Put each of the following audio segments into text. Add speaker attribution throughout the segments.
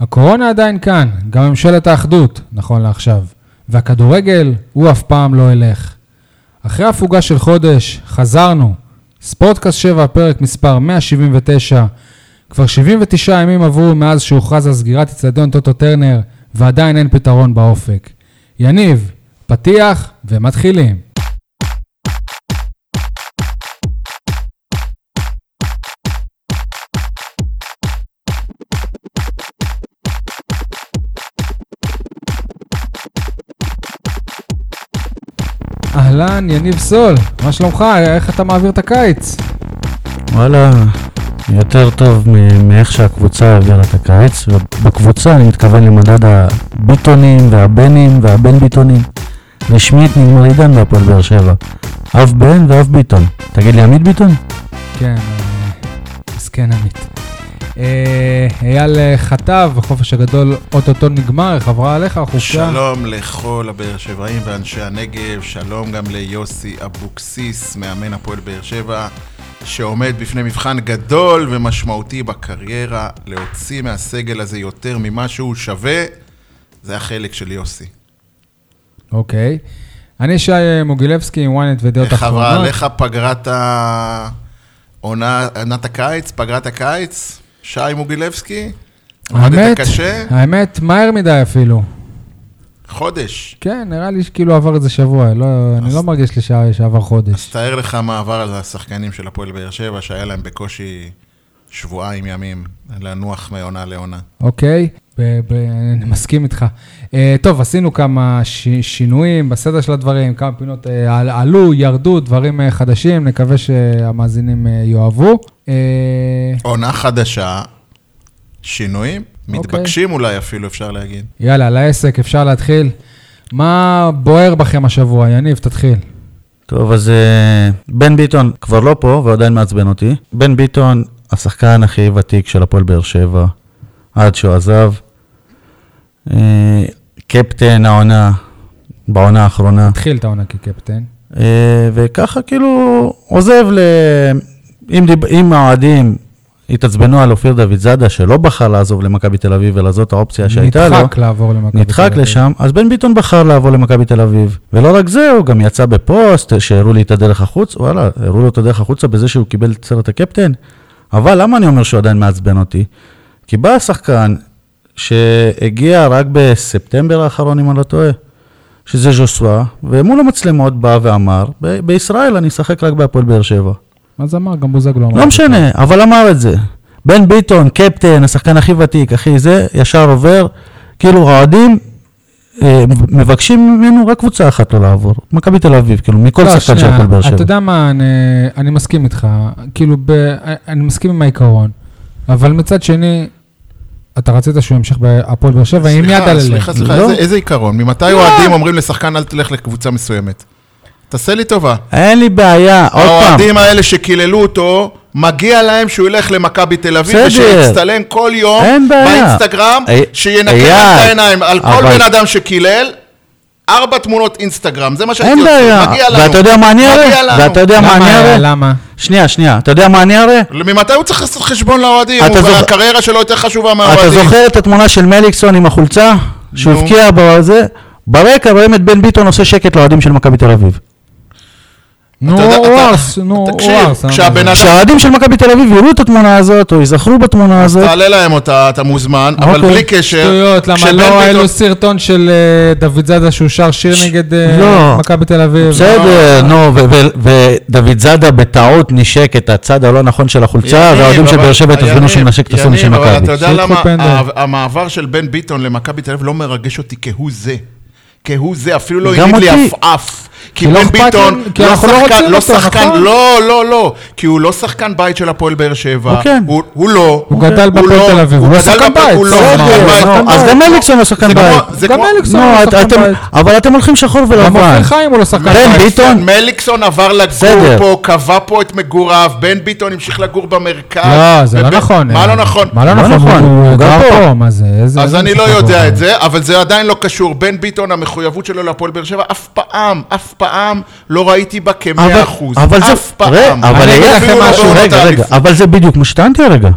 Speaker 1: הקורונה עדיין כאן, גם ממשלת האחדות, נכון לעכשיו. והכדורגל, הוא אף פעם לא ילך. אחרי הפוגה של חודש, חזרנו. ספורטקאסט 7, פרק מספר 179. כבר 79 ימים עברו מאז שהוכרז על סגירת אצטדיון טוטו טרנר, ועדיין אין פתרון באופק. יניב, פתיח ומתחילים. אהלן, יניב סול, מה שלומך? איך אתה מעביר את הקיץ?
Speaker 2: וואלה, יותר טוב מ- מאיך שהקבוצה העבירה את הקיץ, ובקבוצה אני מתכוון למדד הביטונים והבנים והבן ביטונים. רשמית נגמר עידן בהפועל באר שבע. אף בן ואף ביטון. תגיד לי, עמית ביטון?
Speaker 1: כן, אה, מסכן עמית. אה, אייל אה, חטב, החופש הגדול אוטוטו נגמר, חברה עליך החופשה.
Speaker 3: שלום לכל הבאר שבעים ואנשי הנגב, שלום גם ליוסי אבוקסיס, מאמן הפועל באר שבע, שעומד בפני מבחן גדול ומשמעותי בקריירה, להוציא מהסגל הזה יותר ממה שהוא שווה, זה החלק של יוסי.
Speaker 1: אוקיי. אני שי אה, מוגילבסקי עם ynet ודעות
Speaker 3: איך
Speaker 1: אחרונות.
Speaker 3: עברה אה, עליך פגרת העונה, עונת הקיץ, פגרת הקיץ? שי מוגילבסקי? עבדת
Speaker 1: האמת,
Speaker 3: קשה?
Speaker 1: האמת, מהר מדי אפילו.
Speaker 3: חודש.
Speaker 1: כן, נראה לי שכאילו עבר איזה שבוע, לא, אני לא מרגיש לי שעה- שעבר
Speaker 3: אז
Speaker 1: חודש.
Speaker 3: תאר לך מה עבר על השחקנים של הפועל באר שבע, שהיה להם בקושי שבועיים ימים לנוח מעונה לעונה.
Speaker 1: אוקיי, ב- ב- אני מסכים איתך. אה, טוב, עשינו כמה ש- שינויים בסדר של הדברים, כמה פינות אה, על- עלו, ירדו, דברים אה, חדשים, נקווה שהמאזינים אה, יאהבו. אה,
Speaker 3: עונה חדשה, שינויים, מתבקשים
Speaker 1: אוקיי.
Speaker 3: אולי אפילו, אפשר להגיד.
Speaker 1: יאללה, לעסק, אפשר להתחיל. מה בוער בכם השבוע? יניב, תתחיל.
Speaker 2: טוב, אז אה, בן ביטון כבר לא פה ועדיין מעצבן אותי. בן ביטון, השחקן הכי ותיק של הפועל באר שבע, עד שהוא עזב. אה, קפטן העונה, בעונה האחרונה.
Speaker 1: תתחיל את העונה כקפטן.
Speaker 2: אה, וככה כאילו עוזב ל... אם, דיב... אם האוהדים התעצבנו על אופיר דוד זאדה, שלא בחר לעזוב למכבי תל אביב, אלא זאת האופציה שהייתה לו,
Speaker 1: נדחק לעבור למכבי.
Speaker 2: נדחק
Speaker 1: תל אביב.
Speaker 2: לשם, אז בן ביטון בחר לעבור למכבי תל אביב. ולא רק זה, הוא גם יצא בפוסט, שהראו לי את הדרך החוץ, וואלה, הראו לו את הדרך החוצה בזה שהוא קיבל את סרט הקפטן. אבל למה אני אומר שהוא עדיין מעצבן אותי? כי בא השחקן שהגיע רק בספטמבר האחרון, אם אני לא טועה, שזה ז'וסווה, ומול המצלמות בא ואמר, "ב- בישראל אני אשחק רק בהפועל באר שבע.
Speaker 1: אז אמר, גם בוזגלו אמר.
Speaker 2: לא משנה, אבל אמר את זה. בן ביטון, קפטן, השחקן הכי ותיק, אחי זה, ישר עובר. כאילו האוהדים אה, מבקשים ממנו רק קבוצה אחת לא לעבור. מכבי תל אביב, כאילו, מכל
Speaker 1: לא,
Speaker 2: שחקן של
Speaker 1: שנייה,
Speaker 2: הפועל באר
Speaker 1: אתה
Speaker 2: שבע.
Speaker 1: יודע מה, אני, אני מסכים איתך, כאילו, ב, אני מסכים עם העיקרון, אבל מצד שני, אתה רצית שהוא ימשיך בהפועל באר שבע עם יד על
Speaker 3: סליחה,
Speaker 1: הלב. לא!
Speaker 3: סליחה, סליחה,
Speaker 2: לא.
Speaker 3: איזה- איזה עיקרון? ממתי אוהדים אומרים לשחקן אל תלך לקבוצה מסוימת? תעשה לי טובה.
Speaker 2: אין לי בעיה, עוד פעם.
Speaker 3: האוהדים האלה שקיללו אותו, מגיע להם שהוא ילך למכבי תל אביב,
Speaker 2: בסדר.
Speaker 3: ושיצטלם כל יום
Speaker 2: אין בעיה.
Speaker 3: באינסטגרם,
Speaker 2: אי-
Speaker 3: שינקה
Speaker 2: אייל,
Speaker 3: להם את העיניים על כל
Speaker 2: אבל-
Speaker 3: בן אדם שקילל. ארבע תמונות אינסטגרם, זה מה שהייתי
Speaker 2: אין בעיה.
Speaker 3: עושה, מגיע לנו.
Speaker 2: ואתה יודע מה אני
Speaker 3: מגיע
Speaker 2: אראה?
Speaker 3: לנו.
Speaker 2: ואתה יודע מה אני
Speaker 1: למה?
Speaker 2: אראה?
Speaker 1: למה?
Speaker 2: שנייה, שנייה. אתה יודע מה אני אראה?
Speaker 3: ממתי הוא צריך לעשות חשבון לאוהדים?
Speaker 2: אתה
Speaker 3: הוא-
Speaker 2: זוכ-
Speaker 3: הקריירה שלו יותר חשובה
Speaker 2: אתה
Speaker 3: מהאוהדים.
Speaker 2: זוכר את התמונה של מליקסון עם החולצה? שהוא
Speaker 3: לא, נו.
Speaker 2: הבקיע בזה? ברקע רואים את בן ביטון עושה שקט לאוהדים של מכבי תל אביב.
Speaker 1: נו,
Speaker 3: אתה יודע-
Speaker 1: הוא
Speaker 3: אתה-
Speaker 1: ארס, נו, הוא
Speaker 3: תקשיב,
Speaker 1: ארס. אני
Speaker 3: כשהבן
Speaker 1: אומר.
Speaker 3: אדם-
Speaker 2: כשהאוהדים של מכבי תל אביב יראו את התמונה הזאת, או ייזכרו בתמונה הזאת,
Speaker 3: תעלה להם אותה, אתה מוזמן, אבל
Speaker 2: אוקיי.
Speaker 3: בלי קשר.
Speaker 1: שטויות, למה
Speaker 3: כשבן
Speaker 1: לא
Speaker 3: ביטון-
Speaker 1: העלו סרטון של אה, דוד זאדה שהוא שר שיר
Speaker 2: ש-
Speaker 1: נגד אה,
Speaker 2: לא.
Speaker 1: מכבי תל אביב?
Speaker 2: בסדר,
Speaker 3: לא,
Speaker 2: נו, ו- ו- ודוד זאדה בטעות נישק את הצד הלא נכון של החולצה,
Speaker 3: יניב,
Speaker 2: והאוהדים של
Speaker 3: אבל-
Speaker 2: באר שבע התעצבנו
Speaker 3: יניב,
Speaker 2: שהוא מנשק את הסום של
Speaker 3: יניב, אבל
Speaker 2: מכבי.
Speaker 3: אתה יודע
Speaker 1: שייקחו
Speaker 3: למה
Speaker 1: פנדל.
Speaker 3: ה- המעבר של בן ביטון למכבי תל אביב לא מרגש אותי כהוא זה. כהוא זה, אפילו לא
Speaker 2: גם
Speaker 3: הניב לי
Speaker 2: אותי.
Speaker 3: עפעף. כי
Speaker 1: כי לא
Speaker 3: בן
Speaker 1: אכפת
Speaker 3: ביטון
Speaker 1: לנו, כי
Speaker 3: לא
Speaker 1: אנחנו לא
Speaker 3: שחקן,
Speaker 1: רוצים
Speaker 3: לא
Speaker 1: אותו,
Speaker 3: שחקן,
Speaker 1: נכון?
Speaker 3: לא, לא, לא. כי הוא לא שחקן בית של הפועל באר שבע.
Speaker 2: הוא כן.
Speaker 3: הוא הוא לא.
Speaker 1: הוא גדל
Speaker 3: לא,
Speaker 1: בהפועל תל אביב, הוא לא
Speaker 3: גדל
Speaker 1: שחקן
Speaker 3: בהפועל-
Speaker 1: בית.
Speaker 3: הוא לא
Speaker 1: בסדר,
Speaker 3: שחקן בית.
Speaker 1: נו,
Speaker 2: אז גם מליקסון הוא שחקן
Speaker 3: זה כמו-
Speaker 2: בית.
Speaker 3: זה
Speaker 1: לא גם
Speaker 3: כמו-
Speaker 1: אליקסון
Speaker 2: נו,
Speaker 1: הוא
Speaker 2: את-
Speaker 1: שחקן
Speaker 2: אתם-
Speaker 1: בית.
Speaker 2: אבל אתם הולכים שחור
Speaker 1: גם
Speaker 2: ולבן.
Speaker 1: עופר חיים הוא לא שחקן
Speaker 2: בן
Speaker 1: בית.
Speaker 2: ביטון?
Speaker 3: מליקסון עבר לגור
Speaker 2: בסדר.
Speaker 3: פה, קבע פה את מגוריו, בן ביטון המשיך לגור במרכז.
Speaker 1: לא, זה לא
Speaker 3: ובן-
Speaker 1: נכון.
Speaker 3: מה
Speaker 1: אה,
Speaker 3: לא נכון?
Speaker 1: מה לא
Speaker 2: לא
Speaker 1: נכון?
Speaker 2: נכון,
Speaker 1: הוא
Speaker 2: הוא
Speaker 1: גר
Speaker 2: גר
Speaker 1: פה,
Speaker 2: פה.
Speaker 1: מה זה? איזה-
Speaker 3: אז
Speaker 1: איזה
Speaker 3: אני לא
Speaker 1: משחק הוא
Speaker 3: יודע
Speaker 1: עושה?
Speaker 3: את זה, אבל זה עדיין לא קשור. בן ביטון, המחויבות שלו להפועל באר שבע, אף פעם, אף פעם לא ראיתי בה כמאה
Speaker 2: אבל-
Speaker 3: אחוז.
Speaker 2: אבל זה...
Speaker 3: אף
Speaker 2: רגע,
Speaker 3: פעם.
Speaker 2: אבל
Speaker 1: אני אגיד
Speaker 2: היה
Speaker 1: לכם
Speaker 3: אפילו לא
Speaker 1: משהו,
Speaker 3: בעונות
Speaker 2: רגע, רגע,
Speaker 3: האליפות.
Speaker 2: אבל זה בדיוק מה שטענתי הרגע.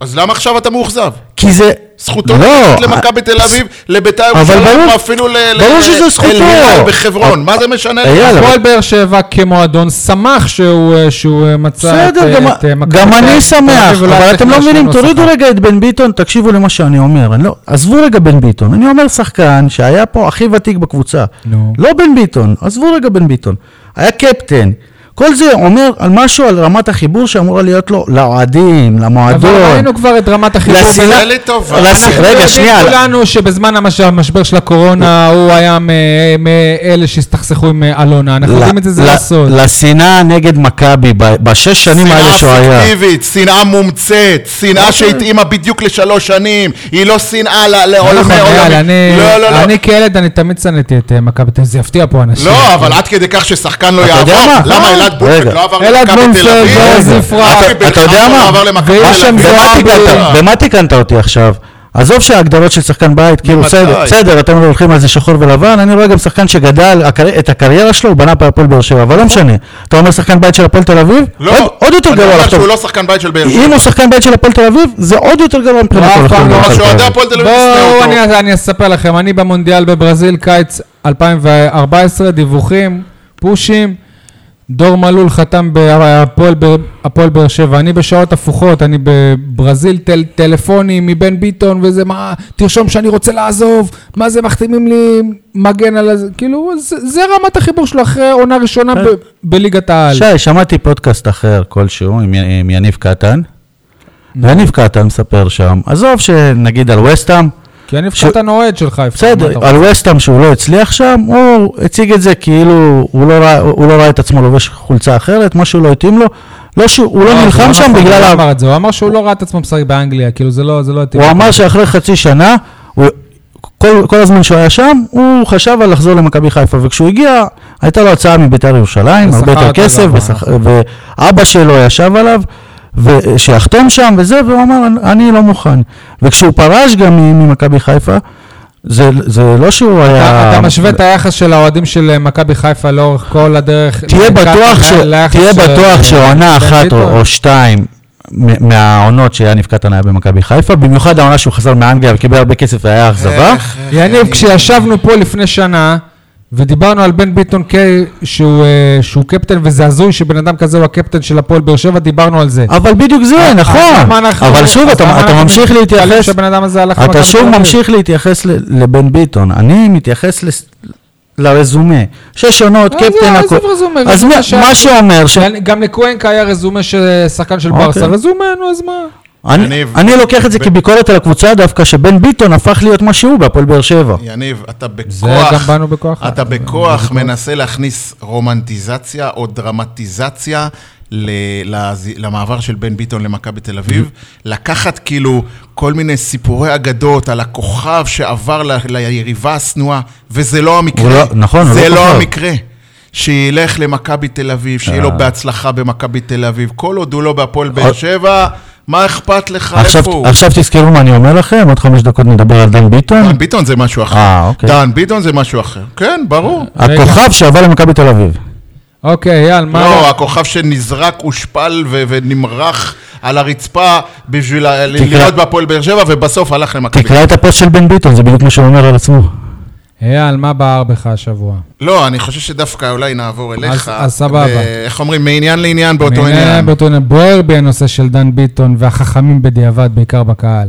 Speaker 3: אז למה עכשיו אתה מאוכזב?
Speaker 2: כי זה...
Speaker 3: זכותו
Speaker 2: לא,
Speaker 3: ללכת למכבי
Speaker 2: א-
Speaker 3: תל אביב, לביתר
Speaker 2: אבל
Speaker 3: ירושלים,
Speaker 2: ברור-
Speaker 3: או אפילו ל... ל-
Speaker 2: ברור
Speaker 3: ל-
Speaker 2: שזה
Speaker 3: אל
Speaker 2: זכותו.
Speaker 3: הילאל בחברון, מה זה משנה? לך?
Speaker 2: אייל,
Speaker 1: הפועל באר שבע כמועדון שמח שהוא אה, שהוא, אה, מצא את,
Speaker 2: בסדר,
Speaker 1: אה,
Speaker 2: גם-
Speaker 1: את אה, מכבי
Speaker 2: גם
Speaker 1: תל
Speaker 2: אני
Speaker 1: אביב תל
Speaker 2: שמח,
Speaker 1: אביב ולא
Speaker 2: אבל
Speaker 1: היה
Speaker 2: אתם לא
Speaker 1: צריך
Speaker 2: מבינים,
Speaker 1: להשלים לו
Speaker 2: תורידו
Speaker 1: שכר.
Speaker 2: רגע את בן ביטון, תקשיבו למה שאני אומר, אני לא, עזבו רגע בן ביטון, אני אומר שחקן שהיה פה הכי ותיק בקבוצה,
Speaker 1: נו.
Speaker 2: לא בן ביטון, עזבו רגע בן ביטון, היה קפטן, כל זה אומר על משהו, על רמת החיבור שאמורה להיות לו, לאוהדים, למועדון,
Speaker 1: אבל ראינו כבר את רמת החיבור.
Speaker 2: לסי-
Speaker 3: זה לי טובה.
Speaker 2: לס-
Speaker 1: אנחנו
Speaker 2: רגע,
Speaker 1: יודעים
Speaker 2: שנייה,
Speaker 1: כולנו שבזמן המש- המשבר של הקורונה הוא היה מ- מאלה שהסתכסכו עם אה, אלונה, אנחנו יודעים את זה, זה
Speaker 2: ל-
Speaker 1: לא סוד.
Speaker 2: לשנאה נגד מכבי, ב- בשש שנים האלה שהוא
Speaker 3: שנאה
Speaker 2: היה,
Speaker 3: פיקטיבית, שנאה מומצאת, שנאה שהתאימה בדיוק לשלוש שנים, היא לא שנאה ל-
Speaker 1: לא נכון,
Speaker 3: לעולמי
Speaker 1: יאללה,
Speaker 3: עולמים.
Speaker 1: אני-
Speaker 3: לא, לא, לא.
Speaker 1: אני כילד, אני תמיד שנאתי את אה, מכבי תל אביב, זה יפתיע פה אנשים.
Speaker 3: לא, אבל עד כדי כך ששחקן לא
Speaker 2: אתה יודע
Speaker 3: יעבור.
Speaker 2: מה?
Speaker 3: למה
Speaker 2: אה,
Speaker 3: אלעד בונפלד
Speaker 2: רגע.
Speaker 3: לא עבר
Speaker 1: אלעד
Speaker 3: למכבי תל
Speaker 1: בונפלד,
Speaker 3: אביב?
Speaker 1: אורז זפרה.
Speaker 3: רפי בן
Speaker 2: אתה יודע
Speaker 3: חמו
Speaker 2: מה?
Speaker 3: לא עבר למכבי
Speaker 1: ויש
Speaker 3: תל
Speaker 1: שם
Speaker 3: אביב. לא,
Speaker 2: במה
Speaker 1: זועבי.
Speaker 2: תיקנת? במה תיקנת אותי עכשיו? עזוב שההגדרות של שחקן בית, כאילו
Speaker 3: ממתי?
Speaker 2: בסדר, בסדר, אתם הולכים על זה שחור ולבן, אני רואה גם שחקן שגדל, הקרי- את הקריירה שלו הוא בנה בהפועל באר שבע, אבל לא משנה. אתה אומר שחקן בית של הפועל תל אביב? עוד-
Speaker 3: לא,
Speaker 2: עוד יותר
Speaker 3: אני
Speaker 2: גרוע
Speaker 3: אומר
Speaker 2: לחתום.
Speaker 3: שהוא לא שחקן בית של באר שבע.
Speaker 2: אם הוא שחקן בית של הפועל תל אביב, זה עוד יותר גרוע מבחינתו.
Speaker 1: אף פעם
Speaker 2: לחתום
Speaker 1: לא,
Speaker 2: בהפועל
Speaker 3: אבל
Speaker 2: תל
Speaker 3: שאוהדי
Speaker 2: אביב.
Speaker 3: הפועל תל אביב ישנאו
Speaker 1: בואו,
Speaker 3: אותו.
Speaker 1: אני- אני אספר לכם, אני במונדיאל בברזיל, קיץ 2014, דיווחים, פושים. דור מלול חתם בהפועל באר- הפועל באר שבע, אני בשעות הפוכות, אני בברזיל, טל, טלפונים מבן ביטון וזה, מה, תרשום שאני רוצה לעזוב, מה זה מחתימים לי מגן על הזה, כאילו, זה, זה רמת החיבור שלו אחרי עונה ראשונה ב,
Speaker 2: כן.
Speaker 1: בליגת העל.
Speaker 2: שי, שמעתי פודקאסט אחר כלשהו עם, י- עם יניב קטן, ויניב קטן מספר שם, עזוב שנגיד על וסטאם,
Speaker 1: כי אני
Speaker 2: ש-
Speaker 1: לפחות הנועד של חיפה. מה אתה
Speaker 2: בסדר,
Speaker 1: רוצה?
Speaker 2: על וסטאם שהוא לא הצליח שם, הוא הציג את זה כאילו הוא לא ראה, הוא לא ראה את עצמו לובש חולצה אחרת, משהו לא התאים לו, לא שהוא הוא לא
Speaker 1: זה
Speaker 2: נלחם שם
Speaker 1: נכון,
Speaker 2: בגלל,
Speaker 1: הוא לא
Speaker 2: ה-
Speaker 1: אמר את זה, הוא אמר שהוא לא ראה את עצמו משחק באנגליה, כאילו זה לא, זה לא הטיפ.
Speaker 2: הוא אמר שאחרי חצי שנה, הוא- כל כל הזמן שהוא היה שם, הוא חשב על לחזור למכבי חיפה, וכשהוא הגיע, הייתה לו הצעה מביתר ירושלים,
Speaker 1: ושכר
Speaker 2: הרבה יותר
Speaker 1: אותו לא
Speaker 2: כסף,
Speaker 1: אמר,
Speaker 2: ושכ- ואבא שלו ישב עליו, ושיחתום שם וזה, והוא אמר, אני לא מוכן. וכשהוא פרש גם מ- ממכבי חיפה, זה, זה לא שהוא היה...
Speaker 1: אתה אתה משווה את היחס של האוהדים של אה, מכבי חיפה לאורך כל הדרך.
Speaker 2: תהיה
Speaker 1: לקראת-
Speaker 2: בטוח, ש...
Speaker 1: ל- ליחס
Speaker 2: תהיה
Speaker 1: של-
Speaker 2: בטוח שעונה
Speaker 1: בן
Speaker 2: אחת
Speaker 1: ביטון.
Speaker 2: או, או שתיים מ- מהעונות שיאניב קטן היה במכבי חיפה, במיוחד העונה שהוא חזר מאנגליה וקיבל הרבה כסף והיה
Speaker 1: אה,
Speaker 2: אכזבה.
Speaker 1: יניב, כשישבנו פה לפני שנה, ודיברנו על בן ביטון כ... שהוא, אה, שהוא קפטן, וזה הזוי שבן אדם כזה הוא הקפטן של הפועל באר שבע, דיברנו על זה.
Speaker 2: אבל בדיוק זה,
Speaker 1: אה, אז למה
Speaker 2: אה, נכון.
Speaker 1: אנחנו-
Speaker 2: אבל שוב,
Speaker 1: אז למה
Speaker 2: אתה אתה
Speaker 1: אנחנו
Speaker 2: ממשיך
Speaker 1: מתפלאים
Speaker 2: להתייחס...
Speaker 1: שהבן אדם לא הזה הלך למכבי
Speaker 2: אתה שוב
Speaker 1: תל אביב?
Speaker 2: ממשיך להתייחס ל- לבן ביטון. אני מתייחס לס- לרזומה. שש עונות,
Speaker 1: אז
Speaker 2: קפטן,
Speaker 1: אה, זה-
Speaker 2: הכול.
Speaker 1: עזוב רזומה,
Speaker 2: אז
Speaker 1: רזומה
Speaker 2: מה-
Speaker 1: שהיה-
Speaker 2: מה שאומר ש...
Speaker 1: יעני, גם לקוונקה היה רזומה של שחקן של
Speaker 2: אוקיי.
Speaker 1: ברסה, רזומה, נו אז מה?
Speaker 2: אני-
Speaker 3: יניב.
Speaker 2: אני לוקח את זה כביקורת על הקבוצה דווקא, שבן ביטון הפך להיות מה שהוא בהפועל באר שבע.
Speaker 3: יניב, אתה בכוח,
Speaker 1: זה גם באנו בכוח.
Speaker 3: אתה בכוח מנסה להכניס רומנטיזציה או דרמטיזציה ל, לז, למעבר של בן ביטון למכבי תל אביב. לקחת כאילו כל מיני סיפורי אגדות על הכוכב שעבר ל, ליריבה השנואה, וזה לא המקרה.
Speaker 2: הוא לא- נכון, הוא
Speaker 3: זה
Speaker 2: לא
Speaker 3: לא
Speaker 2: כוכב. אה.
Speaker 3: המקרה. שילך למכבי תל אביב, שיהיה לו בהצלחה במכבי תל אביב. כל עוד הוא לא בהפועל באר
Speaker 2: עוד-
Speaker 3: שבע, מה אכפת לך?
Speaker 2: אה. עכשיו,
Speaker 3: איפה הוא?
Speaker 2: עכשיו תזכרו מה אני אומר לכם, עוד חמש דקות נדבר על דן ביטון.
Speaker 3: דן ביטון זה משהו אחר.
Speaker 2: אה, אוקיי.
Speaker 3: דן ביטון זה משהו אחר. כן, ברור.
Speaker 2: הכוכב שעבר למכבי תל אביב.
Speaker 1: אוקיי, יאללה, מה...
Speaker 3: לא, הכוכב שנזרק, הושפל ו- ונמרח על הרצפה בשביל ה- ל-
Speaker 2: תקרא-
Speaker 3: להיות בהפועל באר שבע, ובסוף הלך למכבי.
Speaker 2: תקרא את הפוסט של בן ביטון, זה בדיוק מה שהוא אומר על עצמו.
Speaker 1: אייל, מה בער בך השבוע?
Speaker 3: לא, אני חושב שדווקא אולי נעבור אליך.
Speaker 1: אז סבבה.
Speaker 3: ו- איך אומרים, מעניין לעניין באותו
Speaker 1: מעניין
Speaker 3: עניין.
Speaker 1: באותו עניין. בוער בי הנושא של דן ביטון והחכמים בדיעבד, בעיקר בקהל.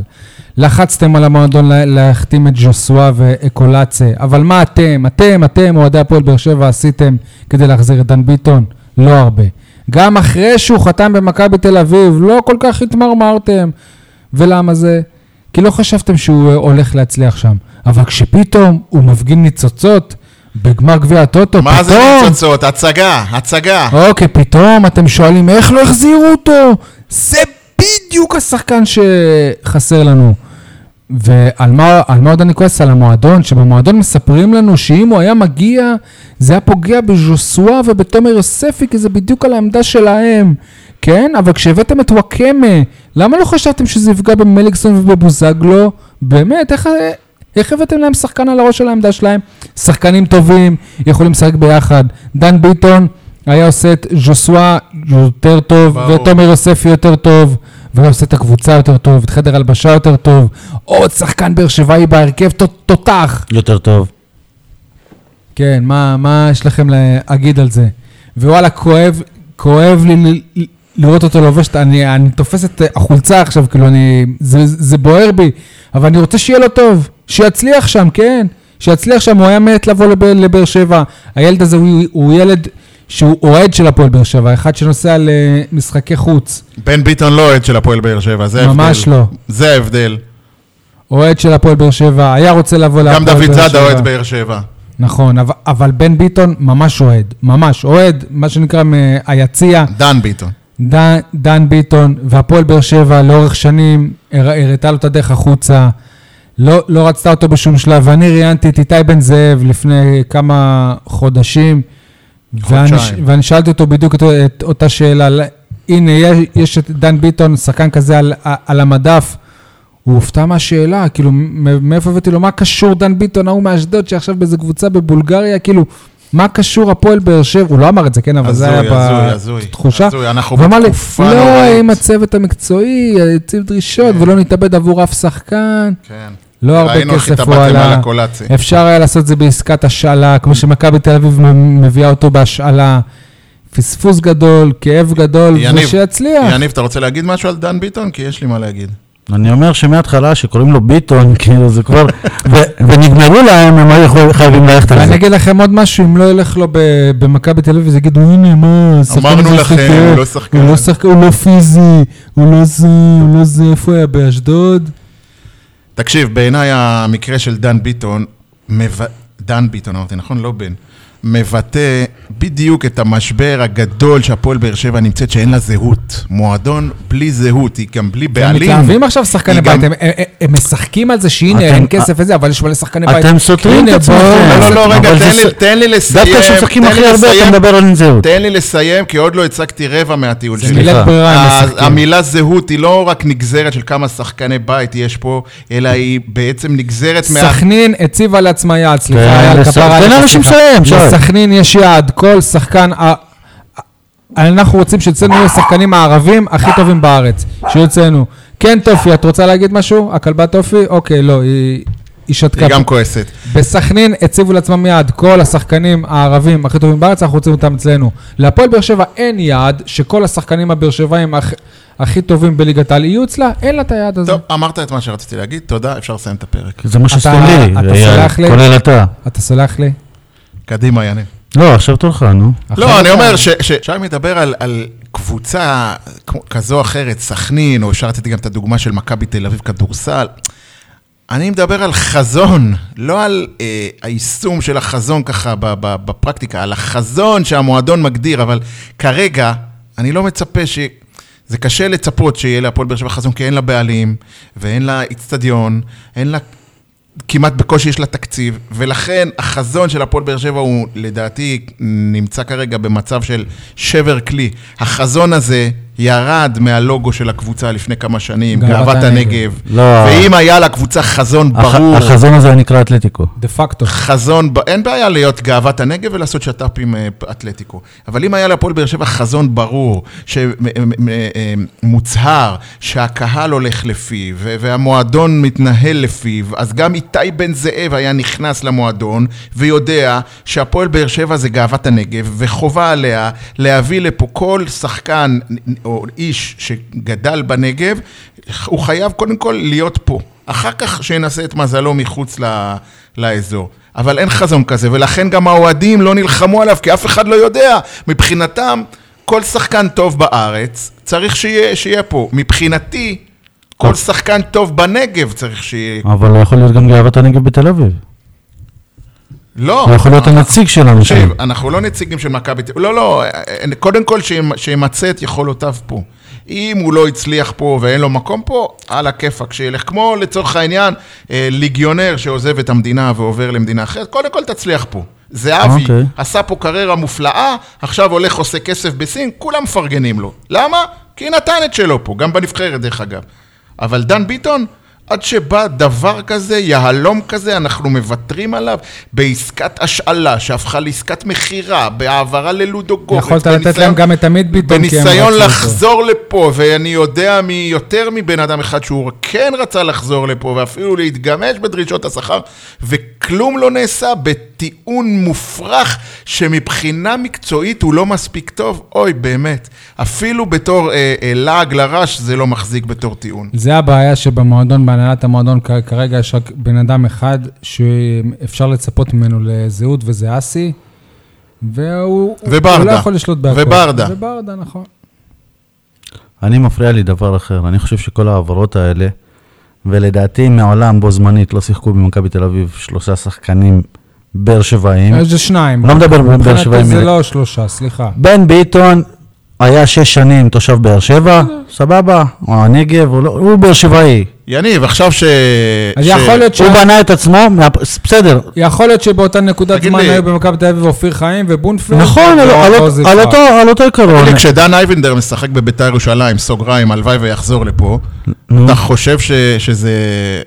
Speaker 1: לחצתם על המועדון לה- להחתים את ג'וסואה ואקולצה, אבל מה אתם, אתם, אתם, אוהדי הפועל באר שבע, עשיתם כדי להחזיר את דן ביטון? לא הרבה. גם אחרי שהוא חתם במכבי תל אביב, לא כל כך התמרמרתם. ולמה זה? כי לא חשבתם שהוא אה, הולך להצליח שם. אבל כשפתאום הוא מפגין ניצוצות בגמר גביע הטוטו, פתאום...
Speaker 3: מה זה ניצוצות? הצגה, הצגה.
Speaker 1: אוקיי, פתאום אתם שואלים איך לא החזירו אותו? זה בדיוק השחקן שחסר לנו. ועל מה, על מה עוד אני כועס? על המועדון, שבמועדון מספרים לנו שאם הוא היה מגיע, זה היה פוגע בז'וסואה ובתומר יוספי, כי זה בדיוק על העמדה שלהם. כן, אבל כשהבאתם את וואקמה, למה לא חשבתם שזה יפגע במליקסון ובבוזגלו? באמת, איך, איך הבאתם להם שחקן על הראש של העמדה שלהם? שחקנים טובים, יכולים לשחק ביחד. דן ביטון היה עושה את ז'וסואה יותר טוב,
Speaker 3: ברור.
Speaker 1: ותומר יוספי יותר טוב, והיה עושה את הקבוצה יותר טוב, את חדר הלבשה יותר טוב, עוד שחקן באר שבעי בהרכב, ת- תותח.
Speaker 2: יותר טוב.
Speaker 1: כן, מה, מה יש לכם להגיד על זה? ווואלה, כואב, כואב לי ל- ל- לראות אותו לובש, את- אני, אני תופס את אה, החולצה עכשיו, כאילו, אני, זה, זה בוער בי, אבל אני רוצה שיהיה לו טוב, שיצליח שם, כן, שיצליח שם, הוא היה מת לבוא לבאר, לבאר שבע. הילד הזה הוא, הוא ילד שהוא אוהד של הפועל באר שבע, אחד שנוסע למשחקי חוץ,
Speaker 3: בן ביטון לא אוהד של הפועל באר שבע, זה ההבדל.
Speaker 1: ממש לא.
Speaker 3: זה ההבדל.
Speaker 1: אוהד של הפועל באר שבע, היה רוצה לבוא
Speaker 3: גם
Speaker 1: להפועל באר שבע.
Speaker 3: דוד זאדה אוהד באר שבע.
Speaker 1: נכון, אבל, אבל בן ביטון ממש אוהד, ממש אוהד, מה שנקרא מהיציע,
Speaker 3: דן ביטון.
Speaker 1: דן, דן ביטון והפועל באר שבע לאורך שנים הר- הראתה לו את הדרך החוצה, לא, לא רצתה אותו בשום שלב, ואני ראיינתי את איתי בן זאב לפני כמה חודשים, ואני, ש-
Speaker 3: חודשיים.
Speaker 1: ואני שאלתי אותו בדיוק את, את אותה שאלה, ל- הנה, יש, יש את דן ביטון, שחקן כזה על, על המדף, הוא הופתע מהשאלה, כאילו, מ- מאיפה הבאתי לו, מה קשור דן ביטון, ההוא מאשדוד, שעכשיו באיזה קבוצה בבולגריה, כאילו, מה קשור הפועל באר שבע? הוא לא אמר את זה, כן, אבל זה
Speaker 3: הזוי,
Speaker 1: היה
Speaker 3: הזוי, הזוי.
Speaker 1: בתחושה.
Speaker 3: הזוי, אנחנו
Speaker 1: הוא אמר לי,
Speaker 3: בתקופה
Speaker 1: לא,
Speaker 3: נוראית."
Speaker 1: עם הצוות המקצועי, הציב דרישות,
Speaker 3: כן.
Speaker 1: ולא נתאבד עבור אף שחקן.
Speaker 3: כן.
Speaker 1: לא הרבה
Speaker 3: ראינו איך
Speaker 1: כסף הוא
Speaker 3: התאבדתם על
Speaker 1: עלה.
Speaker 3: הקולאצי.
Speaker 1: אפשר היה לעשות את זה בעסקת השאלה, כמו שמכבי תל אביב מ- מביאה אותו בהשאלה. פספוס גדול, כאב גדול,
Speaker 3: יניב,
Speaker 1: ושיצליח.
Speaker 3: יניב, אתה רוצה להגיד משהו על דן ביטון? כי יש לי מה להגיד.
Speaker 2: אני אומר שמההתחלה שקוראים לו ביטון, כאילו זה כבר, ו- ונגמרו להם, הם היו יכול- חייבים ללכת על זה.
Speaker 1: ואני אגיד לכם עוד משהו, אם לא ילך לו ב- במכבי תל אביב, אז יגידו, הנה, מה, השחקן
Speaker 3: אמרנו
Speaker 1: הזה
Speaker 3: לכם,
Speaker 1: הכי טוב.
Speaker 3: הוא לא שחקן."
Speaker 1: הוא לא שחקן, הוא לא פיזי, הוא לא זה, הוא לא זה, איפה הוא היה? באשדוד?
Speaker 3: תקשיב, בעיניי המקרה של דן ביטון, מב... דן ביטון אמרתי, נכון? לא בן. מבטא בדיוק את המשבר הגדול שהפועל באר שבע נמצאת, שאין לה זהות. מועדון בלי זהות, היא גם בלי
Speaker 1: הם
Speaker 3: בעלים.
Speaker 1: מתלהבים עכשיו שחקני
Speaker 3: היא
Speaker 1: בית,
Speaker 3: גם-
Speaker 1: הם- הם- הם- הם משחקים על זה שהנה
Speaker 2: אתם-
Speaker 1: אין כסף וזה, אבל יש מלא שחקני בית.
Speaker 2: אתם סותרים את
Speaker 1: הנה,
Speaker 2: עצמכם.
Speaker 1: בואו,
Speaker 3: לא, לא, לא, רגע,
Speaker 2: אבל
Speaker 3: תן
Speaker 2: זה
Speaker 3: לי-
Speaker 2: ס-
Speaker 3: תן לי לסיים.
Speaker 2: דווקא כשמשחקים
Speaker 3: תן לי
Speaker 2: הכי הרבה אתה
Speaker 3: לסיים.
Speaker 2: מדבר על זהות.
Speaker 3: תן לי לסיים, כי עוד לא הצגתי רבע מהטיול
Speaker 1: זה
Speaker 3: שלי.
Speaker 1: מילת ברירה, הם
Speaker 3: ה-
Speaker 1: אה, משחקים.
Speaker 3: אה, המילה זהות היא לא רק נגזרת של כמה שחקני בית יש פה, אלא היא בעצם נגזרת מה...
Speaker 1: סכנין הציבה לעצמה יעד,
Speaker 2: כן,
Speaker 1: סליחה, אייל,
Speaker 2: לס-
Speaker 1: כפרה
Speaker 2: תן
Speaker 1: עליך,
Speaker 2: לאנשים
Speaker 1: סליחה.
Speaker 2: לסיים, שי.
Speaker 1: לסכנין יש יעד, כל שחקן... ה- ה- אנחנו רוצים שאצלנו יהיו השחקנים הערבים הכי טובים בארץ, שיהיו אצלנו. כן, טופי, את רוצה להגיד משהו? הכלבה טופי? אוקיי, לא, היא- היא שתקה.
Speaker 3: היא גם כועסת.
Speaker 1: בסכנין הציבו לעצמם יעד, כל השחקנים הערבים הכי טובים בארץ, אנחנו רוצים אותם אצלנו. להפועל באר שבע אין יעד שכל השחקנים הבאר שבעים הכ- הכי טובים בליגת העל יהיו אצלה, אין לה את היעד הזה.
Speaker 3: טוב, אמרת את מה שרציתי להגיד, תודה, אפשר לסיים את הפרק.
Speaker 2: זה מה שעשו
Speaker 1: אתה-
Speaker 2: לי,
Speaker 1: אתה
Speaker 2: אייל,
Speaker 1: סולח לי?
Speaker 2: כולל אתה.
Speaker 1: אתה סולח לי?
Speaker 3: קדימה, יניב.
Speaker 2: לא, עכשיו תורך, נו.
Speaker 3: לא,
Speaker 1: אחרי
Speaker 3: אני
Speaker 1: זה-
Speaker 3: אומר ש- ש- שי מדבר על- על קבוצה כמו- כזו או אחרת, סכנין, או אפשר לתת גם את הדוגמה של מכבי תל אביב כדורסל. אני מדבר על חזון, לא על אה, היישום של החזון ככה ב- ב- בפרקטיקה, על החזון שהמועדון מגדיר, אבל כרגע אני לא מצפה ש... זה קשה לצפות שיהיה להפועל באר שבע חזון, כי אין לה בעלים, ואין לה איצטדיון, אין לה כמעט בקושי יש לה תקציב, ולכן החזון של הפועל באר שבע הוא לדעתי נמצא כרגע במצב של שבר כלי. החזון הזה ירד מהלוגו של הקבוצה לפני כמה שנים,
Speaker 1: גאוות
Speaker 3: גאוות
Speaker 1: הנגב.
Speaker 3: הנגב.
Speaker 2: לא.
Speaker 3: ואם היה לקבוצה חזון
Speaker 2: הח-
Speaker 3: ברור,
Speaker 2: החזון הזה היה נקרא אתלטיקו.
Speaker 1: דה פקטו.
Speaker 3: חזון, ב- אין בעיה להיות גאוות הנגב ולעשות שת"פ עם אה, אתלטיקו. אבל אם היה להפועל באר שבע חזון ברור, שמוצהר, אה, שהקהל הולך לפיו, ו- והמועדון מתנהל לפיו, אז גם איתי בן זאב היה נכנס למועדון, ויודע שהפועל באר שבע זה גאוות הנגב, וחובה עליה להביא לפה כל שחקן או איש שגדל בנגב, הוא חייב קודם כל להיות פה. אחר כך שינסה את מזלו מחוץ ל... לאזור. אבל אין חזון כזה, ולכן גם האוהדים לא נלחמו עליו, כי אף אחד לא יודע. מבחינתם, כל שחקן טוב בארץ צריך שיהיה, שיהיה פה. מבחינתי, כל שחקן טוב בנגב צריך שיהיה.
Speaker 2: אבל הוא יכול להיות גם גאוות הנגב בתל אביב.
Speaker 3: לא.
Speaker 2: הוא יכול להיות הנציג שלנו שם.
Speaker 3: תקשיב, אנחנו לא נציגים של מכבי תל אביב, לא, לא, קודם כל שימ- שימצה את יכולותיו פה. אם הוא לא הצליח פה ואין לו מקום פה, על הכיפאק שילך. כמו לצורך העניין, אה, ליגיונר שעוזב את המדינה ועובר למדינה אחרת, קודם כל תצליח פה. זהבי
Speaker 2: אוקיי.
Speaker 3: עשה פה קריירה מופלאה, עכשיו הולך עושה כסף בסין, כולם מפרגנים לו. למה? כי נתן את שלו פה, גם בנבחרת דרך אגב. אבל דן ביטון, עד שבא דבר כזה, יהלום כזה, אנחנו מוותרים עליו בעסקת השאלה שהפכה לעסקת מכירה, בהעברה ללודו גורץ.
Speaker 1: יכולת לתת
Speaker 3: בניסיון-
Speaker 1: להם גם את עמית ביטון, כי הם
Speaker 3: בניסיון
Speaker 1: רצו אותו.
Speaker 3: לחזור לפה, ואני יודע מיותר מבן אדם אחד שהוא כן רצה לחזור לפה, ואפילו להתגמש בדרישות השכר, וכלום לא נעשה בטיעון מופרך, שמבחינה מקצועית הוא לא מספיק טוב. אוי, באמת. אפילו בתור אה, אה, לעג לרש זה לא מחזיק בתור טיעון.
Speaker 1: זה הבעיה שבמועדון, בהנהלת המועדון, כ- כרגע יש רק בן אדם אחד שאפשר לצפות ממנו לזהות, וזה אסי, והוא הוא-
Speaker 3: וברדה.
Speaker 1: הוא לא יכול לשלוט בהכל.
Speaker 3: וברדה.
Speaker 1: וברדה, נכון.
Speaker 2: אני מפריע לי דבר אחר, אני חושב שכל ההעברות האלה, ולדעתי מעולם בו זמנית לא שיחקו במכבי תל אביב שלושה שחקנים באר שבעים.
Speaker 1: יש שניים.
Speaker 2: לא מדבר על באר
Speaker 1: אה,
Speaker 2: שבעים.
Speaker 1: מבחינתי זה
Speaker 2: אלה.
Speaker 1: לא שלושה, סליחה.
Speaker 2: בן ביטון היה שש שנים תושב באר שבע,
Speaker 1: אה.
Speaker 2: סבבה, הוא הנגב, הוא לא- הוא באר שבעי.
Speaker 3: יניב, עכשיו ש...
Speaker 1: אז
Speaker 3: ש-
Speaker 1: יכול להיות ש...
Speaker 2: הוא בנה את עצמו, מה- בסדר.
Speaker 1: יכול להיות שבאותה נקודת
Speaker 3: תגיד
Speaker 1: זמן
Speaker 3: לי-
Speaker 1: היו במכבי תל אביב אופיר חיים לא ובונפלד.
Speaker 2: נכון, על- על-
Speaker 1: ועוזי
Speaker 2: על
Speaker 1: פרץ.
Speaker 2: אותו- על אותו עיקרון.
Speaker 3: תגיד לי, כשדן אייבנדר משחק בביתר ירושלים, סוגריים, הלוואי ויחזור לפה,
Speaker 2: נו.
Speaker 3: אתה חושב ש, שזה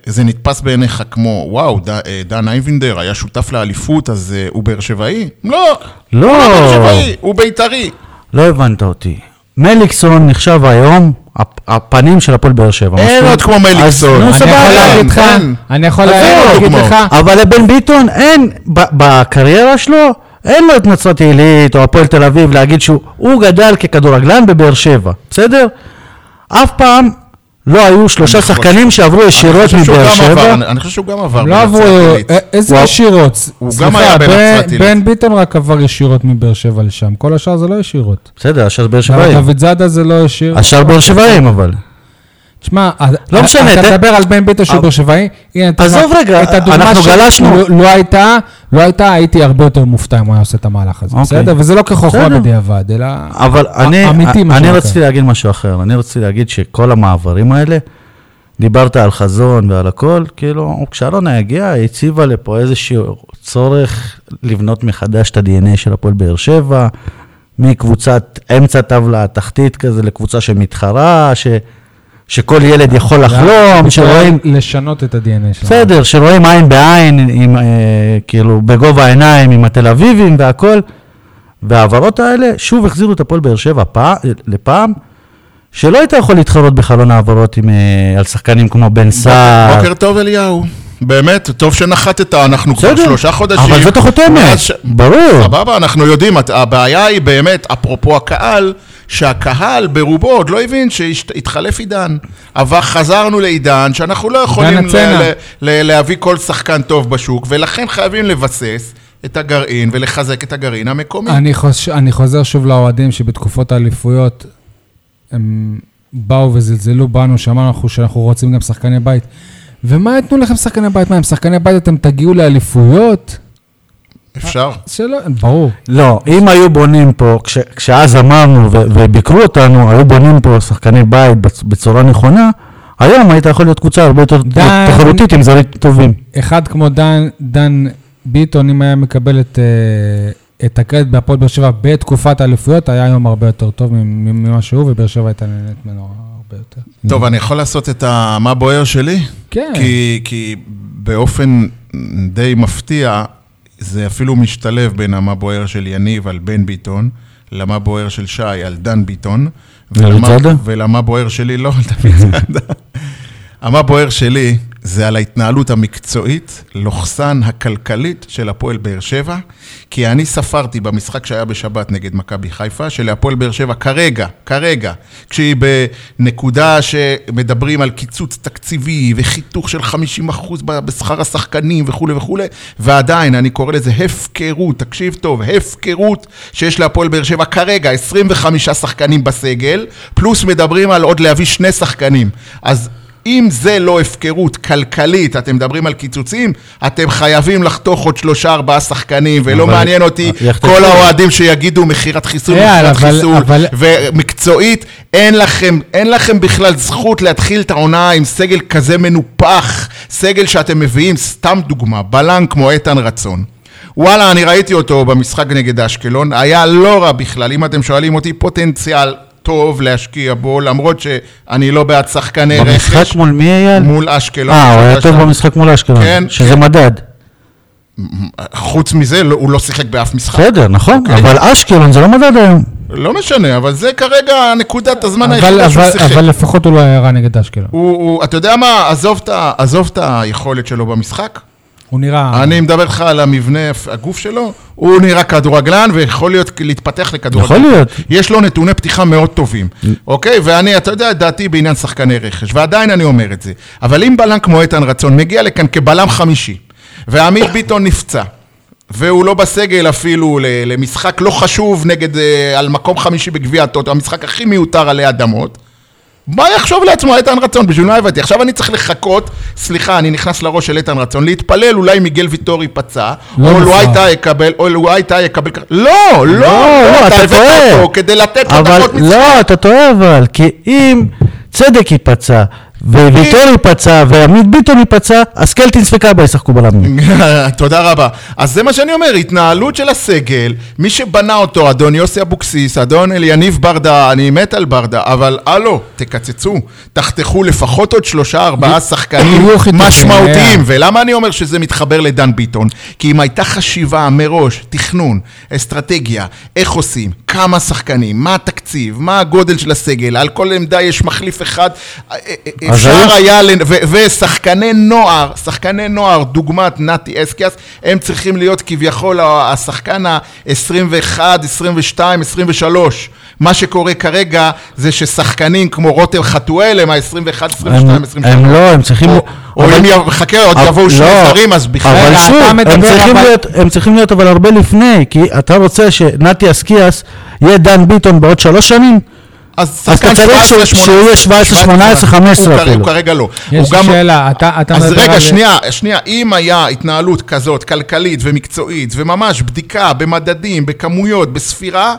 Speaker 3: זה נתפס בעיניך כמו, וואו, ד, אה, דן אייבנדר היה שותף לאליפות, אז אה, הוא באר שבעי? לא, הוא לא באר
Speaker 2: לא,
Speaker 3: שבעי, הוא בית"רי.
Speaker 2: לא הבנת אותי. מליקסון נחשב היום הפ- הפנים של הפועל באר שבע.
Speaker 3: אין
Speaker 2: מסכים?
Speaker 3: עוד כמו מליקסון.
Speaker 2: אז נו,
Speaker 3: אני
Speaker 1: אני
Speaker 2: סבבה.
Speaker 1: יכול
Speaker 3: אין,
Speaker 1: להגיד לך,
Speaker 3: אין.
Speaker 1: אני יכול
Speaker 3: אז זהו,
Speaker 1: להגיד
Speaker 3: כמו.
Speaker 1: לך,
Speaker 2: אבל לבן ביטון אין, ב- בקריירה שלו, אין לו את נצרת עילית או הפועל תל אביב להגיד שהוא הוא גדל ככדורגלן בבאר שבע, בסדר? אף פעם לא היו שלושה
Speaker 3: חושב-
Speaker 2: שחקנים שעברו
Speaker 3: אני
Speaker 2: ישירות
Speaker 3: חושב שהוא
Speaker 2: מבאר
Speaker 3: גם עבר,
Speaker 2: שבע.
Speaker 3: אני- אני חושב שהוא גם עבר.
Speaker 1: הם לא
Speaker 3: בנצרת
Speaker 1: עברו,
Speaker 3: עילית.
Speaker 1: אה,
Speaker 2: הוא-
Speaker 1: איזה ישירות?
Speaker 3: הוא
Speaker 1: סליחה,
Speaker 3: גם היה
Speaker 1: בן-
Speaker 3: בנצרת עילית.
Speaker 1: בן ביטון רק עבר ישירות מבאר שבע לשם, כל השאר זה לא ישירות.
Speaker 2: בסדר, השאר באר שבעים.
Speaker 1: דוד זאדה זה לא ישיר.
Speaker 2: השאר באר שבעים אבל.
Speaker 1: תשמע,
Speaker 2: לא
Speaker 1: אתה-
Speaker 2: משנה,
Speaker 1: אתה
Speaker 2: ת-
Speaker 1: מדבר על בן ביטון שהוא
Speaker 2: אבל-
Speaker 1: באר שבעי, הנה, אתה
Speaker 2: עזוב
Speaker 1: אומר,
Speaker 2: רגע,
Speaker 1: את הדוגמה
Speaker 2: אנחנו
Speaker 1: של-
Speaker 2: גלשנו.
Speaker 1: לו- לא הייתה, לא הייתה, הייתי הרבה יותר מופתע אם הוא היה עושה את המהלך הזה,
Speaker 2: אוקיי.
Speaker 1: בסדר? וזה לא כחוכמה
Speaker 2: בסדר.
Speaker 1: בדיעבד, אלא...
Speaker 2: אבל אני,
Speaker 1: אה, אמיתי, מה
Speaker 2: אני
Speaker 1: שנקרא.
Speaker 2: רציתי להגיד משהו אחר, אני רציתי להגיד שכל המעברים האלה, דיברת על חזון ועל הכל, כאילו, כשאלונה הגיעה, היא הציבה לפה איזשהו צורך לבנות מחדש את ה-DNA של הפועל באר שבע, מקבוצת אמצע טבלה תחתית כזה לקבוצה שמתחרה, ש, שכל ילד יכול
Speaker 1: אה,
Speaker 2: לחלום, שרואים...
Speaker 1: לשנות את ה-DNA שלנו.
Speaker 2: לא, בסדר, שרואים עין בעין, עם, אה, כאילו, בגובה העיניים עם התל אביבים והכל. וההעברות האלה שוב החזירו את הפועל באר שבע פע, לפעם, שלא היית יכול להתחרות בחלון העברות עם, אה, על שחקנים כמו בן סער.
Speaker 3: בוקר טוב אליהו. באמת, טוב שנחתת, אנחנו כבר
Speaker 2: בסדר,
Speaker 3: שלושה חודשים.
Speaker 2: אבל זאת החותמת,
Speaker 3: מאז ש-
Speaker 2: ברור.
Speaker 3: סבבה, אנחנו יודעים, את- הבעיה היא באמת, אפרופו הקהל, שהקהל ברובו עוד לא הבין שהתחלף עידן. אבל חזרנו לעידן שאנחנו לא יכולים ל-
Speaker 1: הצנע.
Speaker 3: ל- ל- להביא כל שחקן טוב בשוק, ולכן חייבים לבסס את הגרעין ולחזק את הגרעין המקומי.
Speaker 1: אני, חוש... אני חוזר שוב לאוהדים שבתקופות האליפויות הם באו וזלזלו בנו, שאמרנו אנחנו- שאנחנו רוצים גם שחקני בית. ומה יתנו לכם שחקני בית? מה, הם שחקני בית אתם תגיעו לאליפויות?
Speaker 3: אפשר?
Speaker 1: שלא, ברור.
Speaker 2: לא, אם היו בונים פה, כש, כשאז אמרנו ו, וביקרו אותנו, היו בונים פה שחקני בית בצ- בצורה נכונה, היום היית יכול להיות קבוצה הרבה יותר
Speaker 1: די.
Speaker 2: תחרותית עם זרים טובים.
Speaker 1: אחד כמו דן, דן ביטון, אם היה מקבל את, אה, את הקרדיט בהפועל באר שבע בתקופת האליפויות, היה היום הרבה יותר טוב ממ- ממה שהוא, ובאר שבע הייתה נהנית ממנו הרבה יותר.
Speaker 3: טוב, אני יכול לעשות את המה בוער שלי?
Speaker 1: כן.
Speaker 3: כי, כי באופן די מפתיע, זה אפילו משתלב בין המה בוער של יניב על בן ביטון, למה בוער של שי על דן ביטון, ולמה-
Speaker 2: דוד זאדה?
Speaker 3: ולמה בוער שלי לא על דוד זאדה. המה בוער שלי זה על ההתנהלות המקצועית, לוחסן הכלכלית של הפועל באר שבע, כי אני ספרתי במשחק שהיה בשבת נגד מכבי חיפה, שלהפועל באר שבע כרגע, כרגע, כשהיא בנקודה שמדברים על קיצוץ תקציבי וחיתוך של 50% ב- בשכר השחקנים וכולי וכולי, ועדיין, אני קורא לזה הפקרות, תקשיב טוב, הפקרות שיש להפועל באר שבע כרגע, 25 שחקנים בסגל, פלוס מדברים על עוד להביא שני שחקנים. אז... אם זה לא הפקרות כלכלית, אתם מדברים על קיצוצים, אתם חייבים לחתוך עוד שלושה ארבעה שחקנים, ולא
Speaker 2: אבל- אה,
Speaker 3: מעניין אותי
Speaker 2: יחתכו.
Speaker 3: כל האוהדים שיגידו מכירת חיסול,
Speaker 1: אה,
Speaker 3: מכירת
Speaker 1: אבל-
Speaker 3: חיסול,
Speaker 1: אבל-
Speaker 3: ומקצועית, אין לכם, אין לכם בכלל זכות להתחיל את העונה עם סגל כזה מנופח, סגל שאתם מביאים, סתם דוגמה, בלם כמו איתן רצון. וואלה, אני ראיתי אותו במשחק נגד אשקלון, היה לא רע בכלל, אם אתם שואלים אותי, פוטנציאל טוב להשקיע בו, למרות שאני לא בעד שחקני רכש
Speaker 2: במשחק מול מי אייל?
Speaker 3: מול אשקלון.
Speaker 2: אה, הוא היה
Speaker 3: שהייתה
Speaker 2: טוב
Speaker 3: לא, שם.
Speaker 2: במשחק מול אשקלון,
Speaker 3: כן.
Speaker 2: שזה מדד.
Speaker 3: חוץ מזה, לא- הוא לא שיחק באף משחק.
Speaker 2: בסדר, נכון,
Speaker 3: אוקיי.
Speaker 2: אבל אשקלון זה לא מדד היום.
Speaker 3: לא משנה, אבל זה כרגע נקודת הזמן
Speaker 1: אבל,
Speaker 3: היחידה שהוא
Speaker 1: אבל,
Speaker 3: שיחק.
Speaker 1: אבל לפחות הוא לא היה רע נגד אשקלון.
Speaker 3: הוא, הוא, אתה יודע מה, עזוב את ה- עזוב את היכולת שלו במשחק.
Speaker 1: הוא נראה...
Speaker 3: אני מדבר לך על המבנה, הגוף שלו, הוא נראה כדורגלן ויכול להיות, להתפתח לכדורגלן.
Speaker 2: יכול להיות.
Speaker 3: יש לו נתוני פתיחה מאוד טובים, אוקיי? ואני, אתה יודע את דעתי בעניין שחקני רכש, ועדיין אני אומר את זה. אבל אם בלם כמו איתן רצון מגיע לכאן כבלם חמישי, ועמית ביטון נפצע, והוא לא בסגל אפילו ל- למשחק לא חשוב נגד, אה, על מקום חמישי בגביע הטוטו, המשחק הכי מיותר עלי אדמות, מה יחשוב לעצמו איתן רצון? בשביל מה הבאתי? עכשיו אני צריך לחכות, סליחה, אני נכנס לראש של איתן רצון, להתפלל אולי מיגל ויטור ייפצע,
Speaker 1: לא
Speaker 3: או
Speaker 1: מופרך.
Speaker 3: לואייטה יקבל, או לואייטה יקבל... כ- לא, לא,
Speaker 2: לא, אתה
Speaker 3: לא, אתה הבאת
Speaker 2: טועה.
Speaker 3: אותו כדי לתת לו
Speaker 2: אבל
Speaker 3: דקות משחק.
Speaker 2: לא, אתה טועה אבל, כי אם צדק ייפצע, וויטור ייפצע, ועמית ביטון ייפצע, אז קלטינס וקאבה ישחקו בלמים.
Speaker 3: תודה רבה. אז זה מה שאני אומר, התנהלות של הסגל, מי שבנה אותו, אדון יוסי אבוקסיס, אדון אליניב ברדה, אני מת על ברדה, אבל הלו, תקצצו, תחתכו לפחות עוד שלושה, ארבעה שחקנים
Speaker 1: יהיו חיתוכים,
Speaker 3: משמעותיים.
Speaker 1: היה.
Speaker 3: ולמה אני אומר שזה מתחבר לדן ביטון? כי אם הייתה חשיבה מראש, תכנון, אסטרטגיה, איך עושים, כמה שחקנים, מה התקציב, מה הגודל של הסגל, על כל עמדה יש מחליף אחד,
Speaker 2: אז
Speaker 3: אפשר
Speaker 2: היו-
Speaker 3: היה, לנ- ו- ושחקני נוער, שחקני נוער, דוגמת נתי אסקיאס, הם צריכים להיות כביכול ה- השחקן ה-21, 22, 23. מה שקורה כרגע זה ששחקנים כמו רותם חתואל הם ה-21, 22,
Speaker 2: הם-
Speaker 3: 23.
Speaker 2: הם לא, הם צריכים...
Speaker 3: או- או
Speaker 2: אבל-
Speaker 3: אם יב- חכה, עוד
Speaker 2: אבל-
Speaker 3: יבואו שני
Speaker 2: לא,
Speaker 3: זרים, אז בכלל...
Speaker 2: אבל
Speaker 1: רגע,
Speaker 2: שוב,
Speaker 1: אתה
Speaker 2: הם
Speaker 1: מדבר,
Speaker 2: צריכים
Speaker 1: אבל-
Speaker 2: להיות, הם צריכים להיות אבל הרבה לפני, כי אתה רוצה שנתי אסקיאס יהיה דן ביטון בעוד שלוש שנים?
Speaker 3: אז
Speaker 2: אתה
Speaker 3: שחקן
Speaker 2: צריך
Speaker 3: 17,
Speaker 2: שהוא- שהוא יהיה 17, 18, 15
Speaker 3: הוא כרגע-
Speaker 2: אפילו.
Speaker 3: הוא כרגע לא.
Speaker 1: יש
Speaker 3: הוא
Speaker 1: לי
Speaker 3: גם-
Speaker 1: שאלה, אתה, אתה
Speaker 3: אז
Speaker 1: מדבר
Speaker 3: רגע,
Speaker 1: על...
Speaker 3: שנייה, שנייה, אם היה התנהלות כזאת, כלכלית ומקצועית, וממש בדיקה במדדים, בכמויות, בספירה,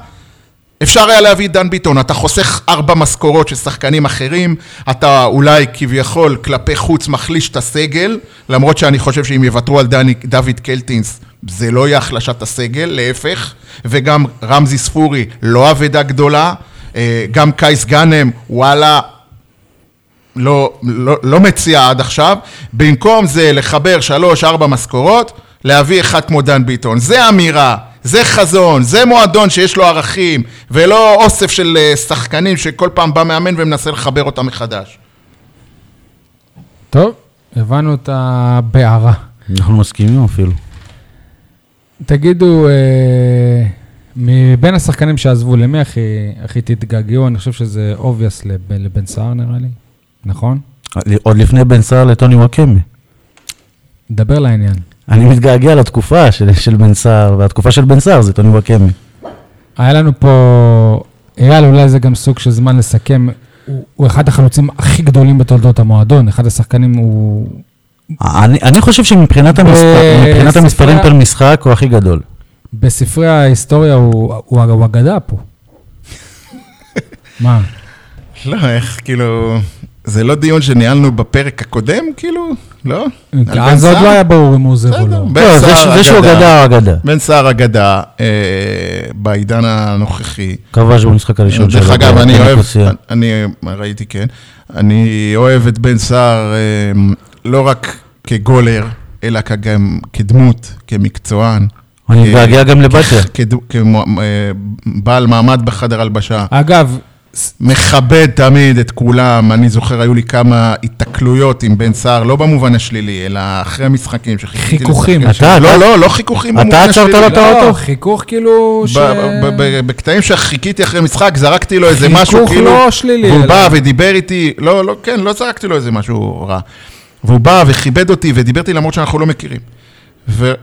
Speaker 3: אפשר היה להביא את דן ביטון, אתה חוסך ארבע משכורות של שחקנים אחרים, אתה אולי כביכול כלפי חוץ מחליש את הסגל, למרות שאני חושב שאם יוותרו על דני, דוד קלטינס, זה לא יהיה החלשת הסגל, להפך, וגם רמזי ספורי, לא אבדה גדולה, אה, גם קייס גאנם, וואלה, לא, לא, לא מציע עד עכשיו, במקום זה לחבר שלוש-ארבע משכורות, להביא אחד כמו דן ביטון. זה אמירה, זה חזון, זה מועדון שיש לו ערכים, ולא אוסף של אה, שחקנים שכל פעם בא מאמן ומנסה לחבר אותם מחדש.
Speaker 1: טוב, הבנו את הבערה.
Speaker 2: אנחנו מסכימים אפילו.
Speaker 1: תגידו, אה, מבין השחקנים שעזבו, למי הכי, הכי תתגעגעו? אני חושב שזה אובייס לב, לבן סער נראה לי, נכון?
Speaker 2: עוד לפני בן סער לטוני וואקמי.
Speaker 1: דבר לעניין.
Speaker 2: אני מתגעגע לתקופה של, של בן סער, והתקופה של בן סער זה טוני וואקמי.
Speaker 1: היה לנו פה, אייל, אולי זה גם סוג של זמן לסכם, הוא, הוא אחד החלוצים הכי גדולים בתולדות המועדון, אחד השחקנים הוא...
Speaker 2: אני, אני חושב שמבחינת המספר,
Speaker 1: ו-
Speaker 2: מבחינת המספרים
Speaker 1: ספרי-
Speaker 2: פר משחק הוא הכי גדול.
Speaker 1: בספרי ההיסטוריה הוא, הוא, הוא אגדה פה. מה?
Speaker 3: לא, איך, כאילו... זה לא דיון שניהלנו בפרק הקודם, כאילו? לא? על בן
Speaker 1: אז עוד
Speaker 3: סער?
Speaker 1: לא היה ברור אם הוא עוזב או
Speaker 3: בסדר,
Speaker 1: לא.
Speaker 3: בן
Speaker 2: לא, זה, ש-
Speaker 3: סער
Speaker 2: זה שהוא אגדה הוא אגדה.
Speaker 3: בן סער אגדה, אה, בעידן הנוכחי.
Speaker 2: כבש במשחק הראשון
Speaker 3: דרך אגב,
Speaker 2: ב-
Speaker 3: אני אוהב,
Speaker 2: בניקוסיה.
Speaker 3: אני ראיתי, כן, אני אוהב את בן סער אה, לא רק כגולר, אלא גם כדמות, כמקצוען.
Speaker 2: אני
Speaker 3: כ-
Speaker 2: מתגעגע גם לבטיה.
Speaker 3: כד- כבעל אמ, מעמד בחדר הלבשה.
Speaker 1: אגב, ס-
Speaker 3: מכבד תמיד את כולם, אני זוכר, היו לי כמה היתקלויות עם בן סער, לא במובן השלילי, אלא אחרי משחקים שחיכיתי
Speaker 1: חיכוכים.
Speaker 3: לשחקן
Speaker 2: אתה-
Speaker 3: שלי.
Speaker 2: אתה-
Speaker 3: לא, לא, לא חיכוכים
Speaker 2: אתה
Speaker 3: במובן
Speaker 2: עצרת לו
Speaker 3: השלילי.
Speaker 2: את אתה
Speaker 1: לא,
Speaker 2: אותו?
Speaker 1: חיכוך כאילו ש...
Speaker 3: ב- ב- ב- בקטעים שחיכיתי אחרי משחק, זרקתי לו איזה
Speaker 1: חיכוך
Speaker 3: משהו,
Speaker 1: לא
Speaker 3: כאילו...
Speaker 1: שלילי,
Speaker 3: והוא
Speaker 1: אלא-
Speaker 3: בא ודיבר איתי, לא, לא, כן, לא זרקתי לו איזה משהו רע. והוא בא וכיבד אותי ודיבר איתי למרות שאנחנו לא מכירים. והוא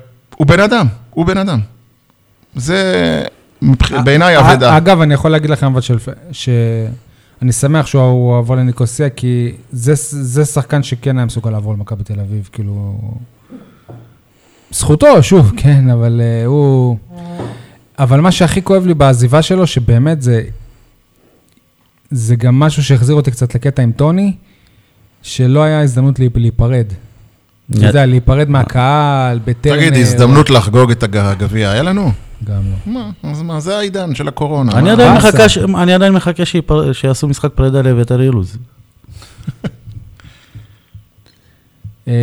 Speaker 3: בן אדם, הוא בן אדם. זה מבח- בעיניי
Speaker 1: א-
Speaker 3: אבדה.
Speaker 1: אה, אגב, אני יכול להגיד לכם אבל של- שאני שמח שהוא עבר לניקוסיה, כי זה- זה שחקן שכן היה מסוגל לעבור למכבי תל אביב, כאילו... זכותו, שוב, כן, אבל אה, הוא... אבל מה שהכי כואב לי בעזיבה שלו, שבאמת זה... זה גם משהו שהחזיר אותי קצת לקטע עם טוני, שלא היה הזדמנות להיפ- להיפרד. אתה יודע, להיפרד מהקהל, בטרנר. אה,
Speaker 3: תגיד, הזדמנות לחגוג את הגביע, היה לנו?
Speaker 1: גם לא.
Speaker 3: מה, אז מה, זה העידן של הקורונה.
Speaker 2: אני
Speaker 3: מה?
Speaker 2: עדיין
Speaker 1: מה
Speaker 2: מחכה
Speaker 1: עשה?
Speaker 2: ש- אני עדיין מחכה שיפר- שיעשו משחק פרידה לאביתר אילוז.
Speaker 1: אה,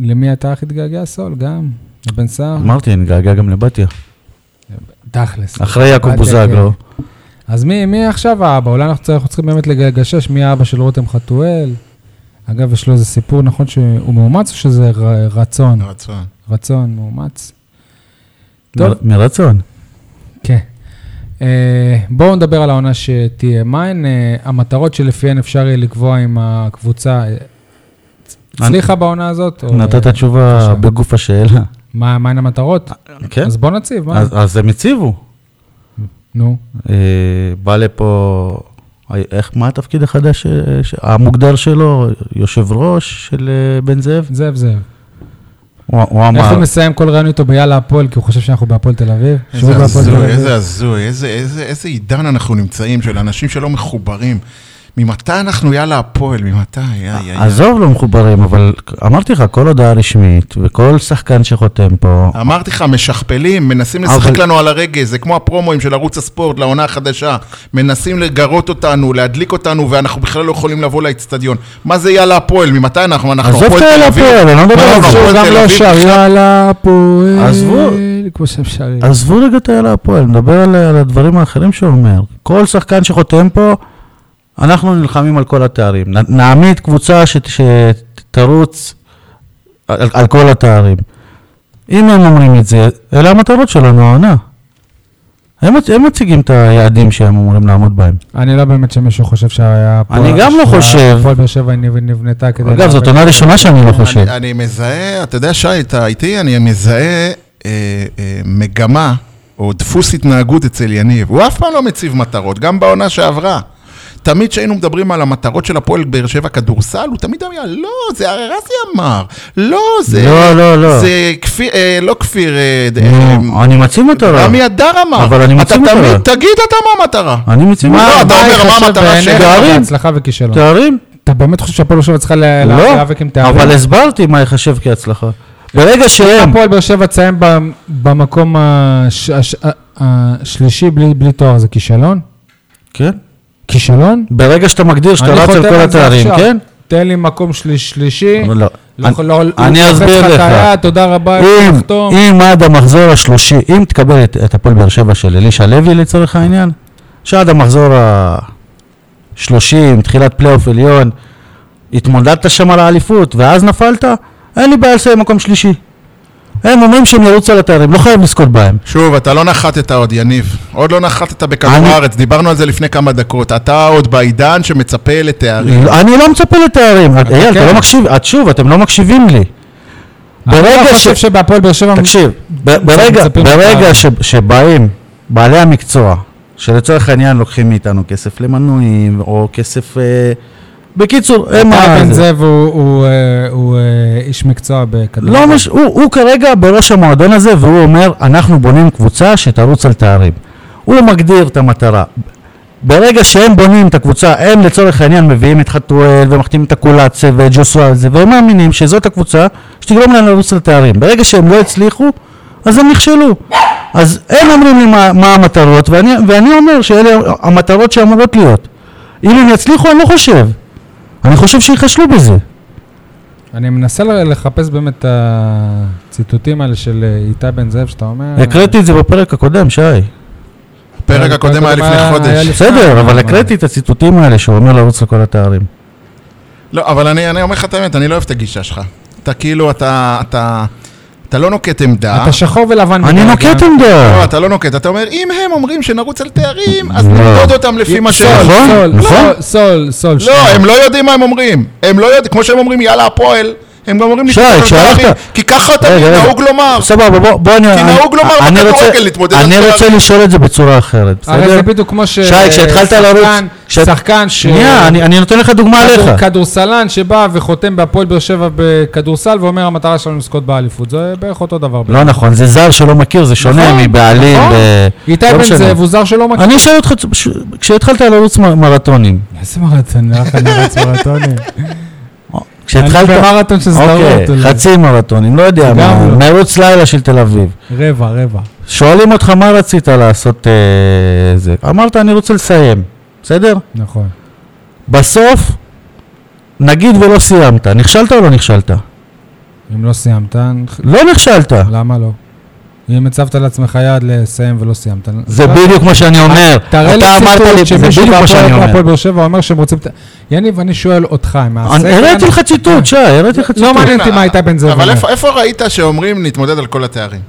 Speaker 1: למי אתה הכי התגעגע, סול? גם? לבן סער?
Speaker 2: אמרתי, אני געגע גם לבתיה.
Speaker 1: תכלס.
Speaker 2: אחרי יעקב
Speaker 1: בתיה,
Speaker 2: בוזגלו.
Speaker 1: אז מי, מי עכשיו האבא? אולי אנחנו, צריך- אנחנו צריכים באמת לגשש מי האבא של רותם חתואל. אגב, יש לו איזה סיפור, נכון שהוא מאומץ או שזה ר- רצון?
Speaker 3: רצון.
Speaker 1: רצון, מאומץ. טוב.
Speaker 2: מ- מרצון.
Speaker 1: כן. אה, בואו נדבר על העונה שתהיה. מהן אה, המטרות שלפיהן אפשר יהיה לקבוע אם הקבוצה אה, הצליחה בעונה הזאת? או-
Speaker 2: נתת תשובה
Speaker 1: בבקשה.
Speaker 2: בגוף השאלה.
Speaker 1: מה- מהן המטרות?
Speaker 2: כן?
Speaker 1: אז בואו נציב, מה?
Speaker 2: אז- אז הם הציבו.
Speaker 1: נו.
Speaker 2: אה, בא לפה, אי- איך, מה התפקיד החדש, אה, ש- המוגדר שלו, יושב ראש של אה, בן זאב?
Speaker 1: זאב זאב.
Speaker 2: הוא הוא
Speaker 1: איך
Speaker 2: אמר,
Speaker 1: הוא מסיים כל רעיון איתו ביאללה הפועל, כי הוא חושב שאנחנו בהפועל תל אביב? שהוא
Speaker 3: איזה
Speaker 1: בהפועל תל
Speaker 3: הזוי,
Speaker 1: אביב.
Speaker 3: איזה הזוי, איזה- איזה איזה עידן אנחנו נמצאים של אנשים שלא מחוברים. ממתי אנחנו יאללה הפועל? ממתי? איי, איי, איי.
Speaker 2: עזוב לא מחוברים, אבל אמרתי לך, כל הודעה רשמית וכל שחקן שחותם פה,
Speaker 3: אמרתי לך, משכפלים, מנסים
Speaker 2: אבל-
Speaker 3: לשחק לנו על הרגל, זה כמו הפרומואים של ערוץ הספורט לעונה החדשה. מנסים לגרות אותנו, להדליק אותנו, ואנחנו בכלל לא יכולים לבוא לאצטדיון. מה זה יאללה הפועל? ממתי אנחנו? אנחנו
Speaker 2: עזוב את האלה פה, אני לא מדבר על
Speaker 3: מה, אבל-
Speaker 2: זה.
Speaker 1: שהוא
Speaker 3: הפועל
Speaker 1: גם
Speaker 3: תל
Speaker 1: לא
Speaker 3: אביב
Speaker 1: שר, יאללה הפועל,
Speaker 2: עזבו.
Speaker 1: כמו שהם שרים.
Speaker 2: עזבו רגע את איילה הפועל, נדבר על, על הדברים האחרים שהוא אומר. כל שחקן שחותם פה, אנחנו נלחמים על כל התארים. נ- נעמיד קבוצה ש- שתרוץ על, על כל התארים. אם הם אומרים את זה, אלה המטרות שלנו, העונה. הם, מצ- הם מציגים את היעדים שהם אמורים לעמוד בהם.
Speaker 1: אני לא באמת שמישהו חושב שהיה...
Speaker 2: אני גם לא חושב.
Speaker 1: הפועל באר שבע נב- נבנתה כדי...
Speaker 2: אגב, זאת
Speaker 1: להיאבק.
Speaker 2: עונה ראשונה שאני לא חושב.
Speaker 3: אני, אני מזהה, אתה יודע, שי, אתה איתי, אני מזהה אה, אה, מגמה או דפוס התנהגות אצל יניב. הוא אף פעם לא מציב מטרות, גם בעונה שעברה. תמיד כשהיינו מדברים על המטרות של הפועל באר שבע כדורסל, הוא תמיד היה, לא, זה הרזי אמר, לא, זה...
Speaker 2: לא, לא, לא.
Speaker 3: זה כפיר, אה, לא כפיר, אה,
Speaker 2: נו,
Speaker 3: אה,
Speaker 2: אני מציב מטרה.
Speaker 3: רמי אדר אמר.
Speaker 2: אבל אני מציב
Speaker 3: אתה
Speaker 2: מטרה.
Speaker 3: תמיד, תגיד אתה מה המטרה.
Speaker 2: אני מציב
Speaker 3: מה,
Speaker 2: מטרה.
Speaker 3: אתה אומר,
Speaker 1: ייחשב
Speaker 3: מה המטרה
Speaker 1: בעיניך
Speaker 3: שלי?
Speaker 2: תארים.
Speaker 1: כהצלחה וכישלון.
Speaker 2: תארים?
Speaker 1: אתה באמת חושב שהפועל באר שבע צריכה לה-
Speaker 2: לא,
Speaker 1: להיאבק עם תארים?
Speaker 2: אבל הסברתי מה ייחשב כהצלחה. ברגע שהם...
Speaker 1: הפועל באר שבע תסיים ב- במקום הש- הש- ה- השלישי בלי בלי תואר, זה כישלון?
Speaker 2: כן.
Speaker 1: כישלון?
Speaker 2: ברגע שאתה מגדיר שאתה
Speaker 1: אני
Speaker 2: רץ על
Speaker 1: חותם
Speaker 2: כל
Speaker 1: על זה
Speaker 2: התארים,
Speaker 1: עכשיו.
Speaker 2: כן?
Speaker 1: תן לי מקום של- שלישי.
Speaker 2: אבל לא.
Speaker 1: לא יכול- לא-
Speaker 2: אני
Speaker 1: הוא קופץ
Speaker 2: אסביר לך.
Speaker 1: את היד, תודה רבה,
Speaker 2: אם,
Speaker 1: תחתום.
Speaker 2: אם עד המחזור השלושי, אם תקבל את, את הפועל באר שבע של אלישע לוי לצורך העניין, שעד המחזור השלושים, תחילת פלייאוף עליון, התמודדת שם על האליפות ואז נפלת, אין לי בעיה לסיים מקום שלישי. הם אומרים שהם ירוצו על התארים, לא חייב לזכות בהם.
Speaker 3: שוב, אתה לא נחתת עוד, יניב. עוד לא נחתת בכדור
Speaker 2: אני-
Speaker 3: הארץ, דיברנו על זה לפני כמה דקות. אתה עוד בעידן שמצפה לתארים.
Speaker 2: אני לא מצפה לתארים. אייל, אתה
Speaker 1: כן.
Speaker 2: לא מקשיב, את שוב, אתם לא מקשיבים לי.
Speaker 1: אני לא
Speaker 2: ברגע ש...
Speaker 1: חושב שבהפועל באר שבע...
Speaker 2: תקשיב, ב- ברגע,
Speaker 1: מצפים
Speaker 2: ברגע
Speaker 1: לתארים.
Speaker 2: ש- שבאים בעלי המקצוע, שלצורך העניין לוקחים מאיתנו כסף למנויים, או כסף... אה, בקיצור, הם... ה-
Speaker 1: בן
Speaker 2: זה.
Speaker 1: זאב הוא- הוא אה, הוא, אה, איש מקצוע בכדורגל.
Speaker 2: לא מש... הוא, הוא כרגע בראש המועדון הזה, והוא אומר, אנחנו בונים קבוצה שתרוץ על תארים. הוא לא מגדיר את המטרה. ברגע שהם בונים את הקבוצה, הם לצורך העניין מביאים את חתואל ומחתימים את הקולאצה ואת ג'וסואל על זה, והם מאמינים שזאת הקבוצה שתגרום להם לרוץ על תארים. ברגע שהם לא הצליחו, אז הם נכשלו. אז הם אומרים לי מה, מה המטרות, ואני, ואני אומר שאלה המטרות שאמורות להיות. אם הם יצליחו, אני לא חושב. אני חושב שייכשלו בזה.
Speaker 1: אני מנסה ל- לחפש באמת את הציטוטים האלה של אה, איתי בן זאב, שאתה אומר...
Speaker 2: הקראתי את זה בפרק הקודם, שי.
Speaker 3: הפרק
Speaker 2: לא,
Speaker 1: אה,
Speaker 3: הקודם היה לפני
Speaker 1: היה
Speaker 3: חודש.
Speaker 1: לפני-
Speaker 2: בסדר,
Speaker 3: אה,
Speaker 2: אבל הקראתי את הציטוטים האלה שהוא אומר לרוץ לכל התארים.
Speaker 3: לא, אבל אני אני אומר לך את האמת, אני לא אוהב את הגישה שלך. אתה כאילו, אתה... אתה- אתה לא נוקט עמדה.
Speaker 1: אתה שחור ולבן.
Speaker 3: אה,
Speaker 2: אני
Speaker 1: מדי,
Speaker 2: נוקט
Speaker 1: גם.
Speaker 2: עמדה.
Speaker 3: לא, אתה לא נוקט. אתה אומר, אם הם אומרים שנרוץ על תארים, אז
Speaker 2: לא.
Speaker 3: נמדוד אותם לפי מה ש...
Speaker 1: סול,
Speaker 2: נכון,
Speaker 1: סול,
Speaker 2: נכון.
Speaker 1: סול, סול, סול.
Speaker 3: לא,
Speaker 1: שנייה.
Speaker 3: הם לא יודעים מה הם אומרים. הם לא יודעים, כמו שהם אומרים, יאללה, הפועל. הם גם אומרים
Speaker 2: שי,
Speaker 3: להתמודד על
Speaker 2: כשהלכת-
Speaker 3: תארים, כי ככה אתה
Speaker 2: רגע, רגע.
Speaker 3: נהוג לומר.
Speaker 2: סבבה, בוא- בוא אני...
Speaker 3: כי נהוג לומר
Speaker 2: אני
Speaker 3: בכדורגל
Speaker 2: רוצה-
Speaker 3: להתמודד על
Speaker 2: אני
Speaker 3: תארים.
Speaker 2: רוצה לשאול את זה בצורה אחרת,
Speaker 1: הרי
Speaker 2: בסדר?
Speaker 1: זה בדיוק כמו ש...
Speaker 2: שי, כשהתחלת
Speaker 1: שחקן-
Speaker 2: לרוץ... כש-
Speaker 1: שחקן ש...
Speaker 2: שנייה, אני אני נותן לך דוגמה
Speaker 1: כדור-
Speaker 2: עליך.
Speaker 1: כדורסלן שבא וחותם בהפועל באר שבע בכדורסל ואומר המטרה שלנו לזכות באליפות, זה בערך אותו דבר.
Speaker 2: לא נכון, זה זר שלא מכיר, זה
Speaker 1: נכון,
Speaker 2: שונה מבעלים.
Speaker 1: נכון.
Speaker 2: ו-
Speaker 1: איתי
Speaker 2: לא
Speaker 1: בן
Speaker 2: משנה.
Speaker 1: זאב הוא זר שלא מכיר.
Speaker 2: אני אשאל אותך, ש- כשהתחלת לרוץ מ- מרתונים,
Speaker 1: איזה מרתון, נראה לך אני רץ מרתונים.
Speaker 2: כשהתחלת...
Speaker 1: אני במרתון של סדרות,
Speaker 2: אוקיי,
Speaker 1: אולי.
Speaker 2: חצי מרתונים, לא יודע,
Speaker 1: גם
Speaker 2: מה,
Speaker 1: לא.
Speaker 2: מרוץ לילה של תל אביב.
Speaker 1: רבע, רבע.
Speaker 2: שואלים אותך מה רצית לעשות אה, זה. אמרת, אני רוצה לסיים, בסדר?
Speaker 1: נכון.
Speaker 2: בסוף, נגיד ולא סיימת, נכשלת או לא נכשלת?
Speaker 1: אם לא סיימת,
Speaker 2: לא נכשלת.
Speaker 1: למה לא? אם הצבת לעצמך יעד לסיים ולא סיימת.
Speaker 2: זה בדיוק מה שאני אומר.
Speaker 1: אה, תראה לי
Speaker 2: אתה אמרת לי,
Speaker 1: ציטוט
Speaker 2: זה
Speaker 1: שמישהו
Speaker 2: בדיוק מה שאני
Speaker 1: בהפועל-
Speaker 2: אומר.
Speaker 1: בהפועל באר שבע אומר שהם רוצים... את ה- יניב, אני שואל אותך, אם
Speaker 2: אני-
Speaker 1: הסקר-
Speaker 2: הראיתי לך ציטוט, שי, הראיתי לך
Speaker 1: לא
Speaker 2: ציטוט.
Speaker 1: מעניין אותי מה הייתה בין זה
Speaker 3: כן, אבל
Speaker 1: ובין
Speaker 3: איפה- איפה ראית שאומרים נתמודד על כל התארים?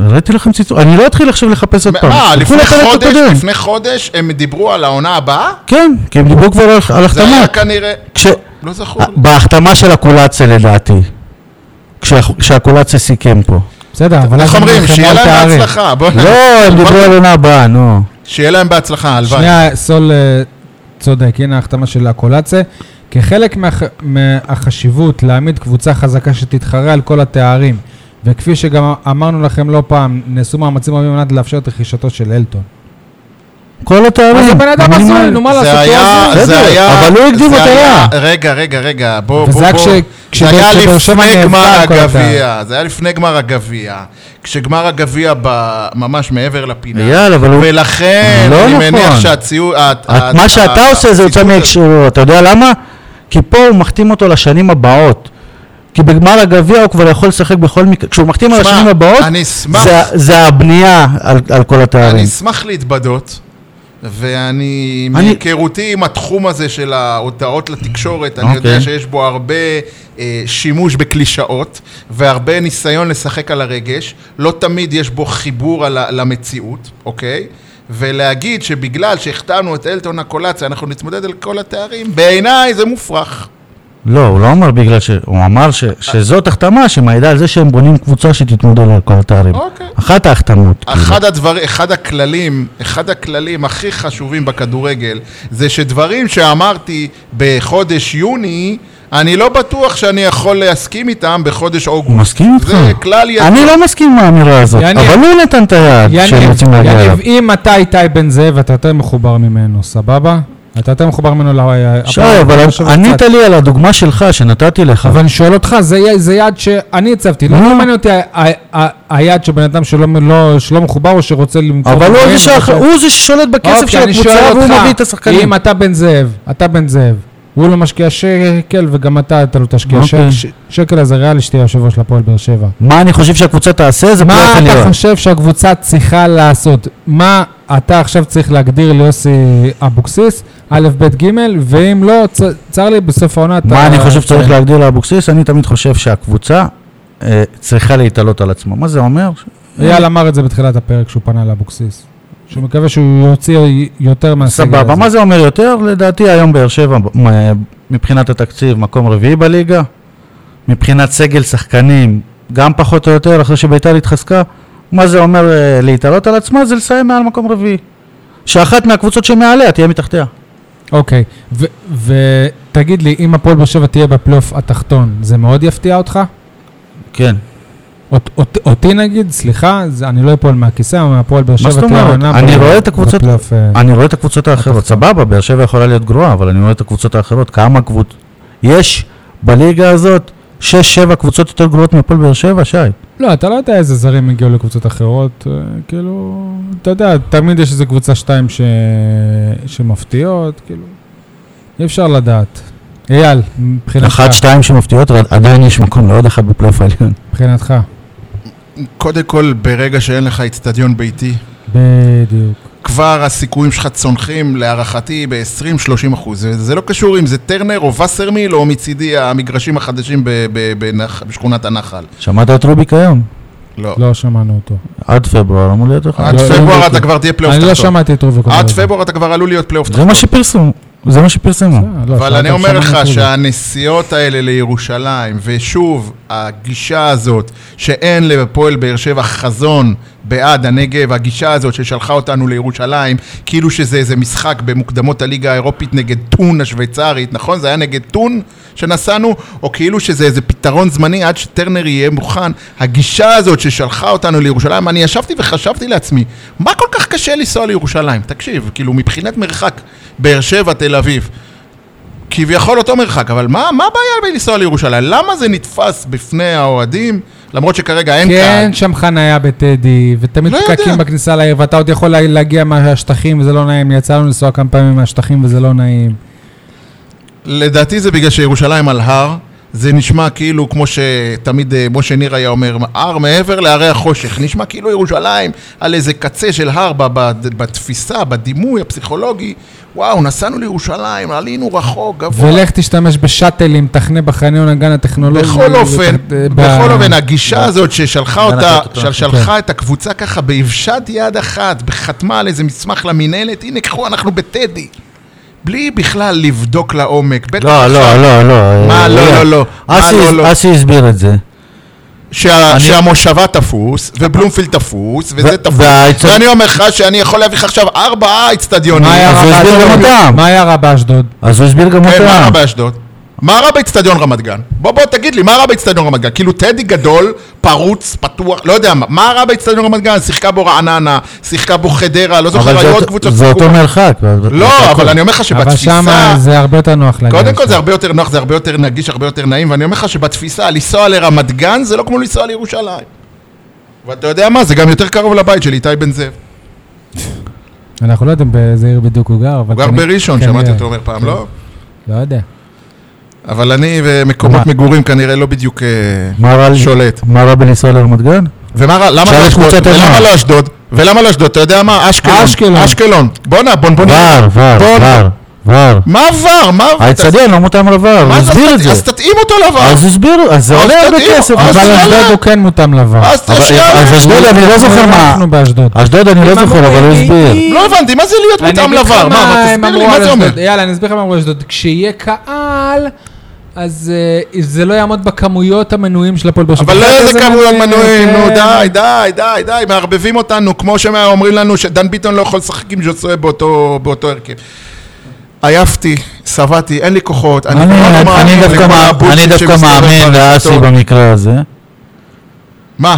Speaker 2: הראיתי לכם ציטוט, אני לא אתחיל עכשיו לחפש עוד פעם.
Speaker 3: מה,
Speaker 2: תלכו
Speaker 3: לפני
Speaker 2: לפרק
Speaker 3: חודש,
Speaker 2: הקודם.
Speaker 3: לפני חודש הם דיברו על העונה הבאה?
Speaker 2: כן, כי הם דיברו כבר על- על
Speaker 3: זה
Speaker 2: החתמה. אה,
Speaker 3: היה כנראה...
Speaker 2: כש-
Speaker 3: לא זכור. לי.
Speaker 2: בהחתמה של הקולציה לדעתי. כשה- כשהקולציה סיכם פה.
Speaker 1: בסדר, אבל... אז
Speaker 3: איך
Speaker 1: הם
Speaker 3: אומרים,
Speaker 1: נלחמו
Speaker 3: שיהיה
Speaker 1: על
Speaker 3: להם
Speaker 1: תארים.
Speaker 3: בהצלחה. בוא-
Speaker 2: לא, הם דיברו על עונה הבאה, נו.
Speaker 3: שיהיה להם בהצלחה, הלוואי.
Speaker 1: שנייה, סול אה, צודק, הנה ההחתמה של הקולצה. כחלק מהח... מהחשיבות להעמיד קבוצה חזקה שתתחרה על כל התארים, וכפי שגם אמרנו לכם לא פעם, נעשו מאמצים רבים על מנת לאפשר את רכישתו של אלטון.
Speaker 2: כל התארים.
Speaker 1: מה זה בן אדם
Speaker 2: אני-
Speaker 1: הזוי, נו מה לעשות, לא
Speaker 3: זה
Speaker 1: הוא
Speaker 3: היה,
Speaker 1: הזוי.
Speaker 2: בסדר,
Speaker 3: זה היה,
Speaker 2: אבל לא הוא הקדים
Speaker 3: זה
Speaker 2: אותו
Speaker 3: היה-
Speaker 2: לה.
Speaker 3: רגע, רגע, רגע, בוא,
Speaker 1: וזה
Speaker 3: בוא,
Speaker 1: היה
Speaker 3: בוא.
Speaker 1: כש-
Speaker 3: זה
Speaker 1: כשבאר-
Speaker 3: היה
Speaker 1: כשבאר שבע
Speaker 3: לפני
Speaker 1: נאבקה
Speaker 3: גמר
Speaker 1: על כל
Speaker 3: הגביע, זה היה לפני גמר הגביע, כשגמר הגביע ב- ממש מעבר לפינה.
Speaker 2: יאללה, אבל הוא...
Speaker 3: ולכן,
Speaker 2: לא
Speaker 3: אני
Speaker 2: נכון.
Speaker 3: מניח שהציוד...
Speaker 2: את- מה שאתה עושה זה יוצא מהקשרו, אתה יודע למה? כי פה הוא מחתים אותו לשנים הבאות. כי בגמר הגביע הוא כבר יכול לשחק בכל מקרה, כשהוא מחתים על
Speaker 3: שמע,
Speaker 2: השנים הבאות,
Speaker 3: אני אשמח.
Speaker 2: זה- זה הבנייה על- על כל
Speaker 3: אני
Speaker 2: התארים.
Speaker 3: אשמח להתבדות, ואני,
Speaker 2: אני-
Speaker 3: מהיכרותי עם התחום הזה של ההודעות לתקשורת, אני
Speaker 2: אוקיי.
Speaker 3: יודע שיש בו הרבה אה, שימוש בקלישאות, והרבה ניסיון לשחק על הרגש, לא תמיד יש בו חיבור על, ה- למציאות, אוקיי? ולהגיד שבגלל שהחתמנו את אלטון הקולציה, אנחנו נתמודד על כל התארים, בעיניי זה מופרך.
Speaker 2: לא, הוא לא אמר בגלל ש... הוא אמר ש... שזאת החתמה שמעידה על זה שהם בונים קבוצה שתתמודד על כל התארים.
Speaker 3: אוקיי.
Speaker 2: אחת ההחתמות.
Speaker 3: אחד, הדבר, אחד הכללים, אחד הכללים הכי חשובים בכדורגל, זה שדברים שאמרתי בחודש יוני, אני לא בטוח שאני יכול להסכים איתם בחודש
Speaker 2: הוא
Speaker 3: אוגוסט.
Speaker 2: מסכים איתך.
Speaker 3: זה כלל ידוע.
Speaker 2: אני לא מסכים עם האמירה הזאת,
Speaker 1: יניב-
Speaker 2: אבל הוא נתן את היעד שהם
Speaker 1: יניב,
Speaker 2: רוצים להגיע אליו.
Speaker 1: יניב, אם אתה איתי בן זאב, אתה יותר מחובר ממנו, סבבה? אתה יותר מחובר ממנו ל...
Speaker 2: שי, אבל ענית לי על הדוגמה שלך שנתתי לך.
Speaker 1: אבל אני שואל אותך, זה י- זה יעד שאני הצבתי, לא
Speaker 2: נו.
Speaker 1: מעניין אותי ה- ה- ה- היעד של בן אדם שלא- לא- שלא מחובר או שרוצה למכור...
Speaker 2: אבל הוא
Speaker 1: דברים
Speaker 2: זה שאח-
Speaker 1: וחושב-
Speaker 2: הוא זה ששולט בכסף של
Speaker 1: אוקיי, אני שואל
Speaker 2: הקבוצה והוא
Speaker 1: אותך,
Speaker 2: מביא את השחקנים.
Speaker 1: אם אתה בן זאב, אתה בן זאב, הוא לא משקיע שקל וגם אתה, אתה לא תשקיע
Speaker 2: אוקיי.
Speaker 1: ש- ש- שקל, אז זה ריאלי שתהיה יושב ראש להפועל באר שבע.
Speaker 2: מה אני חושב שהקבוצה תעשה? זה לא
Speaker 1: מה
Speaker 2: יכול
Speaker 1: אתה
Speaker 2: להיות.
Speaker 1: חושב שהקבוצה צריכה לעשות? מה אתה עכשיו צריך להגדיר ליוסי אבוקסיס, א', ב', ג', ואם לא, צ- צר לי, בסוף העונה אתה...
Speaker 2: מה אני חושב שצריך
Speaker 1: כן.
Speaker 2: להגדיר לאבוקסיס? אני תמיד חושב שהקבוצה אה, צריכה להתעלות על עצמה. מה זה אומר?
Speaker 1: אייל אמר את זה בתחילת הפרק שהוא פנה לאבוקסיס. שהוא מקווה שהוא יוציא יותר מהסגל הזה.
Speaker 2: סבבה, מה זה אומר יותר? לדעתי היום באר שבע, מ- מבחינת התקציב, מקום רביעי בליגה. מבחינת סגל שחקנים, גם פחות או יותר, אחרי שביתר התחזקה. מה זה אומר אה, להתעלות על עצמה? זה לסיים מעל מקום רביעי. שאחת מהקבוצות שמעליה תהיה מתחתיה.
Speaker 1: אוקיי, ו- ותגיד לי, אם הפועל באר שבע תהיה בפלייאוף התחתון, זה מאוד יפתיע אותך?
Speaker 2: כן.
Speaker 1: אות- אות- אותי נגיד, סליחה, זה- אני לא אפול מהכיסא, אבל הפועל באר שבע
Speaker 2: זאת
Speaker 1: תהיה
Speaker 2: אומרת?
Speaker 1: העונה
Speaker 2: אני
Speaker 1: ב-
Speaker 2: רואה את הקבוצות-
Speaker 1: בפלייאוף, אה,
Speaker 2: אני רואה את הקבוצות האחרות, סבבה, באר שבע יכולה להיות גרועה, אבל אני רואה את הקבוצות האחרות, כמה קבוצות... יש בליגה הזאת 6-7 קבוצות יותר גרועות מהפועל באר שבע, שי.
Speaker 1: לא, אתה לא יודע איזה זרים הגיעו לקבוצות אחרות, אה, כאילו, אתה יודע, תמיד יש איזה קבוצה שתיים ש... שמפתיעות, כאילו, אי אפשר לדעת. אייל, מבחינתך,
Speaker 2: אחת, שתיים שמפתיעות, אבל עדיין יש מקום לעוד אחת בפלייאוף העליון.
Speaker 1: מבחינתך,
Speaker 3: קודם כל, ברגע שאין לך אצטדיון ביתי,
Speaker 1: בדיוק.
Speaker 3: כבר הסיכויים שלך צונחים להערכתי ב-20-30 אחוז. זה לא קשור אם זה טרנר או וסרמיל או מצידי המגרשים החדשים ב- ב- בנח- בשכונת הנחל.
Speaker 2: שמעת את רוביק היום?
Speaker 3: לא.
Speaker 1: לא שמענו אותו.
Speaker 2: עד פברואר אמור להיות לך.
Speaker 3: עד
Speaker 1: לא- לא
Speaker 3: פברואר
Speaker 1: ראיתי.
Speaker 3: אתה כבר תהיה פלייאוף
Speaker 1: אני לא
Speaker 3: תחתון.
Speaker 1: שמעתי את רובי
Speaker 3: עד פברואר אתה כבר עלול להיות פלייאוף
Speaker 2: זה מה שפרסמו, זה מה
Speaker 1: אה,
Speaker 2: שפרסמו.
Speaker 1: לא,
Speaker 3: אבל אני אומר לך שהנסיעות האלה לירושלים, ושוב, הגישה הזאת שאין לפועל באר שבע חזון בעד הנגב, הגישה הזאת ששלחה אותנו לירושלים, כאילו שזה איזה משחק במוקדמות הליגה האירופית נגד טון השוויצרית, נכון? זה היה נגד טון שנסענו, או כאילו שזה איזה פתרון זמני עד שטרנר יהיה מוכן. הגישה הזאת ששלחה אותנו לירושלים, אני ישבתי וחשבתי לעצמי, מה כל כך קשה לנסוע לירושלים? תקשיב, כאילו מבחינת מרחק, באר שבע, תל אביב. כביכול אותו מרחק, אבל מה, מה הבעיה בלנסוע לירושלים? למה זה נתפס בפני האוהדים, למרות שכרגע אין
Speaker 1: כן,
Speaker 3: קהל?
Speaker 1: שם חנייה בטדי, ותמיד
Speaker 3: לא יודע.
Speaker 1: פקקים בכניסה לעיר, ואתה עוד יכול לה- להגיע מהשטחים וזה לא נעים, יצא לנו לנסוע כמה פעמים מהשטחים וזה לא נעים.
Speaker 3: לדעתי זה בגלל שירושלים על הר, זה נשמע כאילו, כמו שתמיד אה, משה ניר היה אומר, הר מעבר להרי החושך, נשמע כאילו ירושלים על איזה קצה של הר ב- ב- בתפיסה, בדימוי הפסיכולוגי. וואו, נסענו לירושלים, עלינו רחוק, גבוה.
Speaker 1: ולך תשתמש בשאטלים, תחנה בחניון הגן הטכנולוגי.
Speaker 3: בכל אופן,
Speaker 1: ות- ב-
Speaker 3: בכל אופן, הגישה הזאת ששלחה
Speaker 2: בן
Speaker 3: אותה,
Speaker 2: החלטות,
Speaker 3: של- שלחה את הקבוצה ככה באבשת יד אחת, חתמה על איזה מסמך למינהלת, הנה, קחו, אנחנו בטדי. בלי בכלל לבדוק לעומק. בטח
Speaker 2: לא,
Speaker 3: עכשיו-
Speaker 2: לא, לא, לא.
Speaker 3: מה,
Speaker 2: אה,
Speaker 3: לא,
Speaker 2: אה,
Speaker 3: לא, לא. מה,
Speaker 2: אסי-
Speaker 3: לא, לא?
Speaker 2: אסי הסביר את זה.
Speaker 3: שה,
Speaker 2: אני-
Speaker 3: אני... שהמושבה תפוס, ובלומפילד תפוס, וזה
Speaker 2: ו-
Speaker 3: תפוס.
Speaker 2: והאצט-
Speaker 3: ואני אומר לך שאני יכול להביא לך עכשיו ארבעה אצטדיונים.
Speaker 1: מה היה
Speaker 2: אז
Speaker 1: רע
Speaker 2: הוא הסביר גם
Speaker 1: באשדוד?
Speaker 2: אותם.
Speaker 1: מה היה רע באשדוד?
Speaker 2: אז הוא הסביר גם
Speaker 3: כן, מה רע
Speaker 2: אותם.
Speaker 3: באשדוד? מה רע באצטדיון רמת גן? בוא, בוא, תגיד לי, מה רע באצטדיון רמת גן? כאילו, טדי גדול, פרוץ, פתוח, לא יודע מה. מה רע באצטדיון רמת גן? שיחקה בו רעננה, שיחקה בו חדרה, לא זוכר,
Speaker 2: אבל זה
Speaker 3: היו עוד
Speaker 2: אותו-
Speaker 3: קבוצות
Speaker 2: זה
Speaker 3: שיחקו
Speaker 2: אותו
Speaker 3: בו.
Speaker 2: מרחק.
Speaker 3: לא, אבל אני אומר לך
Speaker 1: אבל שם
Speaker 3: שבתפיסה...
Speaker 1: זה הרבה יותר נוח להגיע.
Speaker 3: קודם כל
Speaker 1: לשם.
Speaker 3: זה הרבה יותר נוח, זה הרבה יותר נגיש, הרבה יותר נעים, ואני אומר לך שבתפיסה, לנסוע לרמת גן זה לא כמו לנסוע לירושלים. ואתה יודע מה, זה גם יותר קרוב לבית של איתי בן זאב.
Speaker 1: אנחנו לא יודעים באיזה עיר בדיוק הוא גר, אבל...
Speaker 3: הוא גר
Speaker 1: כנראה-
Speaker 3: בראשון,
Speaker 1: כנראה.
Speaker 3: שמעתי אותו אומר פעם, לא?
Speaker 1: לא יודע.
Speaker 3: אבל אני ומקומות
Speaker 2: מה?
Speaker 3: מגורים כנראה לא בדיוק אה,
Speaker 2: מה רע לי-
Speaker 3: שולט.
Speaker 2: מה רע בלנסוע לרמת גן?
Speaker 3: ומה רע, למה
Speaker 2: שאל
Speaker 3: לא
Speaker 2: את
Speaker 3: אשדוד?
Speaker 2: קבוצת
Speaker 3: ולמה
Speaker 2: הנוער.
Speaker 3: לא אשדוד? ולמה לא אשדוד? אתה יודע מה? אשקלון.
Speaker 1: אשקלון.
Speaker 3: אשקלון. בואנה, בונבוני.
Speaker 2: ור, ור,
Speaker 3: בוא-
Speaker 2: ור, ור.
Speaker 3: מה עבר? מה עבר?
Speaker 2: האצטדיון לא מותאם לבר, הוא
Speaker 3: מה זה
Speaker 2: הסביר את
Speaker 3: אז
Speaker 2: זה.
Speaker 3: תתאים אותו לעבר.
Speaker 2: אז הסביר, אז זה
Speaker 3: אז
Speaker 2: עולה הרבה
Speaker 3: תתאים,
Speaker 2: כסף.
Speaker 3: אז
Speaker 1: אבל
Speaker 3: זה
Speaker 1: אשדוד
Speaker 3: עלה.
Speaker 1: הוא כן מותאם לעבר.
Speaker 3: אז
Speaker 2: אז
Speaker 3: תשאל.
Speaker 2: אשדוד, אני לא זוכר מה...
Speaker 1: אנחנו באשדוד.
Speaker 2: אשדוד אני לא זוכר, אבל הוא הסביר.
Speaker 3: לא הבנתי, מה זה להיות
Speaker 1: אני
Speaker 3: מטעם
Speaker 1: אגיד לך
Speaker 3: לבר? מה, מה,
Speaker 1: הם
Speaker 3: תסביר לי,
Speaker 1: אמרו
Speaker 3: מה
Speaker 1: על
Speaker 3: זה אומר?
Speaker 1: אשדוד. יאללה, אני אסביר לך מה אמרו על אשדוד. כשיהיה קהל, אז אה, זה לא יעמוד בכמויות המנויים של הפועל באר שבע.
Speaker 3: אבל לא
Speaker 1: אחרי
Speaker 3: איזה
Speaker 1: זה
Speaker 3: כמויות
Speaker 1: מעניין,
Speaker 3: מנויים,
Speaker 1: כן.
Speaker 3: נו די, די, די, די, מערבבים אותנו, כמו שהם אומרים לנו שדן ביטון לא יכול לשחק עם ז'וסוי באותו באותו הרכב. עייפתי, שבעתי, אין לי כוחות, אני
Speaker 2: אני-
Speaker 3: לא
Speaker 2: אני
Speaker 3: מאמין
Speaker 2: דווקא
Speaker 3: לכל
Speaker 2: מא-
Speaker 3: הבולשיט
Speaker 2: אני דווקא
Speaker 3: שמסתובב
Speaker 2: מאמין
Speaker 3: ברשתות.
Speaker 2: לאסי במקרה הזה.
Speaker 3: מה?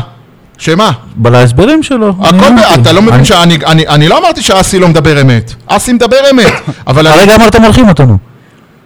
Speaker 3: שמה?
Speaker 2: להסברים שלו. אני
Speaker 3: הכל,
Speaker 2: האמנתי.
Speaker 3: אתה לא
Speaker 2: אני-
Speaker 3: מבין שאני אני- אני לא אמרתי שאסי לא מדבר אמת. אסי מדבר אמת, אבל אני-
Speaker 2: הרגע אמרתם מורחים אותנו.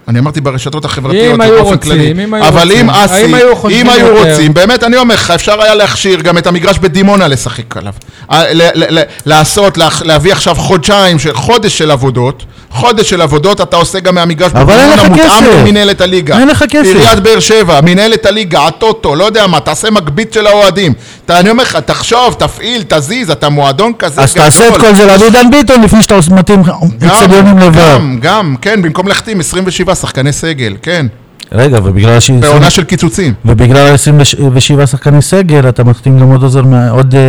Speaker 3: אני אמרתי ברשתות החברתיות
Speaker 1: אם היו
Speaker 3: באופן
Speaker 1: רוצים,
Speaker 3: כללי.
Speaker 1: אם היו
Speaker 3: אבל
Speaker 1: רוצים.
Speaker 3: אם אסי,
Speaker 1: האם היו חושבים
Speaker 3: אם היו
Speaker 1: יותר?
Speaker 3: רוצים, באמת, אני אומר לך, אפשר היה להכשיר גם את המגרש בדימונה לשחק עליו. אה, ל- ל- ל- לעשות, לה- להביא עכשיו חודשיים, של- חודש של עבודות, חודש של עבודות, אתה עושה גם מהמגרש
Speaker 2: אבל אין לך
Speaker 3: בדימונה, מותאם
Speaker 2: כסף.
Speaker 3: למינהלת הליגה.
Speaker 2: אין לך כסף.
Speaker 3: עיריית באר שבע, מינהלת הליגה, הטוטו, לא יודע מה, תעשה מגבית של האוהדים. אתה- אני אומר לך, תחשוב, תפעיל, תזיז, אתה מועדון כזה
Speaker 2: אז תעשה את כל זה לאבי דן ביטון לפני שאתה עוש- מתאים
Speaker 3: גם,
Speaker 2: אצטדיונים לבר.
Speaker 3: גם, גם, כן, במקום להחתים 27 שחקני סגל, כן.
Speaker 2: רגע, ובגלל ש...
Speaker 3: בעונה של קיצוצים.
Speaker 2: כן. ובגלל 27 שחקני סגל, אתה מחתים גם עוד עוזר, מה- עוד אה,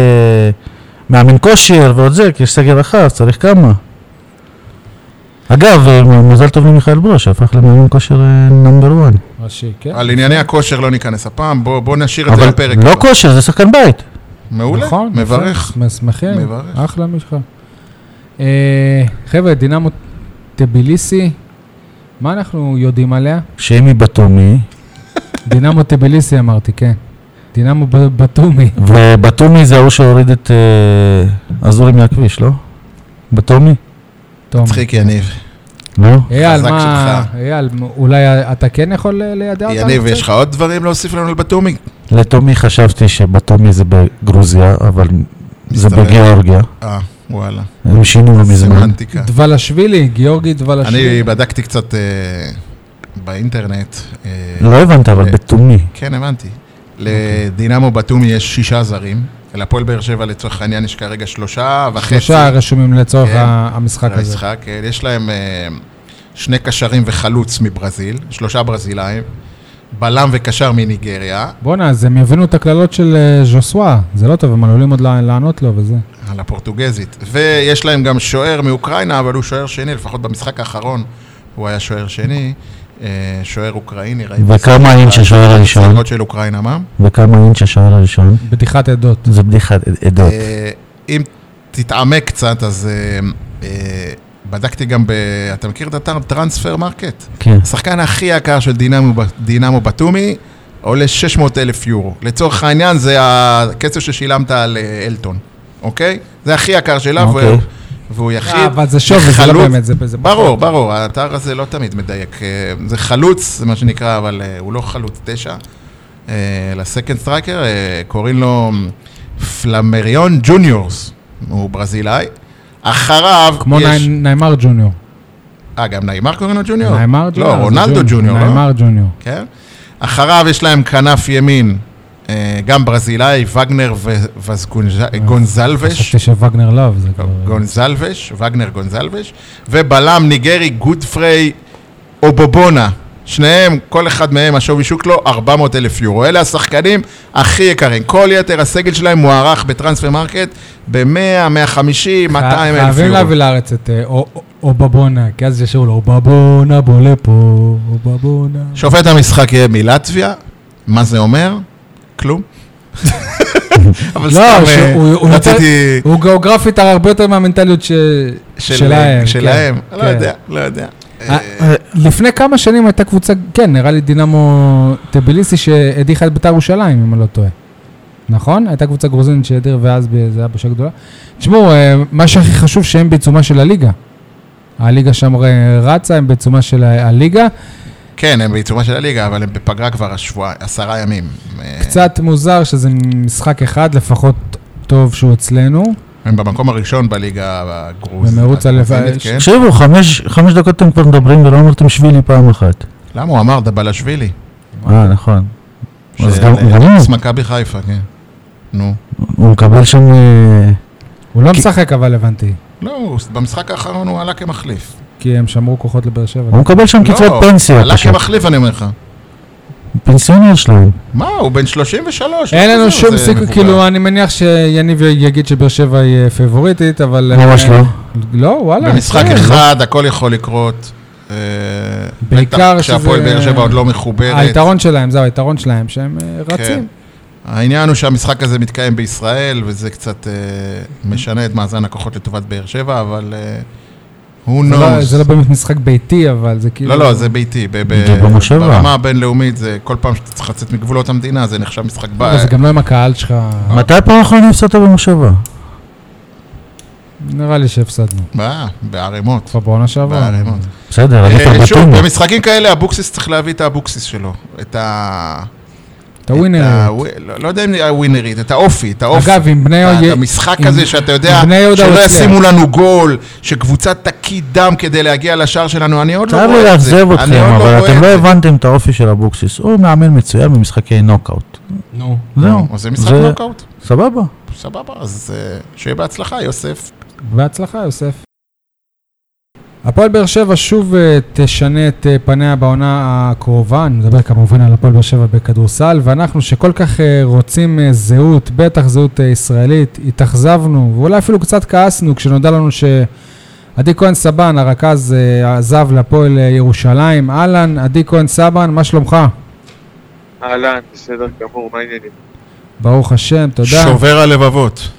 Speaker 2: מאמן כושר ועוד זה, כי יש סגל רחב, צריך כמה. אגב, אה, מזל טוב למיכאל ברוש, שהפך למאמן כושר אה, נאמבר 1.
Speaker 1: ראשי, כן.
Speaker 3: על ענייני הכושר לא ניכנס הפעם, בוא, בוא נשאיר את זה
Speaker 2: אבל
Speaker 3: לפרק.
Speaker 2: לא
Speaker 3: הבא.
Speaker 2: כושר, זה שחקן בית.
Speaker 3: מעולה,
Speaker 1: נכון,
Speaker 3: מברך.
Speaker 1: נכון, שמחים,
Speaker 3: מברך.
Speaker 1: אחלה משחק. אה, חבר'ה, דינמו טביליסי, מה אנחנו יודעים עליה?
Speaker 2: שימי בתומי,
Speaker 1: דינמו טביליסי אמרתי, כן. דינמו ב- בתומי.
Speaker 2: ובתומי זה ההוא שהוריד את אה, אזורי מהכביש, לא? בתומי?
Speaker 1: תום.
Speaker 3: מצחיק יניב.
Speaker 2: לא?
Speaker 1: אייל,
Speaker 3: חזק
Speaker 1: מה...
Speaker 3: שלך.
Speaker 1: אייל, אולי אתה כן יכול אה, לידע אותנו?
Speaker 3: יניב,
Speaker 1: קצת?
Speaker 3: יש לך עוד דברים להוסיף לנו על בתומי?
Speaker 2: לתומי חשבתי שבתומי זה בגרוזיה, אבל זה
Speaker 3: מסתבר.
Speaker 2: בגיאורגיה.
Speaker 3: אה, וואלה.
Speaker 2: הם שינו לא מזמן.
Speaker 3: סמנטיקה.
Speaker 1: דבלשווילי, גיאורגי דבלשווילי.
Speaker 3: אני בדקתי קצת אה, באינטרנט. אה,
Speaker 2: לא הבנת, אבל
Speaker 3: אה,
Speaker 2: בתומי.
Speaker 3: כן, הבנתי. לדינמו בתומי יש שישה זרים. לפועל באר שבע לצורך העניין יש כרגע שלושה וחצי.
Speaker 1: שלושה רשומים לצורך
Speaker 3: כן.
Speaker 1: ה- המשחק הזה.
Speaker 3: המשחק, כן. יש להם אה, שני קשרים וחלוץ מברזיל, שלושה ברזילאים, בלם וקשר מניגריה.
Speaker 1: בואנה, אז הם יבינו את הקללות של אה, ז'וסווה, זה לא טוב, הם עלולים עוד לע- לענות לו וזה.
Speaker 3: על הפורטוגזית. ויש להם גם שוער מאוקראינה, אבל הוא שוער שני, לפחות במשחק האחרון הוא היה שוער שני. אה, שוער אוקראיני, ראיתי.
Speaker 2: וכמה אינץ' השוער הראשון?
Speaker 3: סגנות של אוקראינה, מה?
Speaker 2: וכמה אינץ' השער הראשון?
Speaker 1: בדיחת עדות.
Speaker 2: זה בדיחת עדות.
Speaker 3: אה, אם תתעמק קצת, אז אה, אה, בדקתי גם ב... אתה מכיר את אתר טרנספר מרקט?
Speaker 2: כן.
Speaker 3: השחקן הכי יקר של דינמו, דינמו בתומי עולה 600 אלף יורו. לצורך העניין זה הכסף ששילמת על אה, אלטון, אוקיי? זה הכי יקר שלה,
Speaker 2: אוקיי.
Speaker 3: והוא יחיד.
Speaker 1: אה, אבל זה שוב, זה לא
Speaker 3: חלוץ-
Speaker 1: באמת, זה- זה פחות.
Speaker 3: ברור, ברור, האתר הזה לא תמיד מדייק. אה, זה חלוץ, זה מה שנקרא, אבל אה, הוא לא חלוץ תשע. אה, לסקנד סטרייקר אה, קוראים לו פלמריון ג'וניורס, הוא ברזילאי. אחריו
Speaker 1: כמו
Speaker 3: יש...
Speaker 1: ני- ניימר ג'וניור.
Speaker 3: אה, גם נעימר קוראים לו ג'וניור?
Speaker 1: ניימר ג'וניור. אה, זה
Speaker 3: לא, רונלדו ג'וניור, לא?
Speaker 1: ניימר ג'וניור.
Speaker 3: כן. אחריו יש להם כנף ימין, אה, גם ברזילאי, וגנר אה, וגונזלבש.
Speaker 1: חשבתי שווגנר לאב, זה כבר...
Speaker 3: גונזלבש, וגנר גונזלבש, ובלם ניגרי גודפריי אובובונה. שניהם, כל אחד מהם, השווי שוק לו 400 אלף יורו. אלה השחקנים הכי יקרים. כל יתר הסגל שלהם מוערך בטרנספר מרקט ב-100, 150, 200 אלף
Speaker 1: חייבים
Speaker 3: יורו.
Speaker 1: להביא לארץ את אה, או- או- אובבונה, כי אז ישאירו לו אובבונה בולה פה, אובבונה.
Speaker 3: שופט המשחק יהיה מלטביה, מה זה אומר? כלום. אבל
Speaker 1: לא,
Speaker 3: סתם,
Speaker 1: שהוא-
Speaker 3: אה,
Speaker 1: הוא- הוא יותר-
Speaker 3: רציתי...
Speaker 1: הוא גיאוגרפית הרבה יותר מהמנטליות ש-
Speaker 3: של-
Speaker 1: שלהם. כן,
Speaker 3: שלהם, לא
Speaker 1: כן.
Speaker 3: יודע, לא יודע.
Speaker 1: אה, אה, לפני כמה שנים הייתה קבוצה, כן, נראה לי דינמו טביליסי שהדיחה את בית"ר ירושלים, אם אני לא טועה. נכון? הייתה קבוצה גרוזינית שהדיר ואז ב- זה היה בשעה גדולה. תשמעו, אה, מה שהכי חשוב שהם בעיצומה של הליגה. הליגה שם ר- רצה, הם בעיצומה של ה- הליגה.
Speaker 3: כן, הם בעיצומה של הליגה, אבל הם בפגרה כבר השבוע, עשרה ימים. אה,
Speaker 1: קצת מוזר שזה משחק אחד, לפחות טוב שהוא אצלנו.
Speaker 3: הם במקום הראשון בליגה הגרוז.
Speaker 1: במרוץ הלב-
Speaker 3: הגרוזינית, כן.
Speaker 2: תקשיבו, חמש, חמש דקות אתם כבר מדברים ולא אמרתם שבילי פעם אחת.
Speaker 3: למה? הוא אמר דבלשווילי.
Speaker 2: אה, נכון. אז
Speaker 3: של-
Speaker 2: גם- גם הוא.
Speaker 3: של מכבי חיפה, כן. נו.
Speaker 2: הוא מקבל שם... אה,
Speaker 1: הוא לא
Speaker 2: כי-
Speaker 1: משחק אבל הבנתי,
Speaker 3: לא, הוא- במשחק האחרון הוא עלה כמחליף.
Speaker 1: כי הם שמרו כוחות לבאר שבע.
Speaker 2: הוא מקבל שם קצבת
Speaker 3: לא,
Speaker 2: פנסיה
Speaker 3: עלה
Speaker 2: פשוט.
Speaker 3: כמחליף, אני אומר לך.
Speaker 2: פנסיונר שלו.
Speaker 3: מה, הוא בן 33.
Speaker 1: אין
Speaker 3: מה
Speaker 1: לנו
Speaker 3: זה,
Speaker 1: שום
Speaker 3: זה
Speaker 1: סיכוי,
Speaker 3: מבוגר.
Speaker 1: כאילו, אני מניח שיניב יגיד שבאר שבע היא אה, פייבוריטית, אבל...
Speaker 2: ממש
Speaker 1: אה,
Speaker 2: לא.
Speaker 1: לא, וואלה.
Speaker 3: במשחק
Speaker 1: כן.
Speaker 3: אחד הכל יכול לקרות. אה,
Speaker 1: בעיקר
Speaker 3: בטח
Speaker 1: שזה-
Speaker 3: כשהפועל באר שבע עוד לא מחוברת.
Speaker 1: היתרון שלהם, זהו, היתרון שלהם, שהם אה,
Speaker 3: כן.
Speaker 1: רצים.
Speaker 3: העניין הוא שהמשחק הזה מתקיים בישראל, וזה קצת אה, משנה את מאזן הכוחות לטובת באר שבע, אבל אה, who
Speaker 1: זה לא-
Speaker 3: knows.
Speaker 1: זה לא באמת משחק ביתי, אבל זה כאילו...
Speaker 3: לא, לא, זה ביתי. ב- ב-
Speaker 2: זה במושבה.
Speaker 3: ברמה הבינלאומית, זה כל פעם שאתה צריך לצאת מגבולות המדינה, זה נחשב משחק
Speaker 1: אבל
Speaker 3: בעיה.
Speaker 1: זה גם לא עם הקהל שלך.
Speaker 2: מתי פעם אחרונה הפסדת במושבה?
Speaker 1: נראה לי שהפסדנו.
Speaker 3: בעיה, בערימות.
Speaker 1: כבר בעונה שעברה.
Speaker 3: בערימות.
Speaker 2: בסדר, עלית
Speaker 3: אה, שוב,
Speaker 2: בטונה.
Speaker 3: במשחקים כאלה אבוקסיס צריך להביא את האבוקסיס שלו. את ה...
Speaker 1: אתה ווינר.
Speaker 3: את ה- לא לא יודע אם הווינרית, את האופי, את האופי.
Speaker 1: אגב, אם בני
Speaker 2: אה,
Speaker 3: את
Speaker 1: יהודה...
Speaker 3: המשחק
Speaker 1: עם-
Speaker 3: הזה שאתה יודע,
Speaker 1: בני יהודה
Speaker 3: שלא
Speaker 1: הוא הצליח.
Speaker 3: ישימו לנו גול, שקבוצה תקיא דם כדי להגיע לשער שלנו, אני עוד לא
Speaker 2: צר לי
Speaker 3: רואה את זה.
Speaker 2: לאכזב
Speaker 3: אני
Speaker 2: אתכם, אבל
Speaker 3: עוד רואה
Speaker 2: אתם
Speaker 3: את
Speaker 2: לא
Speaker 3: זה.
Speaker 2: הבנתם את האופי של אבוקסיס. הוא מאמן מצוין במשחקי נוקאוט.
Speaker 1: נו.
Speaker 2: זהו.
Speaker 3: אז זה משחק
Speaker 2: זה-
Speaker 3: נוקאוט,
Speaker 2: סבבה.
Speaker 3: סבבה, אז אה, שיהיה בהצלחה, יוסף.
Speaker 1: בהצלחה, יוסף. הפועל באר שבע שוב אה, תשנה את אה, פניה בעונה הקרובה, אני מדבר כמובן על הפועל באר שבע בכדורסל, ואנחנו שכל כך אה, רוצים אה, זהות, בטח זהות אה, ישראלית, התאכזבנו, ואולי אפילו קצת כעסנו כשנודע לנו שעדי כהן סבן, הרכז, אה, עזב להפועל אה, ירושלים. אהלן, עדי כהן סבן, מה שלומך?
Speaker 4: אהלן, בסדר גמור, מה העניינים?
Speaker 1: ברוך השם, תודה.
Speaker 3: שובר הלבבות.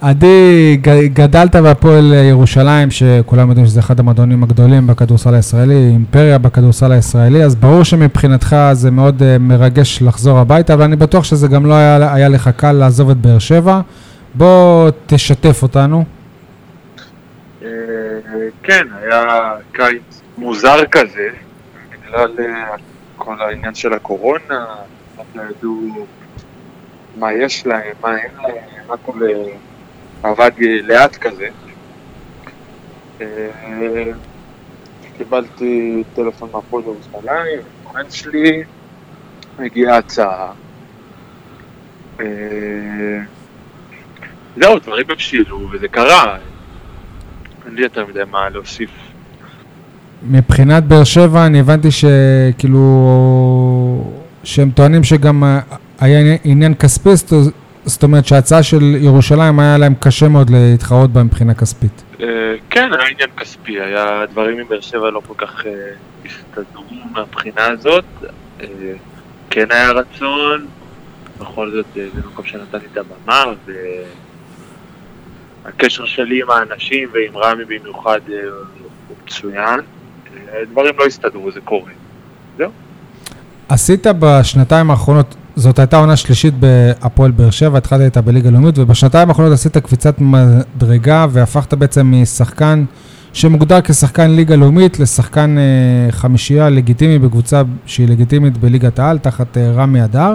Speaker 1: עדי, ג- גדלת בהפועל ירושלים, שכולם יודעים שזה אחד המועדונים הגדולים בכדורסל הישראלי, אימפריה בכדורסל הישראלי, אז ברור שמבחינתך זה מאוד אה, מרגש לחזור הביתה, אבל אני בטוח שזה גם לא היה, היה לך קל לעזוב את באר שבע. בוא תשתף אותנו.
Speaker 4: אה, כן, היה קיץ מוזר כזה, בגלל אה, כל העניין של הקורונה, לא ידעו מה יש להם, מה אין להם, הכל אה, עבד אה, לאט כזה. אה, קיבלתי טלפון מהפועל ירושלים, הבן שלי, הגיעה הצעה. אה, זהו, דברים הבשילו, וזה קרה. אין לי יותר מדי מה להוסיף.
Speaker 1: מבחינת באר שבע, אני הבנתי שכאילו, שהם טוענים שגם אה, היה עניין- עניין כספי, זאת- זאת אומרת שההצעה של ירושלים היה להם קשה מאוד להתחרות בה מבחינה כספית.
Speaker 4: אה, כן, היה עניין כספי, היה דברים עם באר שבע לא כל כך אה, הסתדרו מהבחינה הזאת. אה, כן היה רצון, בכל זאת אה, זה מקום שנתתי את הבמה, והקשר שלי עם האנשים ועם רמי במיוחד אה, הוא מצוין. אה, דברים לא הסתדרו, זה קורה.
Speaker 1: עשית בשנתיים האחרונות זאת הייתה עונה שלישית בהפועל באר שבע, התחלת איתה בליגה לאומית, ובשנתיים האחרונות עשית קפיצת מדרגה והפכת בעצם משחקן שמוגדר כשחקן ליגה לאומית לשחקן אה, חמישייה לגיטימי בקבוצה שהיא לגיטימית בליגת העל, תחת אה, רמי אדר.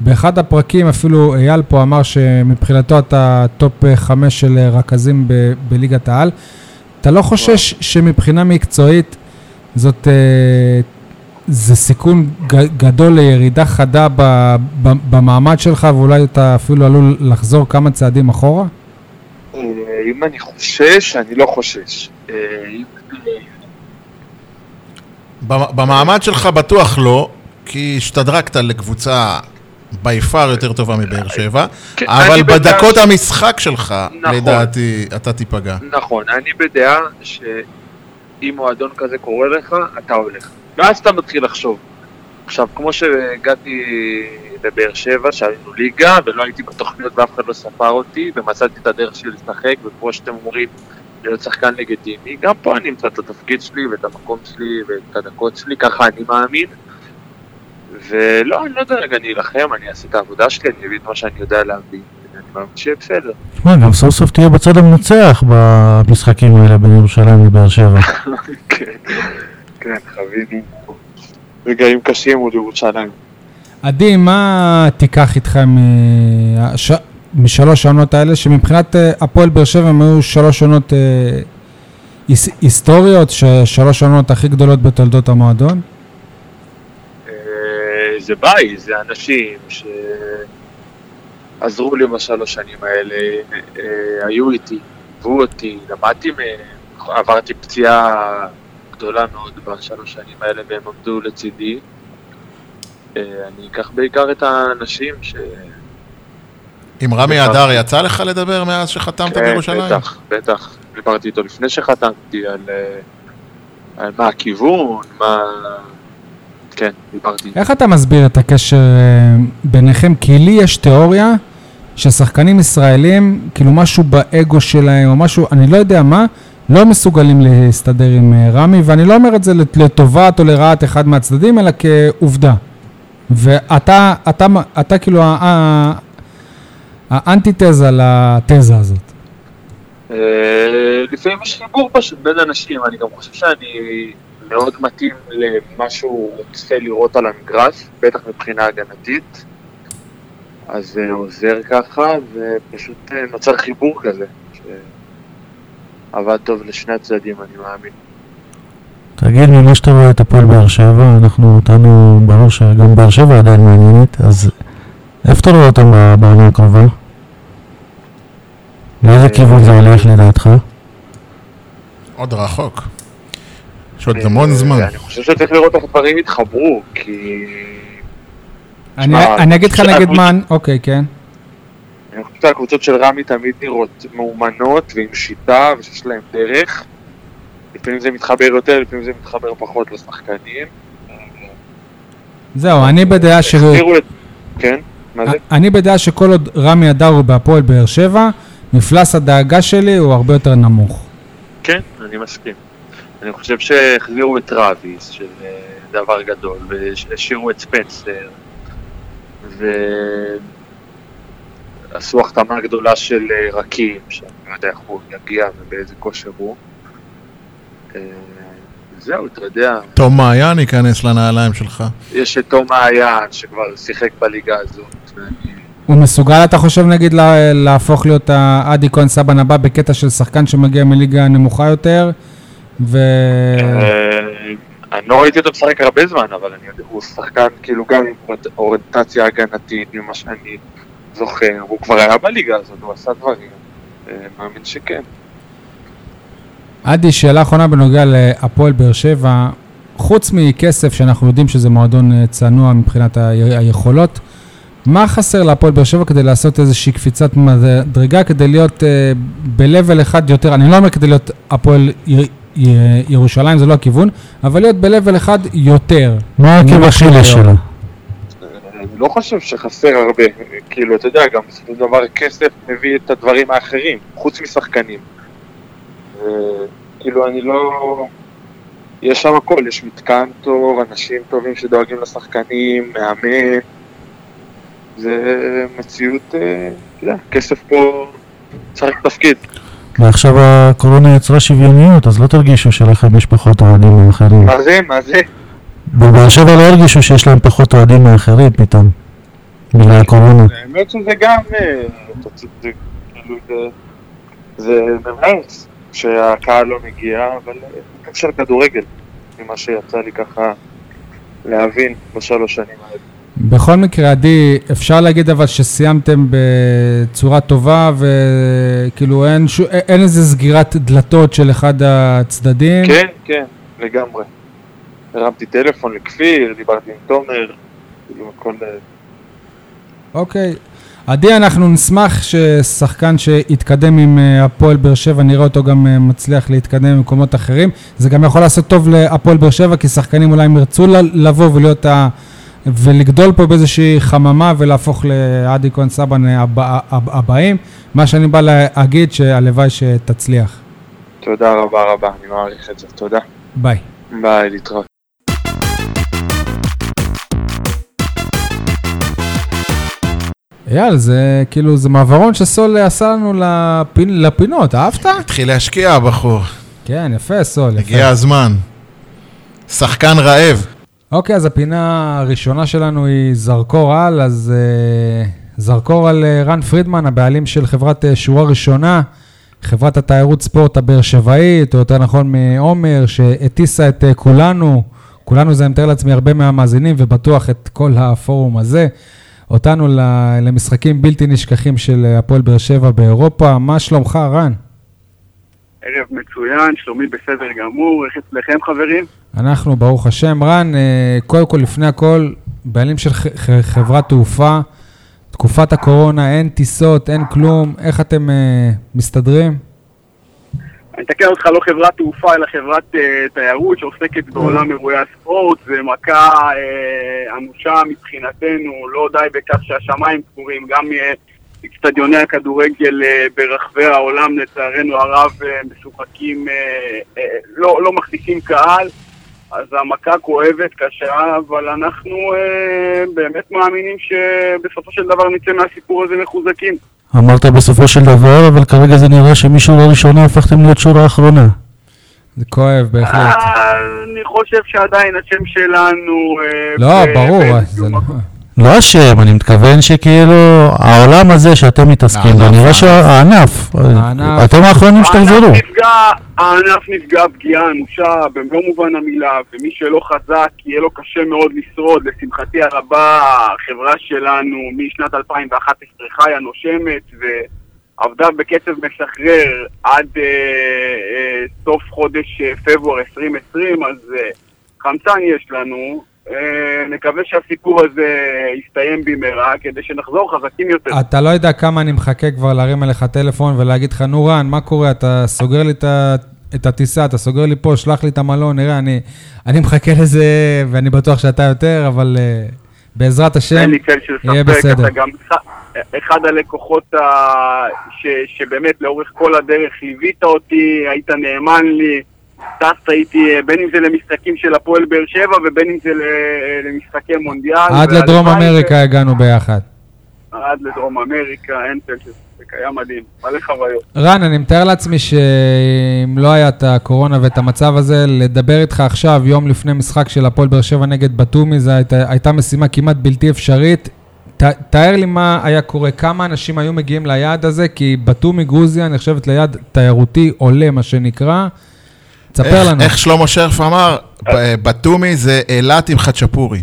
Speaker 1: באחד הפרקים אפילו אייל פה אמר שמבחינתו אתה טופ אה, חמש של אה, רכזים ב- בליגת העל. אתה לא חושש שמבחינה מקצועית זאת אה, זה סיכון ג- גדול לירידה חדה ב, ב, במעמד שלך, ואולי אתה אפילו עלול לחזור כמה צעדים אחורה?
Speaker 4: אה, אם אני חושש, אני לא חושש. אה, אם
Speaker 3: במ- במעמד שלך בטוח לא, כי השתדרגת לקבוצה בי פאר יותר טובה מבאר שבע,
Speaker 4: כן,
Speaker 3: אבל
Speaker 4: אני בדעה
Speaker 3: בדקות
Speaker 4: ש-
Speaker 3: המשחק שלך,
Speaker 4: נכון.
Speaker 3: לדעתי, אתה תיפגע.
Speaker 4: נכון, אני בדעה שאם מועדון כזה קורה לך, אתה הולך. ואז אתה מתחיל לחשוב. עכשיו, כמו שהגעתי לבאר שבע, שעלינו ליגה, ולא הייתי בתוכניות ואף אחד לא ספר אותי, ומצאתי את הדרך שלי לשחק, וכמו שאתם אומרים, להיות שחקן לגיטימי, גם פה אני אמצא את התפקיד שלי, ואת המקום שלי, ואת הדקות שלי, ככה אני מאמין. ולא, אני לא דואג, אני אלחם, אני אעשה את העבודה שלי, אני אביא את מה שאני יודע להביא, ואני מאמין שיהיה בסדר.
Speaker 2: תשמע, כן, גם סוף סוף תהיה בצד המנצח במשחקים האלה בין ירושלים לבאר שבע.
Speaker 4: כן, כן, חווינו רגעים קשים מול ירושלים.
Speaker 1: עדי, מה תיקח איתך מהש... משלוש העונות האלה, שמבחינת אה, הפועל באר שבע הם היו שלוש עונות אה, היס... היסטוריות, ש- שלוש העונות הכי גדולות בתולדות המועדון?
Speaker 4: אה, זה בית, זה אנשים שעזרו לי בשלוש שנים האלה, אה, היו איתי, ליוו אותי, למדתי מהם, עברתי פציעה גדולה מאוד בשלוש שנים האלה והם עמדו לצידי. אה, אני אקח בעיקר את האנשים ש...
Speaker 3: עם רמי
Speaker 4: בטח. אה,
Speaker 3: אדר יצא לך לדבר מאז שחתמת בירושלים?
Speaker 4: בטח, בטח. דיברתי איתו לפני שחתמתי על, אה, על מה הכיוון, מה... כן, דיברתי.
Speaker 1: איך אתה מסביר את הקשר אה, ביניכם? כי לי יש תיאוריה ששחקנים ישראלים, כאילו משהו באגו שלהם או משהו, אני לא יודע מה, לא מסוגלים להסתדר עם אה, רמי, ואני לא אומר את זה לט- לטובת או לרעת אחד מהצדדים, אלא כעובדה. ואתה אתה, אתה, אתה כאילו ה- ה- האנטיתזה לתזה הזאת.
Speaker 4: אה, לפעמים יש חיבור פשוט בין אנשים, אני גם חושב שאני מאוד מתאים למה שהוא רוצה לראות על המגרש, בטח מבחינה הגנתית. אז זה עוזר ככה, ופשוט אה, נוצר חיבור כזה, שעבד טוב לשני הצדדים, אני מאמין.
Speaker 2: תגיד, ממה שאתה רואה את הפועל באר שבע, אנחנו אותנו, ברור שגם באר שבע עדיין מעניינת, אז איפה אתה רואה אותם ב- בעונה הקרובה? לאיזה כיוון זה ילך לדעתך?
Speaker 3: עוד רחוק. יש עוד המון זמן.
Speaker 4: כן, אה, אני חושב שצריך לראות איך הדברים יתחברו, כי...
Speaker 1: אני,
Speaker 4: שמע,
Speaker 1: אני אגיד לך
Speaker 4: אני
Speaker 1: נגד
Speaker 4: חושב-
Speaker 1: מה, אני- אוקיי, כן.
Speaker 4: אני חושב שהקבוצות של רמי תמיד נראות מאומנות ועם שיטה ושיש להם דרך. לפעמים זה מתחבר יותר, לפעמים זה מתחבר פחות לשחקנים.
Speaker 1: זהו, אני בדעה ש...
Speaker 4: החזירו את... כן? מה זה?
Speaker 1: אני בדעה שכל עוד רמי אדר הוא בהפועל באר שבע, מפלס הדאגה שלי הוא הרבה יותר נמוך.
Speaker 4: כן, אני מסכים. אני חושב שהחזירו את רביס, שזה דבר גדול, והשאירו את ספנסר, ועשו החתמה גדולה של אה, רקים, שאני לא יודע איך הוא יגיע ובאיזה כושר הוא. אה, זהו, אתה יודע,
Speaker 3: תום מעיין ייכנס לנעליים שלך.
Speaker 4: יש את תום מעיין שכבר שיחק בליגה הזאת, ואני
Speaker 1: הוא מסוגל, אתה חושב, נגיד, לה- להפוך להיות האדי כהן סבן הבא בקטע של שחקן שמגיע מליגה נמוכה יותר, ו...
Speaker 4: אה, אני לא ראיתי אותו משחק הרבה זמן, אבל אני יודע, הוא שחקן כאילו גם עם אוריינט- אוריינטציה הגנתית ממה שאני זוכר, הוא כבר היה בליגה הזאת, הוא עשה דברים, אה, מאמין שכן.
Speaker 1: אדי, שאלה אחרונה בנוגע להפועל באר שבע. חוץ מכסף, שאנחנו יודעים שזה מועדון אה, צנוע מבחינת ה- היכולות, מה חסר להפועל באר שבע כדי לעשות איזושהי קפיצת מדרגה, כדי להיות אה, ב-level אחד יותר, אני לא אומר כדי להיות הפועל י- י- ירושלים, זה לא הכיוון, אבל להיות ב-level אחד יותר.
Speaker 2: מה עקב אכילס שלה?
Speaker 4: אה, אני לא חושב שחסר הרבה, אה, כאילו, אתה יודע, גם בסופו של דבר כסף מביא את הדברים האחרים, חוץ משחקנים. אה, כאילו, אני לא... יש שם הכל, יש מתקן טוב, אנשים טובים שדואגים לשחקנים, מאמן, זה מציאות, אה, אתה יודע, כסף פה צריך תפקיד.
Speaker 2: ועכשיו הקורונה יצרה שוויוניות, אז לא תרגישו שלכם יש פחות אוהדים מאחרים.
Speaker 4: מה זה? מה זה?
Speaker 2: בבאר שבע לא הרגישו שיש להם פחות אוהדים מאחרים פתאום, בגלל הקורונה.
Speaker 4: האמת שזה גם, אה, אתה צודק, כאילו זה- זה מבאס שהקהל לא מגיע, אבל אה, גם של כדורגל, ממה שיצא לי ככה להבין בשלוש שנים האלה.
Speaker 1: בכל מקרה, עדי, אפשר להגיד אבל שסיימתם בצורה טובה וכאילו אין, ש... אין איזה סגירת דלתות של אחד הצדדים.
Speaker 4: כן, כן, לגמרי. הרמתי טלפון לכפיר, דיברתי עם תומר, כאילו הכל... אה,
Speaker 1: אוקיי. עדי, אנחנו נשמח ששחקן שהתקדם עם אה, הפועל באר שבע, נראה אותו גם אה, מצליח להתקדם במקומות אחרים. זה גם יכול לעשות טוב להפועל באר שבע, כי שחקנים אולי הם ירצו ל- לבוא ולהיות ה... ולגדול פה באיזושהי חממה ולהפוך לעדי כהן סבן אה, הבא- הבא- הבאים. מה שאני בא להגיד, שהלוואי שתצליח.
Speaker 4: תודה רבה רבה, אני מעריך את זה, תודה.
Speaker 1: ביי.
Speaker 4: ביי, להתראות.
Speaker 1: אייל, זה כאילו, זה מעברון שסול עשה לנו לפינ... לפינות, אהבת?
Speaker 3: התחיל להשקיע הבחור,
Speaker 1: כן, יפה, סול, יפה.
Speaker 3: הגיע הזמן. שחקן רעב.
Speaker 1: אוקיי, אז הפינה הראשונה שלנו היא זרקור על, אז אה, זרקור על אה, רן פרידמן, הבעלים של חברת אה, שורה ראשונה, חברת התיירות ספורט הבאר שבעית, או יותר נכון מעומר, שהטיסה את אה, כולנו, כולנו זה אני מתאר לעצמי הרבה מהמאזינים, ובטוח את כל הפורום הזה, אותנו ל- למשחקים בלתי נשכחים של אה, הפועל באר שבע באירופה. מה שלומך, רן?
Speaker 5: ערב מצוין, שלומי בסדר גמור, איך אצלכם חברים?
Speaker 1: אנחנו, ברוך השם. רן, אה, קודם כל, לפני הכל, בעלים של ח- ח- חברת תעופה, תקופת הקורונה, אין טיסות, אין כלום, איך אתם אה, מסתדרים?
Speaker 5: אני אתקן אותך, לא חברת תעופה, אלא חברת אה, תיירות שעוסקת בעולם אירועי הספורט, זה מכה אה, אנושה מבחינתנו, לא די בכך שהשמיים סגורים, גם אה, אצטדיוני הכדורגל אה, ברחבי העולם, לצערנו הרב, אה, משוחקים, אה, אה, לא, לא מחזיקים קהל. אז המכה כואבת, קשה, אבל אנחנו אה, באמת מאמינים שבסופו של דבר נצא מהסיפור הזה מחוזקים.
Speaker 2: אמרת בסופו של דבר, אבל כרגע זה נראה שמשורה ראשונה הפכתם להיות שורה אחרונה.
Speaker 1: זה כואב בהחלט.
Speaker 5: אה, אני חושב שעדיין השם שלנו... אה,
Speaker 1: לא,
Speaker 5: ב-
Speaker 1: ברור,
Speaker 5: ב-
Speaker 1: אה, זה לא...
Speaker 2: לא השם, אני מתכוון שכאילו, העולם הזה שאתם מתעסקים בו,
Speaker 3: הענף,
Speaker 2: נראה
Speaker 3: הענף.
Speaker 2: שהענף,
Speaker 1: הענף.
Speaker 2: אתם האחרונים שתחזרו.
Speaker 5: הענף נפגע, הענף נפגע פגיעה אנושה במלוא מובן המילה, ומי שלא חזק, יהיה לו קשה מאוד לשרוד. לשמחתי הרבה, החברה שלנו משנת 2011 חיה, נושמת, ועבדה בקצב מסחרר עד אה, אה, סוף חודש אה, פברואר 2020, אז אה, חמצן יש לנו. אה, נקווה שהסיפור הזה יסתיים במהרה, כדי שנחזור חזקים יותר.
Speaker 1: אתה לא יודע כמה אני מחכה כבר להרים אליך טלפון ולהגיד לך, נו רן, מה קורה? אתה סוגר לי את ה... את הטיסה, אתה סוגר לי פה, שלח לי את המלון, נראה, אני, אני מחכה לזה, ואני בטוח שאתה יותר, אבל uh, בעזרת השם,
Speaker 5: אין לי צל של
Speaker 1: כן. יהיה
Speaker 5: ספק,
Speaker 1: בסדר.
Speaker 5: אתה גם אחד- אחד הלקוחות ה- ש- שבאמת לאורך כל הדרך ליווית אותי, היית נאמן לי, טסת איתי אה, בין אם זה למשחקים של הפועל באר שבע ובין אם זה ל- למשחקי מונדיאל.
Speaker 1: עד
Speaker 5: והלוואי
Speaker 1: לדרום
Speaker 5: ש-
Speaker 1: אמריקה הגענו ביחד.
Speaker 5: עד לדרום אמריקה, אין צל של ספק, היה מדהים, מלא חוויות.
Speaker 1: רן, אני מתאר לעצמי שאם לא היה את הקורונה ואת המצב הזה, לדבר איתך עכשיו, יום לפני משחק של הפועל באר שבע נגד בתומי, זו הייתה, הייתה משימה כמעט בלתי אפשרית. ת, תאר לי מה היה קורה, כמה אנשים היו מגיעים ליעד הזה, כי בתומי גרוזיה נחשבת ליעד תיירותי עולה, מה שנקרא. תספר
Speaker 3: איך-
Speaker 1: לנו.
Speaker 3: איך שלמה שרף אמר, ב- בתומי זה אילת עם חצ'פורי.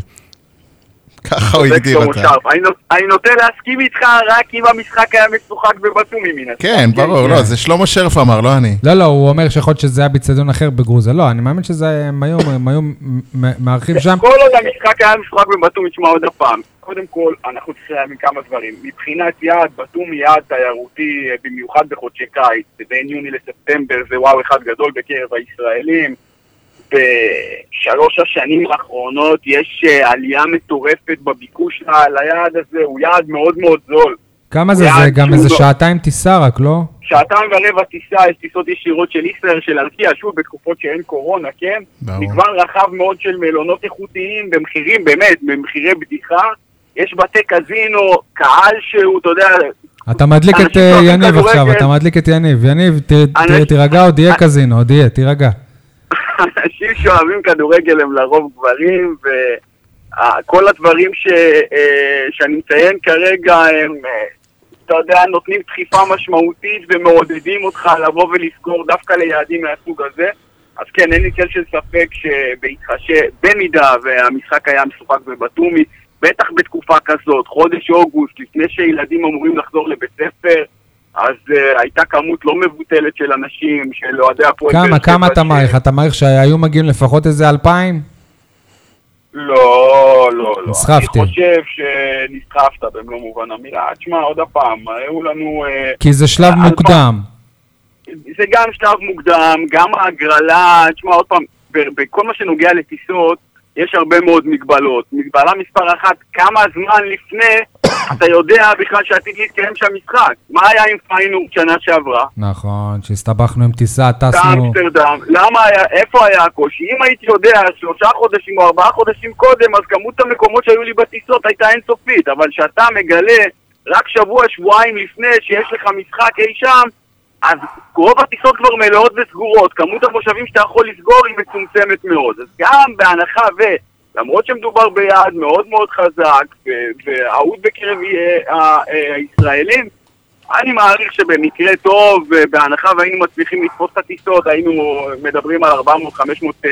Speaker 3: ככה הוא הגדיר
Speaker 5: וקטור
Speaker 3: אותה.
Speaker 5: שרף. אני נות- אני נוטה להסכים איתך רק אם המשחק היה משוחק בבתומי מן הסתם.
Speaker 3: כן, ברור,
Speaker 1: כן.
Speaker 3: לא, זה שלמה שרף אמר, לא אני.
Speaker 1: לא, לא, הוא אומר שיכול להיות שזה היה באיצטדיון אחר בגרוזיה. לא, אני מאמין שזה, הם היו, הם היו מ- מ- מארחים שם.
Speaker 5: כל עוד המשחק היה משחק בבתום, תשמע עוד הפעם. קודם כל, אנחנו צריכים להבין כמה דברים. מבחינת יעד, בתום היא יעד תיירותי, אה, במיוחד בחודשי קיץ. בין יוני לספטמבר זה וואו אחד גדול בקרב הישראלים. בשלוש השנים האחרונות יש אה, עלייה מטורפת בביקוש ל- ליעד הזה, הוא יעד מאוד מאוד זול.
Speaker 1: כמה זה?
Speaker 5: יעד
Speaker 1: זה גם איזה
Speaker 5: שהוא- לא-
Speaker 1: שעתיים טיסה רק, לא?
Speaker 5: שעתיים ורבע טיסה, יש טיסות ישירות של ישראל, של ארקיע, שוב, בתקופות שאין קורונה, כן?
Speaker 3: ברור.
Speaker 5: מגוון רחב מאוד של מלונות איכותיים, במחירים, באמת, במחירי בדיחה, יש בתי קזינו, קהל שהוא, אתה יודע,
Speaker 1: אתה מדליק את
Speaker 5: אנשים
Speaker 1: אה,
Speaker 5: שאוהבים
Speaker 1: יניב
Speaker 5: כדורגל.
Speaker 1: עכשיו, אתה מדליק את יניב. יניב, ת- ת-
Speaker 5: אנשים-
Speaker 1: תירגע, עוד יהיה
Speaker 5: אה.
Speaker 1: קזינו, עוד יהיה, תירגע.
Speaker 5: אנשים שאוהבים כדורגל הם לרוב גברים, וכל הדברים ש, אה, שאני מציין כרגע הם, אה, אתה יודע, נותנים דחיפה משמעותית ומעודדים אותך לבוא ולזכור דווקא ליעדים מהסוג הזה. אז כן, אין לי צל של ספק שבהתחשב, במידה והמשחק היה משוחק בבתומי, בטח בתקופה כזאת, חודש אוגוסט, לפני שילדים אמורים לחזור לבית ספר, אז uh, הייתה כמות לא מבוטלת של אנשים, של אוהדי הפועל
Speaker 1: כמה,
Speaker 5: באר
Speaker 1: כמה
Speaker 5: שבע
Speaker 1: אתה
Speaker 5: ש-
Speaker 1: מעריך? אתה מעריך שהיו מגיעים לפחות איזה אלפיים?
Speaker 5: לא, לא, לא.
Speaker 1: נסחפתי.
Speaker 5: אני חושב שנסחפת במלוא מובן המילה. אה, תשמע, עוד הפעם, היו לנו... אה,
Speaker 1: כי זה שלב
Speaker 5: אלפיים.
Speaker 1: מוקדם.
Speaker 5: זה גם שלב מוקדם, גם ההגרלה, תשמע, עוד פעם, ב- בכל מה שנוגע לטיסות, יש הרבה מאוד מגבלות. מגבלה מספר אחת, כמה זמן לפני אתה יודע בכלל שעתיד להתקיים שם משחק. מה היה עם פיינור שנה שעברה?
Speaker 1: נכון, שהסתבכנו עם טיסה,
Speaker 5: אתה
Speaker 1: טסנו.
Speaker 5: אמסטרדם, למה היה, איפה היה הקושי? אם הייתי יודע שלושה חודשים או ארבעה חודשים קודם, אז כמות המקומות שהיו לי בטיסות הייתה אינסופית, אבל כשאתה מגלה רק שבוע, שבועיים לפני שיש לך משחק אי שם, אז רוב הטיסות כבר מלאות וסגורות, כמות המושבים שאתה יכול לסגור היא מצומצמת מאוד. אז גם בהנחה ו... למרות שמדובר ביעד מאוד מאוד חזק ו- ואהוד בקרב אה, ה- אה, הישראלים, אני מעריך שבמקרה טוב, אה, בהנחה והיינו מצליחים לתפוס את הטיסות, היינו מדברים על 400-500 אה,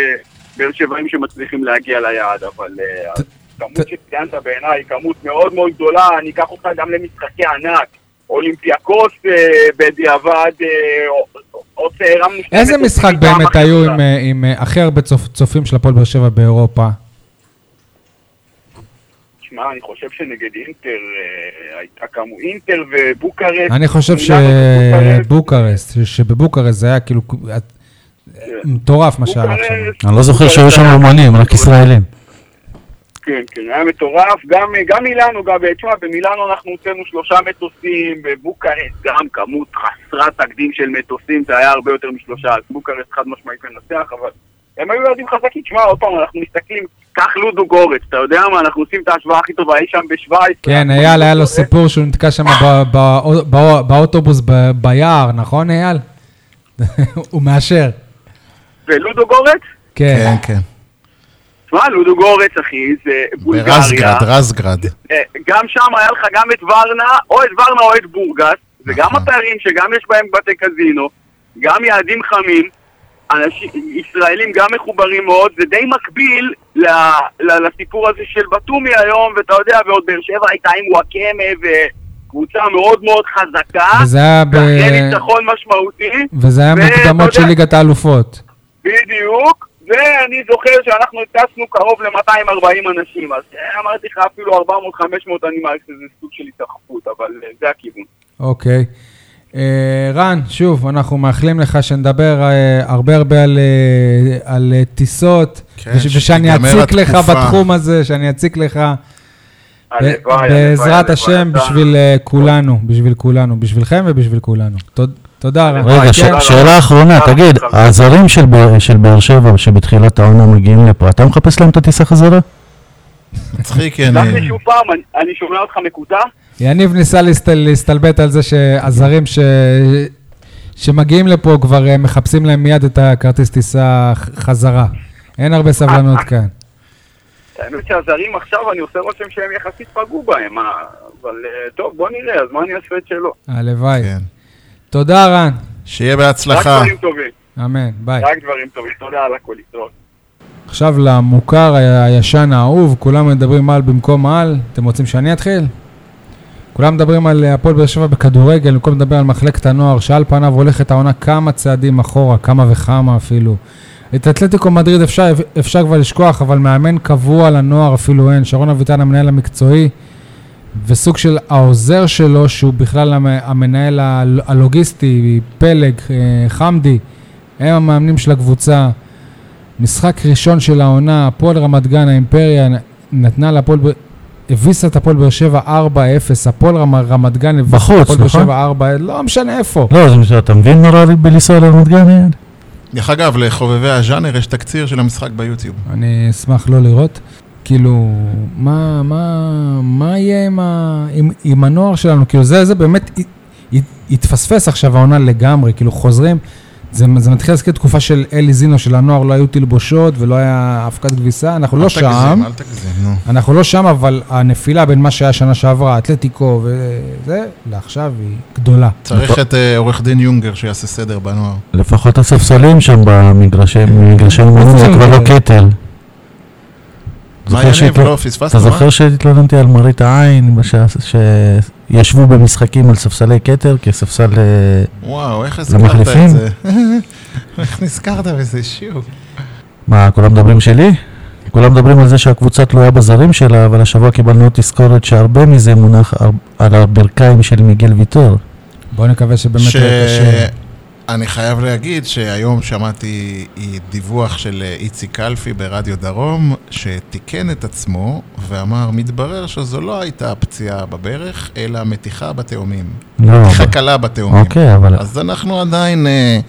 Speaker 5: באר שבעים שמצליחים להגיע ליעד, אבל אה,
Speaker 1: ת-
Speaker 5: הכמות שציינת בעיניי היא כמות מאוד מאוד גדולה, אני אקח אותך גם למשחקי ענק. אולימפיאקוס אה, בדיעבד, אה, עוד צעירה מושלמת.
Speaker 1: איזה משחק
Speaker 5: פעם
Speaker 1: באמת
Speaker 5: אחת
Speaker 1: היו
Speaker 5: גדולה.
Speaker 1: עם, אה, עם אה, הכי הרבה צופ- צופים של הפועל באר שבע באירופה?
Speaker 5: תשמע, אני חושב שנגד אינטר אה, הייתה כמו אינטר ובוקרשט.
Speaker 1: אני חושב
Speaker 5: בוקרשט-
Speaker 1: שבבוקרסט, שבבוקרסט זה היה כאילו... מטורף מה שהיה עכשיו.
Speaker 5: בוקרשט-
Speaker 2: אני לא זוכר שהיו שם רומנים, רק ישראלים.
Speaker 5: כן, כן, היה מטורף. גם, גם מילאנו, גם, תשמע, במילאנו אנחנו הוצאנו שלושה מטוסים, בבוקרשט גם כמות חסרת תקדים של מטוסים, זה היה הרבה יותר משלושה, אז בוקרשט חד משמעית מנצח, אבל הם היו ילדים חזקים. תשמע, עוד פעם, אנחנו מסתכלים, קח לודו גורץ, אתה יודע מה, אנחנו עושים את ההשוואה הכי טובה אי שם בשוויץ.
Speaker 1: כן,
Speaker 5: אנחנו-
Speaker 1: אייל, היה לו סיפור שהוא נתקע שם ב- ב- בא- באוטובוס ב- ביער, נכון, אייל? הוא מאשר.
Speaker 5: ולודו גורץ?
Speaker 1: כן.
Speaker 3: כן, כן.
Speaker 5: תשמע, לודו גורץ, אחי, זה בולגריה.
Speaker 3: ברזגרד, רזגרד.
Speaker 5: אה, גם שם היה לך גם את ורנה, או את ורנה או את בורגס, וגם
Speaker 3: נכון.
Speaker 5: הפערים שגם יש בהם בתי קזינו, גם יעדים חמים, אנשים, ישראלים גם מחוברים מאוד, זה די מקביל ל, ל, לסיפור הזה של בתומי היום, ואתה יודע, ועוד באר שבע הייתה עם וואקמה וקבוצה מאוד מאוד חזקה,
Speaker 1: וזה היה ב-
Speaker 5: ואחרי אה, כן, ניצחון משמעותי,
Speaker 1: וזה היה
Speaker 5: ו-
Speaker 1: מוקדמות
Speaker 5: אתה
Speaker 1: של
Speaker 5: יודע-
Speaker 1: ליגת האלופות.
Speaker 5: בדיוק, ואני זוכר שאנחנו הטסנו קרוב ל-240 אנשים, אז אה, אמרתי לך אפילו 400-500 אני מעריך שזה סוג של התרחבות, אבל אה, זה הכיוון.
Speaker 1: אוקיי. אה, רן, שוב, אנחנו מאחלים לך שנדבר אה, הרבה הרבה על, אה, על אה, טיסות,
Speaker 3: כן,
Speaker 1: וש- ושאני
Speaker 3: שתיגמר
Speaker 1: אציק לך
Speaker 3: התקופה.
Speaker 1: בתחום הזה, שאני אציק לך,
Speaker 5: הלוואי,
Speaker 1: ב-
Speaker 5: הלוואי,
Speaker 1: בעזרת
Speaker 5: הלוואי,
Speaker 1: השם,
Speaker 5: אתה-
Speaker 1: בשביל אה, כולנו, בשביל כולנו, בשבילכם ובשביל כולנו. תוד- תודה רן.
Speaker 2: רגע, ש-
Speaker 1: כן,
Speaker 5: לא, לא.
Speaker 2: שאלה אחרונה,
Speaker 5: לא,
Speaker 2: תגיד,
Speaker 5: לא.
Speaker 2: הזרים של באר- של באר שבע שבתחילת העונה מגיעים לפה, אתה מחפש להם את הטיסה חזרה?
Speaker 3: מצחיק,
Speaker 5: סלח
Speaker 3: אני...
Speaker 5: לי שוב פעם, אני- אני שומע אותך מקוטע?
Speaker 1: יניב ניסה להסת- להסתלבט על זה שהזרים ש... שמגיעים לפה כבר אה, מחפשים להם מיד את הכרטיס טיסה ח- חזרה. אין הרבה
Speaker 5: אה,
Speaker 1: סבלנות כאן.
Speaker 5: האמת שהזרים עכשיו, אני עושה רושם שהם יחסית פגעו בהם, אה, אבל אה, טוב, בוא נראה, אז מה אני אעשה את שלו?
Speaker 1: הלוואי.
Speaker 3: כן.
Speaker 1: תודה רן,
Speaker 3: שיהיה
Speaker 5: רק
Speaker 3: בהצלחה.
Speaker 5: דברים טובים,
Speaker 1: אמן, ביי.
Speaker 5: רק דברים טובים, תודה על הכל, להתראות.
Speaker 1: עכשיו למוכר ה- הישן האהוב, כולם מדברים על במקום על. אתם רוצים שאני אתחיל? כולם מדברים על אה, הפועל באר שבע בכדורגל, במקום לדבר על מחלקת הנוער, שעל פניו הולכת העונה כמה צעדים אחורה, כמה וכמה אפילו. את אתלטיקו מדריד אפשר, אפשר כבר לשכוח, אבל מאמן קבוע לנוער אפילו אין. שרון אביטן המנהל המקצועי, וסוג של העוזר שלו, שהוא בכלל המ- המנהל ה- הלוגיסטי, פלג, אה, חמדי, הם המאמנים של הקבוצה. משחק ראשון של העונה, הפועל רמת גן, האימפריה, נ- נתנה להפועל, ב- הביסה את הפועל באר שבע 4-0, הפועל רמ- רמת גן, הביסה את
Speaker 2: בחוץ,
Speaker 1: הפועל באר
Speaker 2: נכון?
Speaker 1: שבע 4 לא משנה איפה.
Speaker 2: לא, זה משנה, אתה מבין מה רע לי בלנסוע לרמת גן? יעד?
Speaker 3: דרך אגב, לחובבי הז'אנר יש תקציר של המשחק ביוטיוב.
Speaker 1: אני אשמח לא לראות. כאילו, מה, מה, מה יהיה עם, ה, עם, עם הנוער שלנו? כאילו, זה, זה באמת הת- הת- התפספס עכשיו העונה לגמרי, כאילו חוזרים. זה, זה מתחיל להזכיר תקופה של אלי זינו, שלנוער לא היו תלבושות ולא היה אבקת כביסה, אנחנו לא
Speaker 3: אל
Speaker 1: שם.
Speaker 3: תגזים, אל תגזים, נו.
Speaker 1: אנחנו לא שם, אבל הנפילה בין מה שהיה שנה שעברה, אתלטיקו וזה, לעכשיו היא גדולה.
Speaker 3: צריך
Speaker 2: נכון.
Speaker 3: את אה, עורך דין יונגר שיעשה סדר בנוער.
Speaker 2: לפחות הספסלים שם במגרשי במגרשי אימונים זה כבר לא קטל.
Speaker 3: מה
Speaker 2: זוכר
Speaker 3: יניב?
Speaker 2: שהתל-
Speaker 3: לא,
Speaker 2: אתה
Speaker 3: פספסנו,
Speaker 2: זוכר שהתלוננתי על מראית העין, מה ש- שישבו במשחקים על ספסלי כתר כספסל... אה,
Speaker 3: אה? וואו, איך הזכרת
Speaker 2: למחליפים?
Speaker 3: את זה? איך נזכרת בזה שוב?
Speaker 2: מה, כולם מדברים שלי? כולם מדברים על זה שהקבוצה תלויה בזרים שלה, אבל השבוע קיבלנו עוד תזכורת שהרבה מזה מונח הר- על הברכיים של מיגל ויטור. לא,
Speaker 1: בואו נקווה שבאמת... יהיה
Speaker 2: אה,
Speaker 1: קשה.
Speaker 3: שאני חייב להגיד שהיום שמעתי דיווח של אה, איציק קלפי ברדיו דרום, שתיקן את עצמו ואמר, מתברר שזו לא הייתה פציעה בברך, אלא מתיחה בתאומים.
Speaker 2: לא,
Speaker 3: מתיחה
Speaker 2: אבל-
Speaker 3: קלה בתאומים.
Speaker 2: אוקיי, אבל...
Speaker 3: אז אנחנו עדיין אה,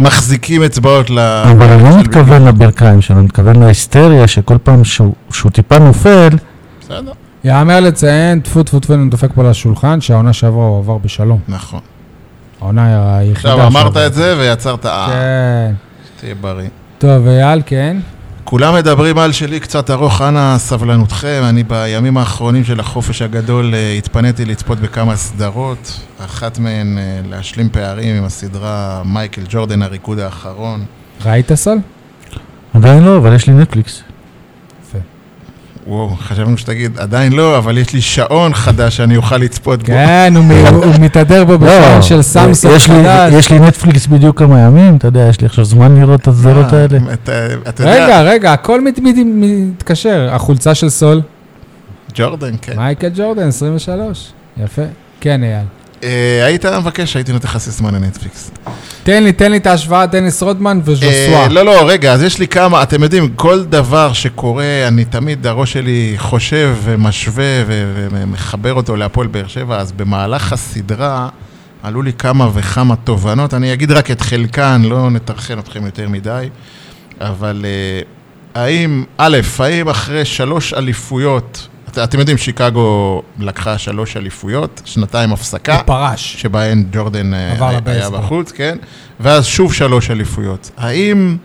Speaker 3: מחזיקים אצבעות ל...
Speaker 2: אבל אני לא
Speaker 3: אה, של-
Speaker 2: מתכוון לברכיים שלו, אני מתכוון להיסטריה שכל פעם שהוא שהוא טיפה נופל,
Speaker 3: בסדר,
Speaker 1: יאמר לציין, טפו טפו טפו, אני דופק פה לשולחן, שהעונה שעברה הוא עבר בשלום.
Speaker 3: נכון.
Speaker 1: העונה היחידה...
Speaker 3: עכשיו אמרת
Speaker 1: שעברה.
Speaker 3: את זה ויצרת אה,
Speaker 1: כן.
Speaker 3: תהיה בריא.
Speaker 1: טוב, אייל, כן?
Speaker 3: כולם מדברים על שלי קצת ארוך, אנא סבלנותכם. אני בימים האחרונים של החופש הגדול אה, התפניתי לצפות בכמה סדרות, אחת מהן אה, להשלים פערים עם הסדרה מייקל ג'ורדן, הריקוד האחרון.
Speaker 1: ראית סל?
Speaker 2: עדיין לא, אבל יש לי נטפליקס.
Speaker 1: יפה.
Speaker 3: וואו, חשבנו שתגיד, עדיין לא, אבל יש לי שעון חדש שאני אוכל לצפות בו.
Speaker 1: כן, הוא מ- הוא מתהדר בו בשעון של סמסונג
Speaker 2: לא, יש לי-
Speaker 1: חדש.
Speaker 2: יש לי נטפליקס בדיוק כמה ימים, אתה יודע, יש לי עכשיו זמן לראות את הסדרות האלה.
Speaker 3: אה, אתה- אתה יודע,
Speaker 1: רגע, רגע, הכל מת- מת- מתקשר. החולצה של סול,
Speaker 3: ג'ורדן, כן.
Speaker 1: מייקל ג'ורדן, 23. יפה. כן, אייל.
Speaker 3: אה, היית מבקש, הייתי נותן לך סיסמה לנטפליקס.
Speaker 1: תן לי, תן לי את ההשוואה, דניס רודמן וז'וסווה.
Speaker 3: אה, לא, לא, רגע, אז יש לי כמה, אתם יודעים, כל דבר שקורה, אני תמיד, הראש שלי חושב ומשווה ו- ומחבר אותו להפועל באר שבע, אז במהלך הסדרה עלו לי כמה וכמה תובנות, אני אגיד רק את חלקן, לא נטרחן אתכם יותר מדי, אבל אה, האם, א', האם אחרי שלוש אליפויות, את- אתם יודעים, שיקגו לקחה שלוש אליפויות, שנתיים הפסקה.
Speaker 1: הוא פרש.
Speaker 3: שבהן ג'ורדן אה,
Speaker 1: עבר
Speaker 3: היה- היה
Speaker 1: לבייסבול.
Speaker 3: בחוץ, כן? ואז שוב שלוש אליפויות. האם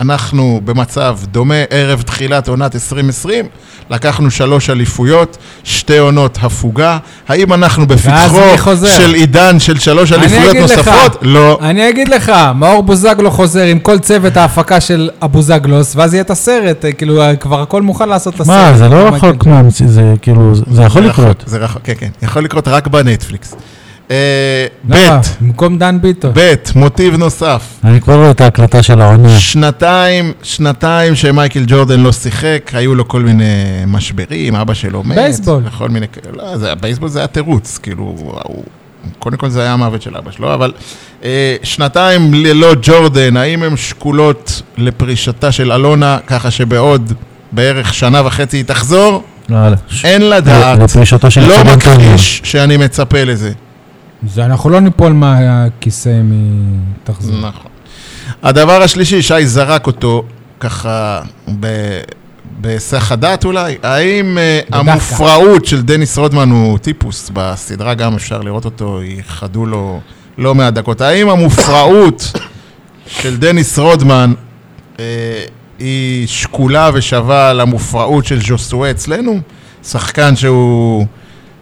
Speaker 3: אנחנו במצב דומה ערב תחילת עונת 2020? לקחנו שלוש אליפויות, שתי עונות הפוגה. האם אנחנו
Speaker 1: מי
Speaker 3: בפתחו
Speaker 1: חוזר?
Speaker 3: של עידן של שלוש
Speaker 1: אני
Speaker 3: אליפויות
Speaker 1: אגיד לך.
Speaker 3: נוספות? לא.
Speaker 1: אני אגיד לך, מאור בוזגלו חוזר עם כל צוות ההפקה של הבוזגלוס, ואז יהיה את הסרט, אה, כאילו, אה, כבר הכל מוכן לעשות את הסרט.
Speaker 2: מה, זה לא
Speaker 1: מייקל
Speaker 2: רחוק מהמציא, זה כאילו, זה- זה יכול
Speaker 3: זה
Speaker 2: לקרות.
Speaker 3: רחוק, זה רחוק, כן, כן. יכול לקרות רק בנטפליקס. אה,
Speaker 1: למה?
Speaker 3: ב',
Speaker 1: נכון, במקום דן ביטון.
Speaker 3: ב', מוטיב נוסף.
Speaker 2: אני כבר רואה את ההקלטה של העונה.
Speaker 3: שנתיים, שנתיים שמייקל ג'ורדן לא שיחק, היו לו כל מיני משברים, אבא שלו מת.
Speaker 1: בייסבול.
Speaker 3: וכל מיני, כ- לא, זה, בייסבול זה היה תירוץ, כאילו, הוא, קודם כל זה היה המוות של אבא שלו, אבל אה, שנתיים ללא ג'ורדן, האם הן שקולות לפרישתה של אלונה, ככה שבעוד בערך שנה וחצי היא תחזור?
Speaker 2: יאללה. אה, ש-
Speaker 3: אה, אין לדעת.
Speaker 2: לפרישתו של
Speaker 3: לא
Speaker 2: חנן טוניו.
Speaker 3: מכחיש שאני מצפה לזה.
Speaker 1: זה, אנחנו לא ניפול מהכיסא מתחזור.
Speaker 3: נכון. הדבר השלישי, שי זרק אותו ככה ב... בהיסח הדעת אולי, האם אה,
Speaker 1: בדווקא.
Speaker 3: המופרעות של דניס רודמן הוא טיפוס בסדרה, גם אפשר לראות אותו, ייחדו לו לא מעט דקות, האם המופרעות של דניס רודמן אה, היא שקולה ושווה למופרעות של ז'וסואה אצלנו? שחקן שהוא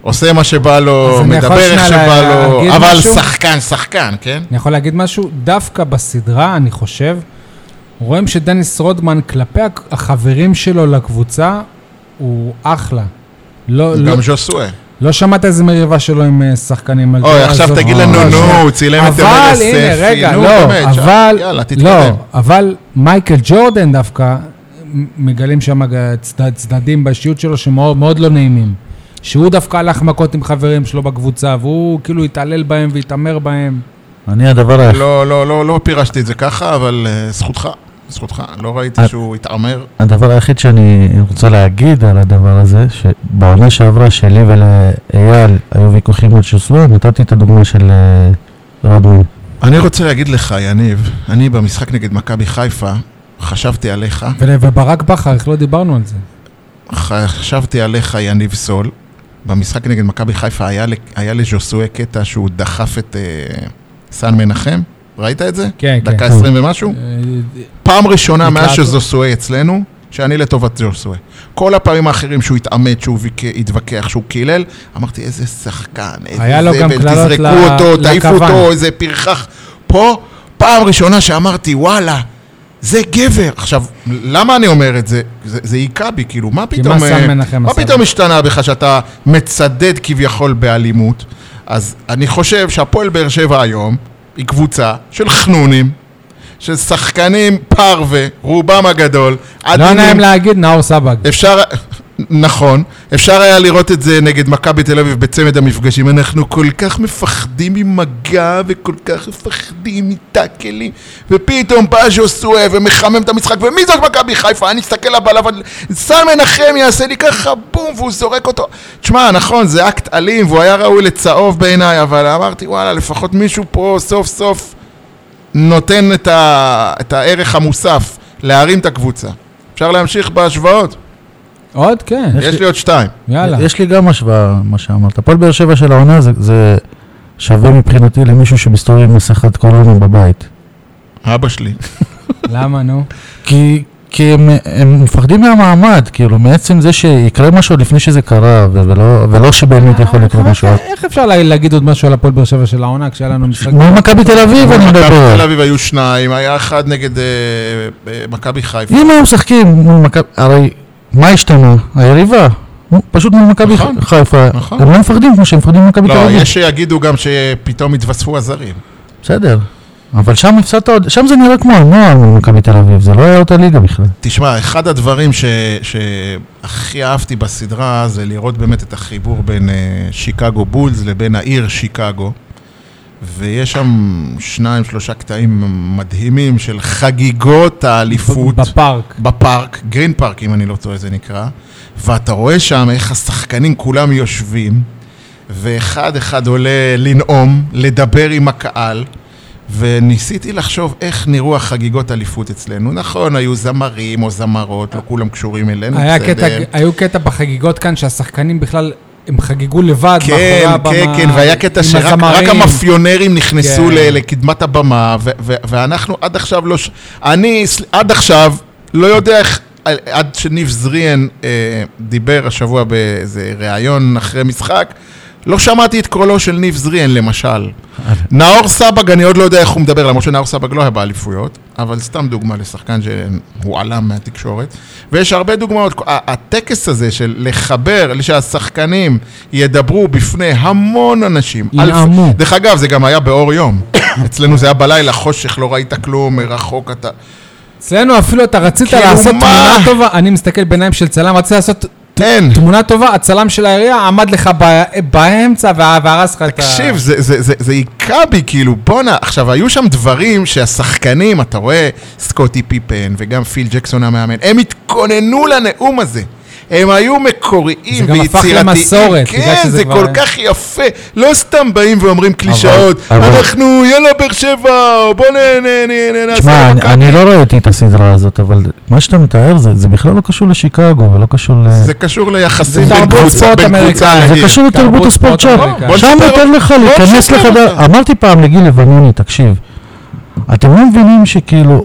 Speaker 3: עושה מה שבא
Speaker 1: אז
Speaker 3: לו,
Speaker 1: אני יכול
Speaker 3: מדבר איך
Speaker 1: שנייה
Speaker 3: שבא
Speaker 1: להגיד
Speaker 3: לו, אבל
Speaker 1: משהו?
Speaker 3: שחקן, שחקן, כן?
Speaker 1: אני יכול להגיד משהו? דווקא בסדרה, אני חושב, רואים שדניס רודמן כלפי הק- החברים שלו לקבוצה, הוא אחלה. לא, לא,
Speaker 3: גם ז'וסואה.
Speaker 1: לא שמעת איזה מריבה שלו עם אה, שחקנים. על-
Speaker 3: אוי, עכשיו
Speaker 1: עזוב,
Speaker 3: תגיד
Speaker 1: לא,
Speaker 3: לנו,
Speaker 1: לא,
Speaker 3: נו,
Speaker 1: זה-
Speaker 3: הוא צילם את
Speaker 1: אבל
Speaker 3: יובל
Speaker 1: הנה,
Speaker 3: יוספי,
Speaker 1: רגע,
Speaker 3: נו,
Speaker 1: לא,
Speaker 3: באמת,
Speaker 1: אבל,
Speaker 3: יאללה,
Speaker 1: לא,
Speaker 3: תתקדם.
Speaker 1: אבל מייקל ג'ורדן דווקא, מ- מגלים שם ג- צד- צדדים באישיות שלו שמאוד מאוד לא נעימים. שהוא דווקא הלך מכות עם חברים שלו בקבוצה, והוא כאילו התעלל בהם והתעמר בהם.
Speaker 2: אני הדבר היחיד.
Speaker 3: לא, לא, לא, לא פירשתי את זה ככה, אבל אה, זכותך, זכותך. לא ראיתי
Speaker 1: אה,
Speaker 2: את-
Speaker 3: שהוא התעמר.
Speaker 2: הדבר היחיד שאני רוצה להגיד על הדבר הזה, שבעונה שעברה שלי ולאייל היו ויכוחים על שוסווה, נתתי את הדוגמה של אה, רדמון.
Speaker 3: אני רוצה להגיד לך, יניב, אני במשחק נגד מכבי חיפה, חשבתי עליך,
Speaker 1: ול- וברק בכר, איך לא דיברנו על זה?
Speaker 3: חשבתי עליך, יניב סול. במשחק נגד מכבי חיפה היה, ל- היה לז'וסואה קטע שהוא דחף את אה, סן מנחם. ראית את זה?
Speaker 1: כן, כן.
Speaker 3: דקה עשרים ומשהו?
Speaker 1: אה,
Speaker 3: פעם ראשונה מאז
Speaker 1: נקלעתו.
Speaker 3: שזוסואה אצלנו, שאני לטובת זוסואה. כל הפעמים האחרים שהוא התעמת, שהוא ויק- התווכח, שהוא קילל, אמרתי, איזה שחקן, איזה
Speaker 1: היה לו גם קללות
Speaker 3: תזרקו
Speaker 1: ל-
Speaker 3: אותו, תעיפו
Speaker 1: לכוון.
Speaker 3: אותו, איזה פרחח. פה, פעם ראשונה שאמרתי, וואלה, זה גבר. עכשיו, למה אני אומר את זה? זה זה היכה בי, כאילו, מה פתאום...
Speaker 1: מה
Speaker 3: אה,
Speaker 1: סם מנחם
Speaker 3: מה
Speaker 1: עשה?
Speaker 3: פתאום השתנה בך שאתה מצדד כביכול באלימות? אז אני חושב שהפועל באר שבע היום היא קבוצה של חנונים, של שחקנים פרווה, רובם הגדול.
Speaker 1: לא
Speaker 3: עדינים.
Speaker 1: נעים להגיד נאור סבג.
Speaker 3: אפשר, נכון, אפשר היה לראות את זה נגד מכבי תל אביב בצמד המפגשים. אנחנו כל כך מפחדים ממגע וכל כך מפחדים מטאקלים, ופתאום בא ז'וסואה ומחמם את המשחק, ומי זאת מכבי חיפה? אני אסתכל לה בעליו, סן מנחם יעשה לי ככה בום, והוא זורק אותו. תשמע, נכון, זה אקט אלים, והוא היה ראוי לצהוב בעיניי, אבל אמרתי, וואלה, לפחות מישהו פה סוף סוף נותן את, ה... את הערך המוסף, להרים את הקבוצה. אפשר להמשיך בהשוואות?
Speaker 1: עוד? כן.
Speaker 3: יש לי עוד שתיים.
Speaker 1: יאללה.
Speaker 2: יש לי גם השוואה, מה שאמרת. הפועל באר שבע של העונה זה, זה שווה מבחינתי למישהו שמסתובב עם מסכת קורונה בבית.
Speaker 3: אבא שלי.
Speaker 1: למה, נו?
Speaker 2: כי, כי הם, הם מפחדים מהמעמד, כאילו, מעצם זה שיקרה משהו עוד לפני שזה קרה, ו- ולא, ולא שבאמת יכול
Speaker 1: אה,
Speaker 2: לקרות משהו.
Speaker 1: איך אפשר לה- להגיד עוד משהו על הפועל באר שבע של העונה כשהיה לנו משחק?
Speaker 2: מול מכבי תל אביב אני
Speaker 3: מכבי תל
Speaker 2: מדבר.
Speaker 3: אביב היו שניים, היה אחד נגד אה, אה, מכבי חיפה.
Speaker 2: אם היו משחקים מול מכבי, הרי מה השתנה? היריבה. פשוט מול מכבי
Speaker 3: נכון,
Speaker 2: חיפה.
Speaker 3: נכון.
Speaker 2: הם לא מפחדים כמו שהם מפחדים ממכבי תל
Speaker 3: לא,
Speaker 2: אביב.
Speaker 3: יש שיגידו גם שפתאום התווספו הזרים.
Speaker 2: בסדר. אבל שם הפסדת עוד, שם זה נראה כמו הנוער ממכבי תל אביב, זה לא היה אותה ליגה בכלל.
Speaker 3: תשמע, אחד הדברים ש- שהכי אהבתי בסדרה זה לראות באמת את החיבור בין אה, שיקגו בולס לבין העיר שיקגו. ויש שם שניים, שלושה קטעים מדהימים של חגיגות האליפות.
Speaker 1: בפארק.
Speaker 3: בפארק, גרין פארק אם אני לא טועה זה נקרא, ואתה רואה שם איך השחקנים כולם יושבים, ואחד אחד עולה לנאום, לדבר עם הקהל, וניסיתי לחשוב איך נראו החגיגות אליפות אצלנו. נכון, היו זמרים או זמרות, לא כולם קשורים אלינו,
Speaker 1: היה
Speaker 3: בסדר.
Speaker 1: קטע, היו קטע בחגיגות כאן שהשחקנים בכלל, הם חגגו לבד מאחורי
Speaker 3: כן,
Speaker 1: הבמה.
Speaker 3: כן, כן, והיה קטע
Speaker 1: עם
Speaker 3: שרק רק
Speaker 1: הזמרים.
Speaker 3: המאפיונרים נכנסו
Speaker 1: כן.
Speaker 3: ל- לקדמת הבמה, ו- ו- ואנחנו עד עכשיו לא... ש- אני ס- עד עכשיו לא יודע איך... על- עד שניב זריאן אה, דיבר השבוע באיזה ראיון אחרי משחק, לא שמעתי את קולו של ניב זריאן, למשל. נאור סבג, אני עוד לא יודע איך הוא מדבר, למרות שנאור סבג לא היה באליפויות, אבל סתם דוגמה לשחקן שהועלם מהתקשורת. ויש הרבה דוגמאות. ה- הטקס הזה של לחבר, שהשחקנים ידברו בפני המון אנשים.
Speaker 1: ינאמו.
Speaker 3: אלף- דרך אגב, זה גם היה באור יום. אצלנו זה היה בלילה, חושך, לא ראית כלום, מרחוק אתה...
Speaker 1: אצלנו אפילו אתה רצית
Speaker 3: כאילו,
Speaker 1: לעשות
Speaker 3: מה?
Speaker 1: תמונה טובה, אני מסתכל בעיניים של צלם, רצית לעשות
Speaker 3: אין.
Speaker 1: תמונה טובה, הצלם של העירייה עמד לך ב- באמצע וה- והרס לך את ה...
Speaker 3: תקשיב, זה- זה- זה זה היכה בי, כאילו, בואנה. עכשיו, היו שם דברים שהשחקנים, אתה רואה, סקוטי פיפן וגם פיל ג'קסון המאמן, הם התכוננו לנאום הזה. הם היו מקוריים
Speaker 1: זה גם הפך
Speaker 3: ויצירתיים.
Speaker 1: למסורת, בגלל
Speaker 3: כן,
Speaker 1: שזה
Speaker 3: זה
Speaker 1: כבר-
Speaker 3: כל כך יפה. לא סתם באים ואומרים קלישאות.
Speaker 2: אבל-
Speaker 3: אנחנו, יאללה, באר שבע, בוא נ- נ- נ- נ-
Speaker 2: תשמע,
Speaker 3: נעשה...
Speaker 2: אני-
Speaker 3: מכבי."
Speaker 2: אני לא ראיתי את הסדרה הזאת, אבל מה שאתה מתאר זה, זה בכלל לא קשור לשיקגו ולא קשור ל...
Speaker 3: זה קשור ליחסים
Speaker 1: זה
Speaker 3: בין
Speaker 1: תרבות
Speaker 3: קבוצה
Speaker 1: ספורט
Speaker 3: בין קבוצה
Speaker 1: אמריקאית.
Speaker 2: זה
Speaker 3: לעיר.
Speaker 2: קשור לתרבות
Speaker 1: תרבות ספורט
Speaker 2: הספורט שם.
Speaker 1: אמריקאי.
Speaker 3: בוא
Speaker 2: שם
Speaker 3: נשפר
Speaker 2: יותר
Speaker 3: אותה.
Speaker 2: לך
Speaker 3: בוא
Speaker 2: להיכנס
Speaker 3: נשפר
Speaker 2: לחדר...
Speaker 3: אותה.
Speaker 2: אמרתי פעם לגיל לבנוני, תקשיב, אתם לא מבינים שכאילו,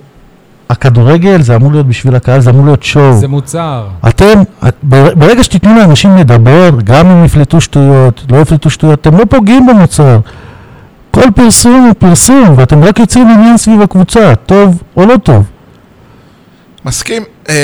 Speaker 2: הכדורגל זה אמור להיות בשביל הקהל, זה אמור להיות שואו.
Speaker 1: זה מוצר.
Speaker 2: אתם, את- בר- ברגע שתיתנו לאנשים לדבר, גם אם יפלטו שטויות, לא יפלטו שטויות, אתם לא פוגעים במוצר. כל פרסום הוא פרסום, ואתם רק יוצרים עניין סביב הקבוצה, טוב או לא טוב.
Speaker 3: מסכים. אה,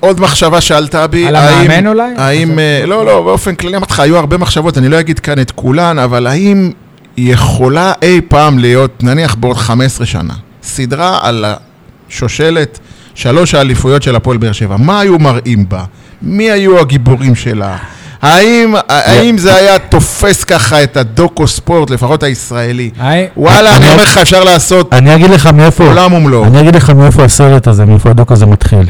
Speaker 3: עוד מחשבה שעלתה בי.
Speaker 1: על
Speaker 3: האם-
Speaker 1: המאמן אולי?
Speaker 3: האם... אה, לא, לא, באופן כללי אמרתי לך, היו הרבה מחשבות, אני לא אגיד כאן את כולן, אבל האם יכולה אי פעם להיות, נניח בעוד 15 שנה, סדרה על השושלת שלוש האליפויות של הפועל באר שבע? מה היו מראים בה? מי היו הגיבורים שלה? האם, האם זה היה תופס ככה את הדוקו ספורט, לפחות הישראלי?
Speaker 1: היי,
Speaker 3: וואלה, אני אומר לך, אפשר לעשות
Speaker 2: אני אגיד לך מאיפה...
Speaker 3: עולם ומלואו.
Speaker 2: אני אגיד לך מאיפה הסרט הזה, מאיפה הדוק הזה מתחיל.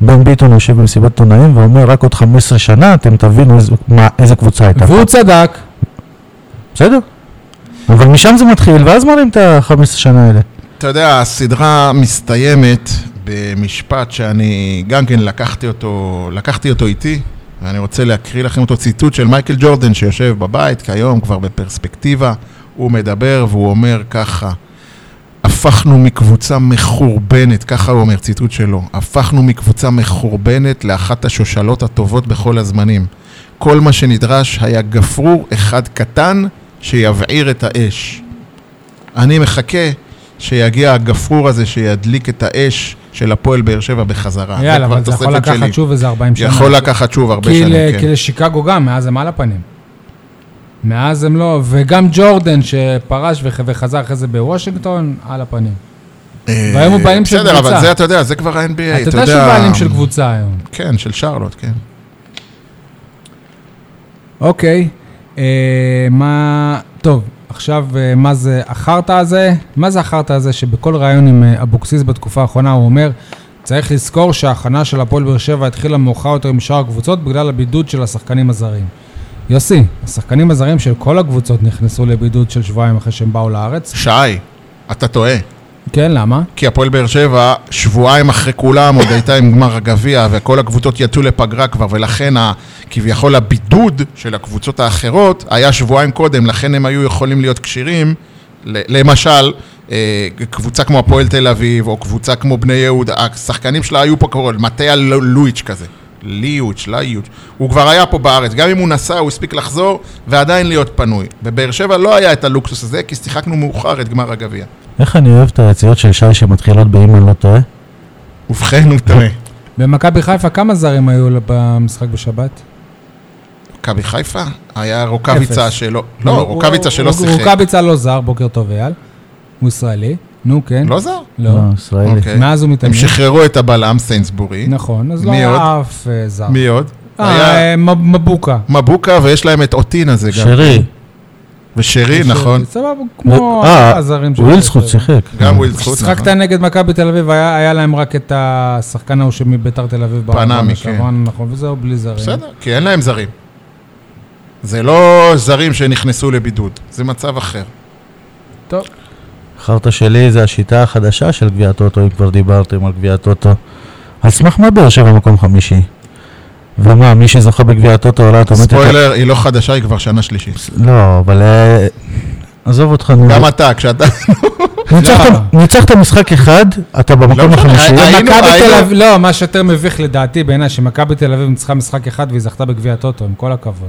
Speaker 2: בן ביטון יושב במסיבת עיתונאים ואומר, רק עוד 15 שנה אתם תבינו איזה, מה, איזה קבוצה הייתה.
Speaker 1: והוא צדק.
Speaker 2: בסדר. אבל משם זה מתחיל, ואז מראים את ה-15 שנה האלה.
Speaker 3: אתה יודע, הסדרה מסתיימת במשפט שאני גם כן לקחתי אותו, לקחתי אותו איתי, ואני רוצה להקריא לכם אותו ציטוט של מייקל ג'ורדן שיושב בבית, כיום כבר בפרספקטיבה, הוא מדבר והוא אומר ככה, הפכנו מקבוצה מחורבנת, ככה הוא אומר, ציטוט שלו, הפכנו מקבוצה מחורבנת לאחת השושלות הטובות בכל הזמנים. כל מה שנדרש היה גפרור אחד קטן שיבעיר את האש. אני מחכה שיגיע הגפרור הזה שידליק את האש של הפועל באר שבע בחזרה.
Speaker 1: יאללה,
Speaker 3: אה, כבר
Speaker 1: אבל זה יכול
Speaker 3: תוספת שלי.
Speaker 1: לקחת שוב איזה 40 שנה.
Speaker 3: יכול לקחת שוב הרבה
Speaker 1: כי
Speaker 3: שנים,
Speaker 1: ל-
Speaker 3: כן.
Speaker 1: כי לשיקגו גם, מאז הם על הפנים. מאז הם לא, וגם ג'ורדן שפרש וח- וחזר אחרי זה בוושינגטון, על הפנים.
Speaker 3: אה,
Speaker 1: והיום הוא בעלים של
Speaker 3: בסדר, אבל
Speaker 1: קבוצה.
Speaker 3: זה, אתה יודע, זה כבר ה-NBA, אתה יודע...
Speaker 1: אתה יודע שהוא בעלים של קבוצה היום.
Speaker 3: כן, של שרלוט, כן.
Speaker 1: אוקיי, אה, מה... טוב, עכשיו, אה, מה זה החרטא הזה? מה זה החרטא הזה שבכל ראיון עם אה, אבוקסיס בתקופה האחרונה הוא אומר, צריך לזכור שההכנה של הפועל באר שבע התחילה מאוחר יותר עם שאר הקבוצות בגלל הבידוד של השחקנים הזרים. יוסי, השחקנים הזרים של כל הקבוצות נכנסו לבידוד של שבועיים אחרי שהם באו לארץ.
Speaker 3: שי, אתה טועה.
Speaker 1: כן, למה?
Speaker 3: כי הפועל באר שבע, שבועיים אחרי כולם, עוד הייתה עם גמר הגביע, וכל הקבוצות יצאו לפגרה כבר, ולכן ה- כביכול הבידוד של הקבוצות האחרות היה שבועיים קודם, לכן הם היו יכולים להיות כשירים, ל- למשל, אה, קבוצה כמו הפועל תל אביב, או קבוצה כמו בני יהודה, השחקנים שלה היו פה כבר, מטה לואיץ' כזה. ליוץ', ליוץ', הוא כבר היה פה בארץ, גם אם הוא נסע, הוא הספיק לחזור ועדיין להיות פנוי. בבאר שבע לא היה את הלוקסוס הזה, כי שיחקנו מאוחר את גמר הגביע.
Speaker 2: איך אני אוהב את היציאות של שי שמתחילות באם אני לא טועה?
Speaker 3: ובכן, הוא טועה.
Speaker 1: במכבי חיפה כמה זרים היו לה- במשחק בשבת?
Speaker 3: מכבי חיפה? היה רוקאביצה
Speaker 1: אפס.
Speaker 3: שלא... לא,
Speaker 1: הוא-
Speaker 3: רוקאביצה
Speaker 1: הוא-
Speaker 3: שלא
Speaker 1: הוא-
Speaker 3: שיחק.
Speaker 1: רוקאביצה לא זר, בוקר טוב אייל. הוא ישראלי. נו, כן.
Speaker 3: לא זר?
Speaker 1: לא.
Speaker 2: אה, ישראלי.
Speaker 3: אוקיי.
Speaker 1: מאז הוא מתאמן.
Speaker 3: הם שחררו את הבלם סיינסבורי.
Speaker 1: נכון, אז לא
Speaker 3: מי
Speaker 1: היה
Speaker 3: עוד?
Speaker 1: אף אה, זר.
Speaker 3: מי עוד? היה
Speaker 1: אה, אה, מב- מבוקה.
Speaker 3: מבוקה ויש להם את אוטין הזה גם.
Speaker 2: שרי.
Speaker 3: ושרי, נכון.
Speaker 1: סבבה, כמו
Speaker 2: אה,
Speaker 1: הזרים
Speaker 2: ווילסחוט שיחק.
Speaker 1: אה,
Speaker 2: כן.
Speaker 3: גם נכון. ווילד חוץ.
Speaker 1: כששחקת נגד מכבי תל אביב, היה היה להם רק את השחקן ההוא שמביתר תל אביב. בעונה
Speaker 3: פנמי,
Speaker 1: שעברה, נכון, וזהו, בלי זרים.
Speaker 3: כן. בסדר, כי אין להם זרים. זה לא זרים שנכנסו לבידוד, זה מצב אחר.
Speaker 1: טוב.
Speaker 2: חרטא שלי זה השיטה החדשה של גביע הטוטו, אם כבר דיברתם על גביע הטוטו. על סמך מה באר שבע מקום חמישי? ומה, מי שזוכה בגביע הטוטו עולה אוטומטית...
Speaker 3: ספוילר, היא לא חדשה, היא כבר שנה שלישית.
Speaker 2: לא, אבל... אה, עזוב אותך, נו.
Speaker 3: גם אתה, כשאתה...
Speaker 2: ניצחת-
Speaker 1: למה?
Speaker 2: ניצחת משחק אחד, אתה במקום
Speaker 3: משנה,
Speaker 2: החמישי.
Speaker 3: אה, אה, היינו-
Speaker 1: מכבי תל
Speaker 3: היינו-
Speaker 1: אביב, לא, מה שיותר מביך לדעתי בעיניי, שמכבי תל אביב ניצחה משחק אחד והיא זכתה בגביע הטוטו, עם כל הכבוד.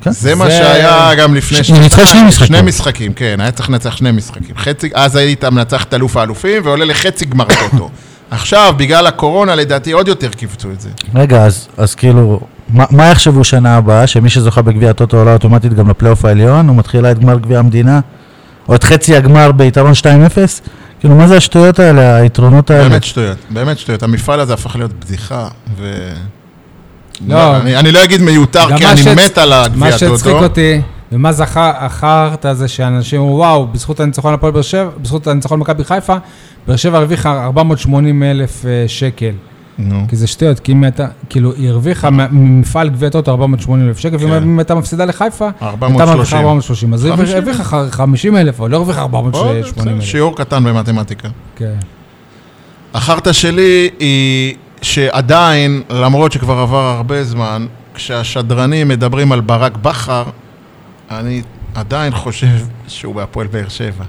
Speaker 2: כן.
Speaker 3: זה מה
Speaker 1: זה-
Speaker 3: שהיה גם לפני...
Speaker 2: ש- ניצחה שני משחקים.
Speaker 3: שני משחקים, כן, היה צריך לנצח שני משחקים. חצי, אז היית מנצח את אלוף האלופים ועולה לחצי גמר טוטו. עכשיו, בגלל הקורונה, לדעתי עוד יותר קיווצו את זה.
Speaker 2: רגע, אז- אז כאילו, מה- מה יחשבו שנה הבאה? שמי שזוכה בגביע הטוטו עולה אוטומטית גם לפלייאוף העליון? הוא מתחילה את גמר גביע המדינה? או את חצי הגמר ביתרון 2-0? כאילו, מה זה השטויות האלה, היתרונות האלה?
Speaker 3: באמת שטויות, באמת שטויות. המפעל הזה הפך להיות בדיחה, ו...
Speaker 1: לא.
Speaker 3: לא, אני אני לא אגיד מיותר,
Speaker 1: גם
Speaker 3: כי
Speaker 1: מה
Speaker 3: אני
Speaker 1: שהצ-
Speaker 3: מת על
Speaker 1: מה
Speaker 3: הגביע
Speaker 1: שהצחיק
Speaker 3: טוטו.
Speaker 1: אותי, ומה זכר החרטא זה שאנשים אמרו, וואו, בזכות הניצחון על הפועל באר שבע, בזכות הניצחון על מכבי חיפה, באר שבע הרוויחה 480 אלף אה, שקל.
Speaker 3: נו.
Speaker 1: כי זה שטויות, כי אם הייתה, כאילו, היא הרוויחה מה- ממפעל גביע טוטו 480 אלף שקל,
Speaker 3: כן. אה,
Speaker 1: ואם הייתה מפסידה לחיפה, הייתה
Speaker 3: 430.
Speaker 1: מרוויחה 430. אז היא
Speaker 3: 50.
Speaker 1: הרוויחה 50 אלף, אבל לא הרוויחה 480
Speaker 3: אה, בסדר,
Speaker 1: אלף.
Speaker 3: שיעור קטן במתמטיקה.
Speaker 1: כן.
Speaker 3: החרטא שלי היא שעדיין, למרות שכבר עבר הרבה זמן, כשהשדרנים מדברים על ברק בכר, אני עדיין חושב שהוא בהפועל באר שבע.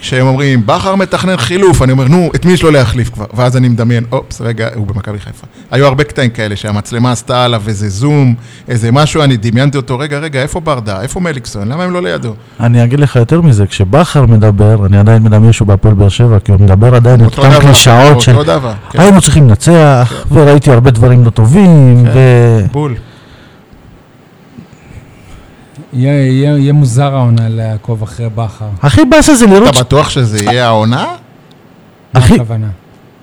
Speaker 3: כשהם אומרים, בכר מתכנן חילוף, אני אומר, נו, את מי יש לו להחליף כבר? ואז אני מדמיין, אופס, רגע, הוא במכבי חיפה. היו הרבה קטעים כאלה שהמצלמה עשתה עליו איזה זום, איזה משהו, אני דמיינתי אותו, רגע, רגע, איפה ברדה? איפה מליקסון? למה הם לא לידו?
Speaker 2: אני אגיד לך יותר מזה, כשבכר מדבר, אני עדיין מדמיין שהוא בהפועל באר שבע, כי הוא מדבר עדיין את
Speaker 3: אותו
Speaker 2: אותן
Speaker 3: דבר,
Speaker 2: קלישאות של
Speaker 3: אותו דבר, כן,
Speaker 2: היינו צריכים לנצח, וראיתי הרבה דברים לא
Speaker 3: כן.
Speaker 2: טובים, ו...
Speaker 3: בול.
Speaker 1: יהיה- יהיה יהיה מוזר העונה לעקוב אחרי בכר.
Speaker 2: הכי באסה זה לראות,
Speaker 3: אתה בטוח שזה יהיה העונה?
Speaker 1: מה
Speaker 2: הכי-
Speaker 1: הכוונה?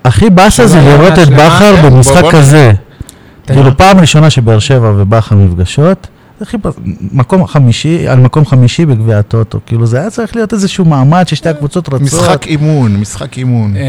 Speaker 2: הכי באסה זה
Speaker 1: שלא היה
Speaker 2: לראות את
Speaker 1: השלמה,
Speaker 2: בכר
Speaker 3: כן,
Speaker 2: במשחק
Speaker 3: בוא- בוא-
Speaker 2: כזה.
Speaker 1: תן
Speaker 2: כאילו
Speaker 1: לו.
Speaker 2: פעם ראשונה שבאר שבע ובכר נפגשות, זה הכי באסה, מקום חמישי, על מקום חמישי בגביע הטוטו, כאילו זה היה צריך להיות איזשהו מעמד ששתי הקבוצות רצות.
Speaker 3: משחק אימון, משחק אימון.
Speaker 1: אה,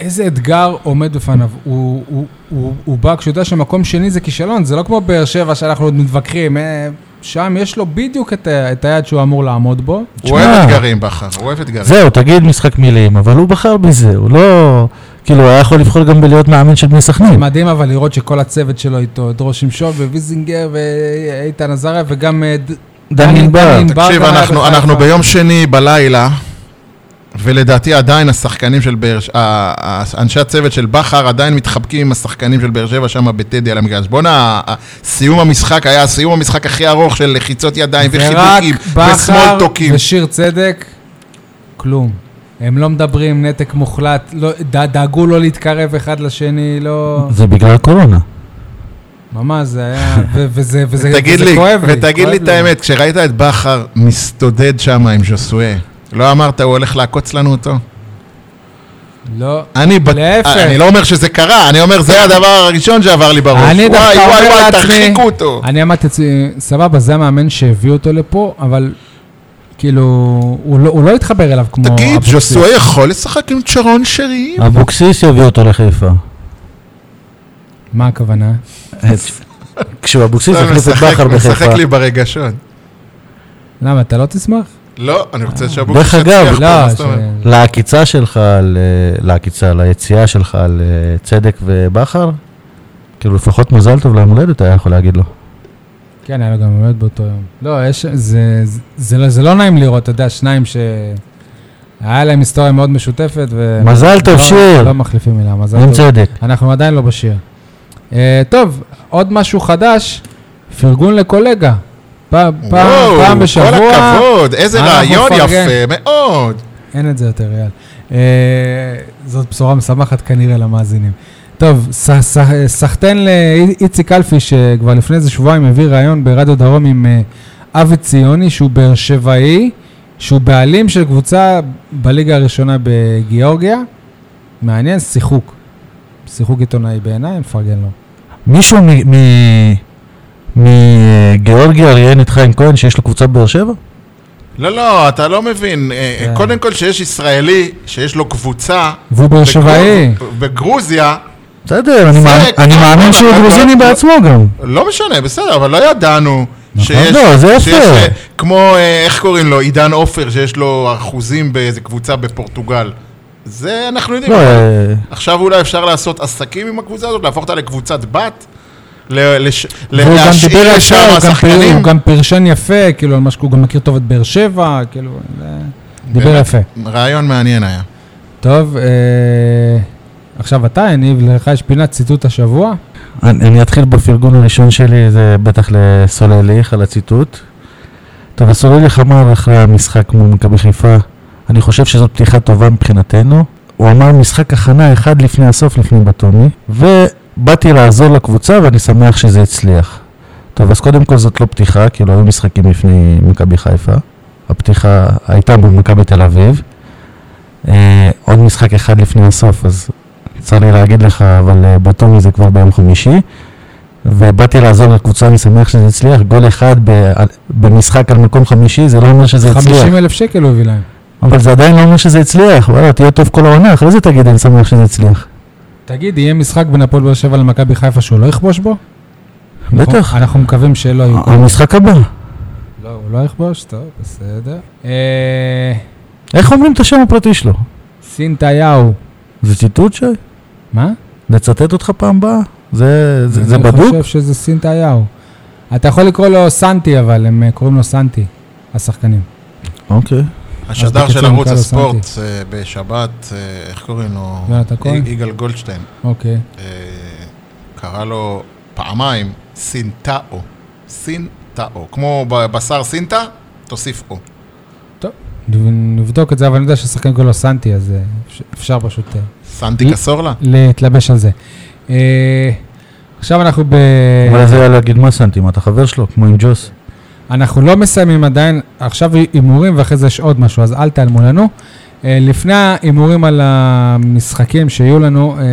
Speaker 1: איזה אתגר עומד בפניו? הוא, הוא, הוא, הוא בא כשהוא יודע שמקום שני זה כישלון, זה לא כמו באר שבע שאנחנו עוד מתווכחים. אה, שם יש לו בדיוק את, ה- את היד שהוא אמור לעמוד בו.
Speaker 3: הוא
Speaker 2: תשמע.
Speaker 3: אוהב אתגרים, בכר, הוא אוהב אתגרים.
Speaker 2: זהו, תגיד משחק מילים, אבל הוא בחר בזה, הוא לא... כאילו, הוא היה יכול לבחור גם בלהיות מאמן של בני סכנין.
Speaker 1: מדהים אבל לראות שכל הצוות שלו איתו, דרור שמשון וויזינגר ואיתן עזריה וגם אה, ד-
Speaker 2: דן ענבר.
Speaker 1: ענבר
Speaker 3: תקשיב,
Speaker 1: גם היה
Speaker 3: אנחנו,
Speaker 1: בחיפה.
Speaker 3: אנחנו ביום שני בלילה, ולדעתי עדיין השחקנים של באר שבע, אנשי הצוות של בכר עדיין מתחבקים עם השחקנים של באר שבע שם בטדי על המגרש. בואנה, ה- סיום המשחק היה סיום המשחק הכי ארוך של לחיצות ידיים
Speaker 1: ורק
Speaker 3: וחיבוקים
Speaker 1: בכר
Speaker 3: וסמולטוקים.
Speaker 1: ושיר צדק, כלום. הם לא מדברים, נתק מוחלט, לא, ד, דאגו לא להתקרב אחד לשני, לא...
Speaker 2: זה בגלל הקורונה.
Speaker 1: ממש, זה היה... ו- וזה, וזה,
Speaker 3: תגיד
Speaker 1: וזה
Speaker 3: לי,
Speaker 1: כואב לי.
Speaker 3: ותגיד
Speaker 1: כואב
Speaker 3: לי את האמת, כשראית את בכר מסתודד שם עם ז'וסואה, לא אמרת, הוא הולך לעקוץ לנו אותו?
Speaker 1: לא.
Speaker 3: אני, בט-
Speaker 1: להפך.
Speaker 3: אני לא אומר שזה קרה, אני אומר, זה הדבר הראשון שעבר לי בראש.
Speaker 1: אני
Speaker 3: וואי,
Speaker 1: דווקא
Speaker 3: וואי,
Speaker 1: אומר
Speaker 3: וואי,
Speaker 1: לעצמי-
Speaker 3: תרחיקו אותו.
Speaker 1: אני אמרתי לעצמי, סבבה, זה המאמן שהביא אותו לפה, אבל כאילו, הוא לא, הוא לא התחבר אליו כמו...
Speaker 3: תגיד,
Speaker 1: אבוקסיס.
Speaker 3: ז'וסואה יכול לשחק עם צ'רון שרי?
Speaker 2: אבוקסיס יביא אותו לחיפה.
Speaker 1: מה הכוונה?
Speaker 2: כשהוא אבוקסיס
Speaker 3: לא,
Speaker 2: החליף את
Speaker 3: משחק-
Speaker 2: בכר בחיפה.
Speaker 3: משחק לי ברגשות.
Speaker 1: למה, אתה לא תשמח?
Speaker 3: לא, אני רוצה
Speaker 2: דרך
Speaker 3: שאבוקסיס
Speaker 2: אגב,
Speaker 3: יצליח פה, מה
Speaker 1: אה, לא,
Speaker 3: זאת
Speaker 1: ש...
Speaker 3: אומרת?
Speaker 2: לעקיצה שלך, על, אה, לעקיצה, ליציאה שלך על אה, צדק ובכר, כאילו לפחות מזל טוב ליום הולדת היה יכול להגיד לו.
Speaker 1: כן, היה לו גם באמת באותו יום. לא, יש, זה, זה, זה, לא, זה לא נעים לראות, אתה יודע, שניים ש... היה להם היסטוריה מאוד משותפת, ו...
Speaker 2: מזל טוב,
Speaker 1: לא,
Speaker 2: שיר.
Speaker 1: לא מחליפים מילה, מזל
Speaker 2: עם
Speaker 1: טוב.
Speaker 2: צדק.
Speaker 1: אנחנו עדיין לא בשיר. Uh, טוב, עוד משהו חדש, פרגון לקולגה. פעם, פעם,
Speaker 3: וואו,
Speaker 1: פעם בשבוע.
Speaker 3: כל הכבוד, איזה
Speaker 1: אנחנו
Speaker 3: רעיון
Speaker 1: נפרגן.
Speaker 3: יפה מאוד.
Speaker 1: אין את זה יותר, אייל. Uh, זאת בשורה משמחת כנראה למאזינים. טוב, ס- ס- סחטיין לאיציק אלפי, שכבר לפני איזה שבועיים הביא ראיון ברדיו דרום עם אה, אבי ציוני, שהוא באר שבעי, שהוא בעלים של קבוצה בליגה הראשונה בגיאורגיה. מעניין, שיחוק. שיחוק עיתונאי בעיניי, מפרגן לו.
Speaker 2: מישהו מ- מ- מגיאורגיה ראיין את חיים כהן שיש לו קבוצה בבאר שבע?
Speaker 3: לא, לא, אתה לא מבין. אה,
Speaker 1: כן.
Speaker 3: קודם כל שיש ישראלי שיש לו קבוצה
Speaker 1: והוא באר שבעי.
Speaker 3: בגרוז- בגרוזיה,
Speaker 2: בסדר, אני מאמין-
Speaker 3: צדק.
Speaker 2: אני מאמין שהוא גרוזיני בעצמו גם.
Speaker 3: לא משנה, בסדר, אבל לא ידענו
Speaker 2: נכון,
Speaker 3: שיש...
Speaker 2: לא, זה יפה.
Speaker 3: שיש, אה, כמו, אה, איך קוראים לו, עידן עופר, שיש לו אחוזים באיזה קבוצה בפורטוגל. זה אנחנו יודעים.
Speaker 2: לא, אה,
Speaker 3: עכשיו אולי אפשר לעשות עסקים עם הקבוצה הזאת, להפוך אותה לקבוצת בת, ל- לש-
Speaker 1: והוא גם דיבר
Speaker 3: להשאיר
Speaker 1: על
Speaker 3: לשם
Speaker 1: שי, הוא גם פר-
Speaker 3: השחקנים.
Speaker 1: הוא גם פרשן יפה, כאילו, על משהו, הוא גם מכיר טוב את באר שבע, כאילו, זה- דיבר
Speaker 3: באמת.
Speaker 1: יפה.
Speaker 3: רעיון מעניין היה.
Speaker 1: טוב, אה, עכשיו אתה, יניב, לך יש פינת ציטוט השבוע?
Speaker 2: אני אני אתחיל בפרגון הראשון שלי, זה בטח לסולליך על הציטוט. טוב, הסולליך אמר אחרי המשחק מול מכבי חיפה, אני חושב שזאת פתיחה טובה מבחינתנו. הוא אמר משחק הכנה אחד לפני הסוף, לפני בטומי, ובאתי לעזור לקבוצה ואני שמח שזה הצליח. טוב, אז קודם כל זאת לא פתיחה, כאילו היו משחקים לפני מכבי חיפה. הפתיחה הייתה מול מכבי תל אביב. אה, עוד משחק אחד לפני הסוף, אז צר לי להגיד לך, אבל אה, בטומי זה כבר ביום חמישי. ובאתי לעזור לקבוצה, אני שמח שזה הצליח. גול אחד ב- על- במשחק על מקום חמישי, זה לא אומר שזה הצליח.
Speaker 1: 50 אלף שקל הוא הביא להם.
Speaker 2: אבל זה עדיין לא אומר שזה הצליח. וואלה, תהיה טוב כל העונה, אחרי זה תגיד, אני שמח שזה הצליח.
Speaker 1: תגיד, יהיה משחק בין הפועל באר שבע למכבי חיפה שהוא לא יכבוש בו?
Speaker 2: בטח. אה,
Speaker 1: אנחנו- אנחנו מקווים שלא יהיו.
Speaker 2: המשחק הבא.
Speaker 1: לא, הוא לא יכבוש, טוב, בסדר. אה,
Speaker 2: איך אומרים את השם הפרטי שלו?
Speaker 1: סינטאיהו.
Speaker 2: זה ציטוט שי?
Speaker 1: מה?
Speaker 2: נצטט אותך פעם באה? זה, זה, זה בדוק?
Speaker 1: אני חושב שזה סינטאיהו. אתה יכול לקרוא לו סנטי, אבל הם אה, קוראים לו סנטי, השחקנים.
Speaker 2: אוקיי.
Speaker 3: השדר
Speaker 1: בקיצור,
Speaker 3: של ערוץ
Speaker 1: נקרא לו
Speaker 3: הספורט אה, בשבת, אה, איך קוראים לו?
Speaker 1: יונתן כהן?
Speaker 3: יג- יגאל גולדשטיין.
Speaker 1: אוקיי.
Speaker 3: אה, קרא לו פעמיים סינטאו. סינטאו. כמו ב- בשר סינטה, תוסיף או.
Speaker 1: נבדוק את זה, אבל אני יודע שהשחקן קורא לו סנטי, אז אה, אפשר- אפשר פשוט אה,
Speaker 3: סנטי קסורלה?
Speaker 1: להתלבש על זה. אה, עכשיו אנחנו ב...
Speaker 2: אבל אז היה להגיד מה סנטי, מה אתה חבר שלו? כמו עם ג'וס.
Speaker 1: אנחנו לא מסיימים עדיין, עכשיו הימורים ואחרי זה יש עוד משהו, אז אל תעלמו לנו. אה, לפני ההימורים על המשחקים שיהיו לנו, אה,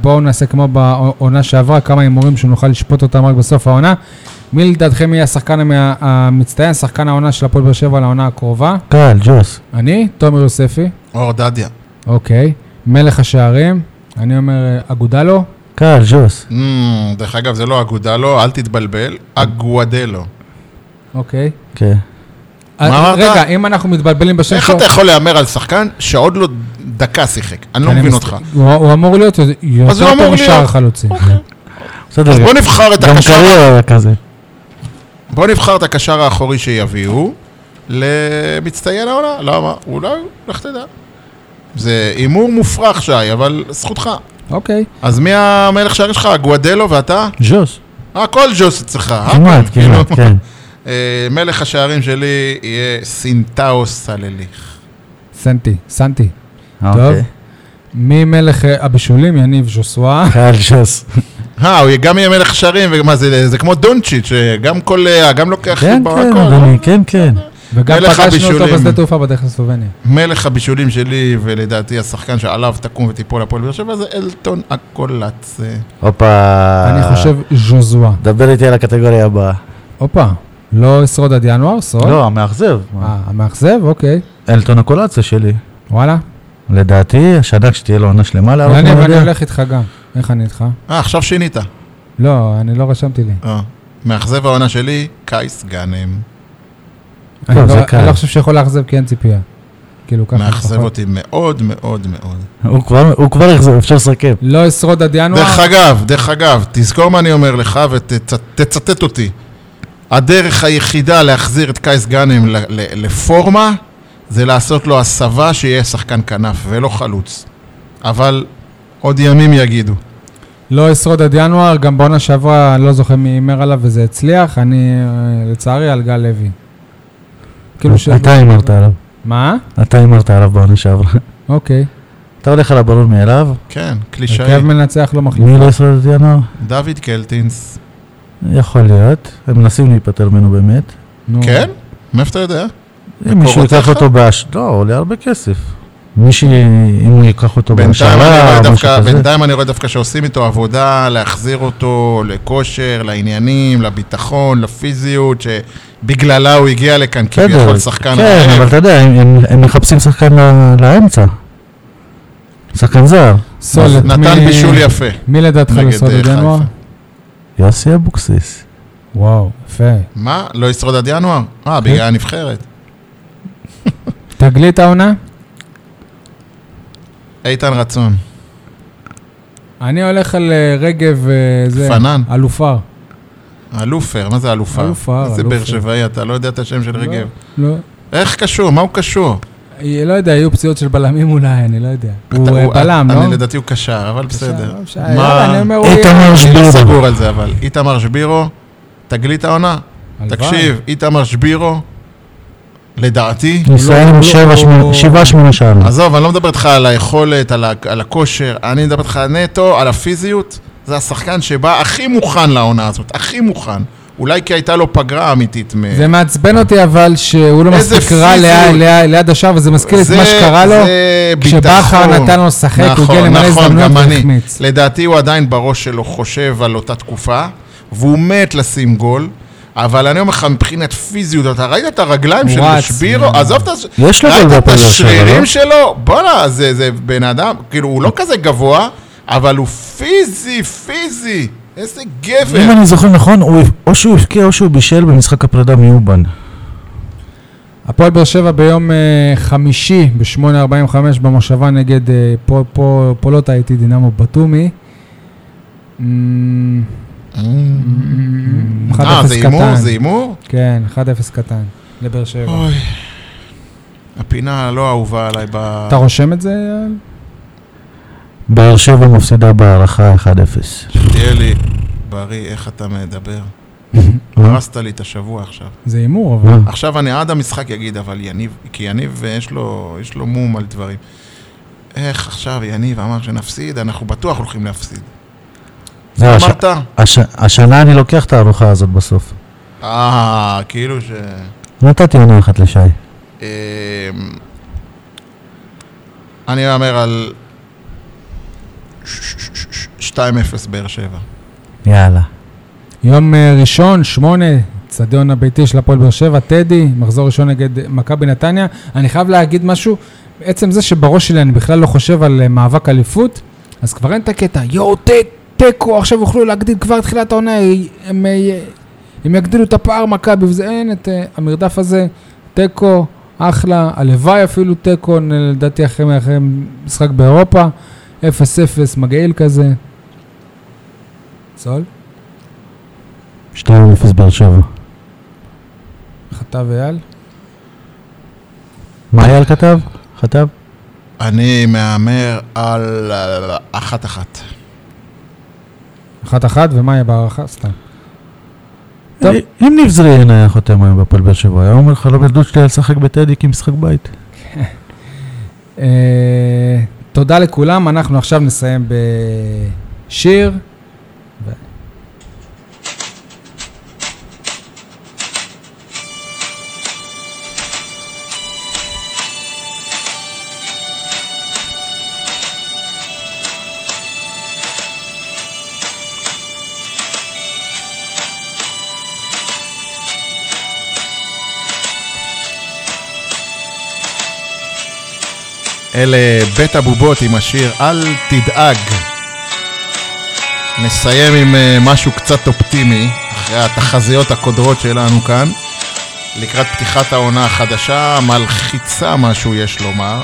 Speaker 1: בואו נעשה כמו בעונה שעברה, כמה הימורים שנוכל לשפוט אותם רק בסוף העונה. מי לדעתכם יהיה השחקן המ- המצטיין, שחקן העונה של הפועל באר שבע לעונה הקרובה?
Speaker 2: קל, ג'וס.
Speaker 1: אני, תומר יוספי,
Speaker 3: אור דדיה.
Speaker 1: אוקיי. מלך השערים, אני אומר אה, אגודלו,
Speaker 2: קל, ג'וס.
Speaker 3: אמ, דרך אגב, לא, זה לא אגודלו, אל תתבלבל, אגואדלו.
Speaker 1: אוקיי.
Speaker 2: כן.
Speaker 3: מה אמרת?
Speaker 1: רגע, אם אנחנו מתבלבלים בשם
Speaker 3: איך
Speaker 1: שלו...
Speaker 3: אתה יכול להמר על שחקן שעוד לא דקה שיחק? אני לא
Speaker 1: אני
Speaker 3: מבין
Speaker 1: מסת-
Speaker 3: אותך.
Speaker 1: הוא הוא אמור להיות
Speaker 3: אז הוא
Speaker 1: יותר
Speaker 3: אמור
Speaker 1: טוב משאר
Speaker 3: להיות. אוקיי.
Speaker 1: החלוצים.
Speaker 2: בסדר,
Speaker 3: אז בוא נבחר את
Speaker 2: גם
Speaker 3: הקשר
Speaker 2: קריירה היה כזה.
Speaker 3: בוא נבחר את הקשר האחורי שיביאו למצטיין העונה. למה? אולי, לך תדע. זה הימור מופרך, שי, אבל זכותך.
Speaker 1: אוקיי.
Speaker 3: אז מי המלך שערים שלך? גואדלו ואתה?
Speaker 2: ז'וס,
Speaker 3: הכל ג'וס אצלך. אה?
Speaker 2: כמעט,
Speaker 3: כאילו,
Speaker 2: כמעט, כן.
Speaker 3: אה, מלך השערים שלי יהיה סינטאו סלליך.
Speaker 1: סנטי, סנטי.
Speaker 2: אה,
Speaker 1: טוב.
Speaker 2: אוקיי.
Speaker 1: מי מלך אה, הבישולים? יניב ז'וסווה.
Speaker 2: חייל ז'וס.
Speaker 3: אה, הוא יהיה- גם יהיה מלך השערים, ומה זה, זה כמו דונצ'יץ', שגם קולע, גם לוקח
Speaker 2: כן,
Speaker 3: בו
Speaker 2: כן,
Speaker 3: הכל.
Speaker 2: אדוני, כן, כן.
Speaker 1: וגם
Speaker 3: מלך
Speaker 1: פגשנו אותו
Speaker 3: הבישולים.
Speaker 1: בשדה תעופה בדרך לסלובניה.
Speaker 3: מלך הבישולים שלי, ולדעתי השחקן שעליו תקום ותיפול הפועל באר שבע, זה אלטון אקולצה.
Speaker 2: הופה.
Speaker 1: אני חושב ז'וזווה.
Speaker 2: דבר איתי על הקטגוריה הבאה.
Speaker 1: הופה, לא אשרוד עד ינואר? שרוד?
Speaker 2: לא, המאכזב.
Speaker 1: אה, המאכזב? אוקיי.
Speaker 2: אלטון הקולציה שלי. אה,
Speaker 1: וואלה.
Speaker 2: לדעתי, השנה כשתהיה לו עונה שלמה להעלות
Speaker 1: יניב, אני
Speaker 2: מועדון.
Speaker 1: הולך איתך גם. איך אני איתך?
Speaker 3: אה, עכשיו שינית.
Speaker 1: לא, אני לא רשמתי לי.
Speaker 3: אה. מאכזב העונה שלי, קייס גאנם.
Speaker 1: אני
Speaker 2: אה, זה
Speaker 1: לא-
Speaker 2: קל.
Speaker 1: אני לא חושב שיכול לאכזב כי אין ציפייה. כאילו ככה.
Speaker 3: מאכזב
Speaker 1: לפחות.
Speaker 3: אותי מאוד מאוד מאוד.
Speaker 2: הוא כבר- הוא כבר יחזור, אפשר לסכם.
Speaker 1: לא אשרוד עד ינואר?
Speaker 3: דרך אגב, דרך אגב, תזכור מה אני אומר לך ותצטט אותי. הדרך היחידה להחזיר את קייס גאנם ל- ל- לפורמה, זה לעשות לו הסבה שיהיה שחקן כנף ולא חלוץ. אבל עוד ימים יגידו.
Speaker 1: לא אשרוד עד ינואר, גם בעונה שעברה, אני לא זוכר מי הימר עליו וזה הצליח, אני, אה, לצערי, על גל לוי. כאילו ש...
Speaker 2: אתה הימרת עליו.
Speaker 1: מה?
Speaker 2: אתה הימרת עליו בעונה שעברה.
Speaker 1: אוקיי.
Speaker 2: אתה הולך על הברון מאליו,
Speaker 3: כן,
Speaker 1: הרכב
Speaker 3: קלישאי.
Speaker 1: מנצח לא מחליף.
Speaker 2: מי לא ישרוד את ינואר?
Speaker 3: דוד קלטינס.
Speaker 2: יכול להיות. הם מנסים להיפטר ממנו באמת.
Speaker 1: נו.
Speaker 3: כן? מאיפה אתה יודע?
Speaker 2: אם מישהו
Speaker 3: מקורות
Speaker 2: ייקח
Speaker 3: לך?
Speaker 2: אותו באש... לא, עולה הרבה כסף. מישהו, אם הוא ייקח אותו
Speaker 3: בינתיים אני
Speaker 2: בהשאלה,
Speaker 3: רואה
Speaker 2: או משהו
Speaker 3: דווקא-
Speaker 2: כזה.
Speaker 3: בינתיים אני רואה דווקא שעושים איתו עבודה, להחזיר אותו לכושר, לעניינים, לביטחון, לפיזיות, שבגללה הוא הגיע לכאן, כביכול שחקן.
Speaker 2: כן,
Speaker 3: אחר.
Speaker 2: אבל אתה יודע, הם- הם- הם מחפשים שחקן ל- לאמצע. שחקן זר.
Speaker 1: סולת,
Speaker 3: נתן
Speaker 1: מי-
Speaker 3: בישול יפה.
Speaker 1: מי לדעתך
Speaker 3: נגד,
Speaker 1: לסוד
Speaker 3: אה,
Speaker 1: עד ינואר?
Speaker 3: חיפה.
Speaker 2: יוסי אבוקסיס.
Speaker 1: וואו, יפה.
Speaker 3: מה? לא ישרוד עד ינואר?
Speaker 1: כן.
Speaker 3: אה, בגלל הנבחרת.
Speaker 1: תגלית העונה?
Speaker 3: איתן רצון.
Speaker 1: אני הולך על אה, רגב, אה, זה...
Speaker 3: פנן.
Speaker 1: אלופר.
Speaker 3: אלופר, מה זה אלופר?
Speaker 1: אלופר,
Speaker 3: זה
Speaker 1: אלופר.
Speaker 3: באר שבעי, אתה לא יודע את השם של רגב.
Speaker 1: לא,
Speaker 3: איך קשור? מה הוא קשור?
Speaker 1: אה, לא יודע, יהיו פציעות של בלמים אולי, אני לא יודע.
Speaker 3: אתה-
Speaker 1: הוא אה, בלם,
Speaker 3: אני
Speaker 1: לא?
Speaker 3: לדעתי הוא קשר, אבל בסדר.
Speaker 1: לא משנה,
Speaker 3: מה-
Speaker 1: יאללה, אני אומר, הוא יהיה-
Speaker 2: איתמר
Speaker 3: אני לא
Speaker 2: שבירו.
Speaker 3: סגור על זה, אבל. איתמר שבירו, תגלית העונה.
Speaker 1: הלוואי.
Speaker 3: תקשיב, איתמר שבירו, לדעתי,
Speaker 2: ישראל
Speaker 1: הוא
Speaker 2: עם
Speaker 1: לא-
Speaker 2: שבע,
Speaker 1: הוא-
Speaker 2: שמונה- שבעה שמונה שערים.
Speaker 3: עזוב, אני לא מדבר איתך על היכולת, על, ה- על הכושר, אני מדבר איתך נטו, על הפיזיות. זה השחקן שבא הכי מוכן לעונה הזאת, הכי מוכן. אולי כי הייתה לו פגרה אמיתית. מ...
Speaker 1: זה מעצבן אותי אבל שהוא לא
Speaker 3: איזה
Speaker 1: מספיק רע
Speaker 3: פיזיות.
Speaker 1: ליד- ליד- ליד השאר, וזה מזכיר כן, את מה שקרה לו.
Speaker 3: זה
Speaker 1: כשבכר
Speaker 3: ביטחון. נכון,
Speaker 1: נתן לו לשחק, הוא הגיע למלא הזדמנויות
Speaker 3: גם אני.
Speaker 1: והחמיץ.
Speaker 3: לדעתי הוא עדיין בראש שלו חושב על אותה תקופה, והוא מת לשים גול. אבל אני אומר לך, מבחינת פיזיות, אתה ראית את הרגליים
Speaker 1: הוא
Speaker 3: של
Speaker 1: רץ,
Speaker 3: שבירו?
Speaker 1: מה?
Speaker 3: עזוב את הש...
Speaker 2: יש לו גול
Speaker 3: ראית את
Speaker 2: בהפועל באר שבע,
Speaker 3: השרירים
Speaker 2: לא?
Speaker 3: שלו? בואנה, זה, זה בן אדם, כאילו, הוא לא כזה גבוה, אבל הוא פיזי, פיזי. איזה גבר.
Speaker 2: אם אני זוכר נכון, הוא- או שהוא הבקיע או שהוא בישל במשחק הפרידה מאובן.
Speaker 1: הפועל באר שבע ביום אה, חמישי ב-8.45 במושבה נגד אה, פו- פו- פולוטה איתי דינמו בטומי. אמ, אמ, 1-0
Speaker 3: אה, זה הימור?
Speaker 1: קטן.
Speaker 3: זה הימור?
Speaker 1: כן, 1-0 קטן, לבאר שבע.
Speaker 3: אוי, הפינה הלא אהובה עליי ב...
Speaker 1: אתה רושם את זה? אייל?
Speaker 2: באר שבע מפסידה בהערכה 1-0.
Speaker 3: תהיה לי בריא, איך אתה מדבר.
Speaker 2: לא?
Speaker 3: הרסת לי את השבוע עכשיו.
Speaker 1: זה הימור, אבל...
Speaker 3: עכשיו אני עד המשחק אגיד, אבל יניב, כי יניב אה, יש לו, יש לו מום על דברים. איך עכשיו יניב אמר שנפסיד, אנחנו בטוח הולכים להפסיד.
Speaker 2: זהו, הש-
Speaker 3: אמרת?
Speaker 2: הש- השנה אני לוקח את הארוחה הזאת בסוף.
Speaker 3: אה, כאילו ש...
Speaker 2: נתתי עונה אחת לשי.
Speaker 3: אה, אני מהמר על 2-0 באר שבע.
Speaker 2: יאללה.
Speaker 1: יום אה, ראשון, שמונה, צדיון הביתי של הפועל באר שבע, טדי, מחזור ראשון נגד אה, מכבי נתניה. אני חייב להגיד משהו, עצם זה שבראש שלי אני בכלל לא חושב על אה, מאבק אליפות, אז כבר אין את הקטע, יואו, ת- תיקו, עכשיו יוכלו להגדיל כבר תחילת העונה, אה, הם, אה, הם יגדילו את הפער מכבי, וזה אין את אה, המרדף הזה. תיקו, אחלה, הלוואי אפילו תיקו, נ- לדעתי אחרי, אחרי משחק באירופה, 0-0, מגעיל כזה. סול?
Speaker 2: 2-0 באר שבע.
Speaker 1: חטב אייל?
Speaker 2: מה אייל כתב? חטב?
Speaker 3: אני מהמר על אה, אחת-אחת.
Speaker 1: אחת אחת, ומה יהיה בהערכה? סתם. טוב.
Speaker 2: אם נבזרין היה חותם היום בפועל באר שבע, היה אומר לך, לא בילדות שלי היה לשחק בטדי כי משחק בית.
Speaker 1: אה, תודה לכולם, אנחנו עכשיו נסיים בשיר. ו-
Speaker 3: אלה בית הבובות עם השיר "אל תדאג". נסיים עם אה, משהו קצת אופטימי, אחרי התחזיות הקודרות שלנו כאן. לקראת פתיחת העונה החדשה, מלחיצה משהו יש לומר.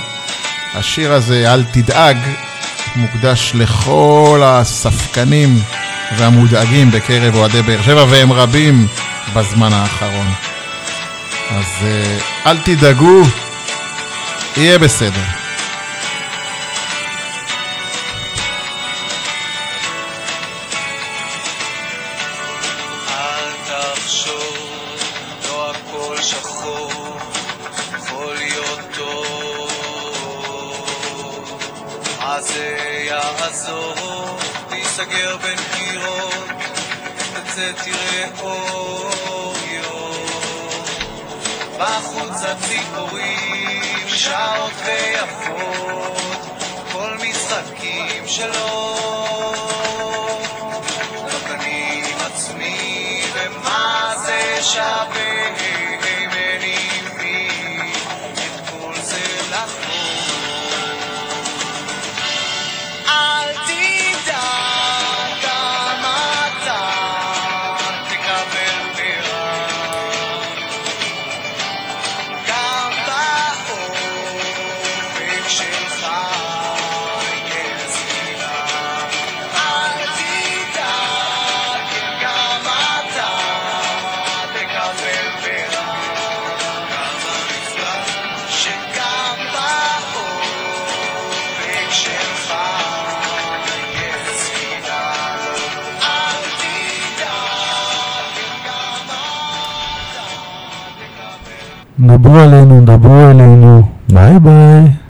Speaker 3: השיר הזה, "אל תדאג", מוקדש לכל הספקנים והמודאגים בקרב אוהדי באר שבע, והם רבים בזמן האחרון. אז אה, אל תדאגו, יהיה בסדר.
Speaker 6: אל תחשוב, לא הכל שחור, יכול להיות טוב. מה זה יעזור? תיסגר בין קירות, תצא תראה אור יום. בחוץ הציפורים שעות ויפות, כל משחקים שלו. רק אני עם עצמי, ומה זה שווה ממני מי את כל זה לחבור. אל תדאג, גם אתה תקבל מרע. גם באופק שלך יהיה סביבה. אל תדאג, גם אתה תקבל ברע. גם במפגש שגם באופק שלך יהיה סביבה. אל תדאג, גם אתה תקבל
Speaker 2: דברו עלינו, דברו אלינו. ביי ביי.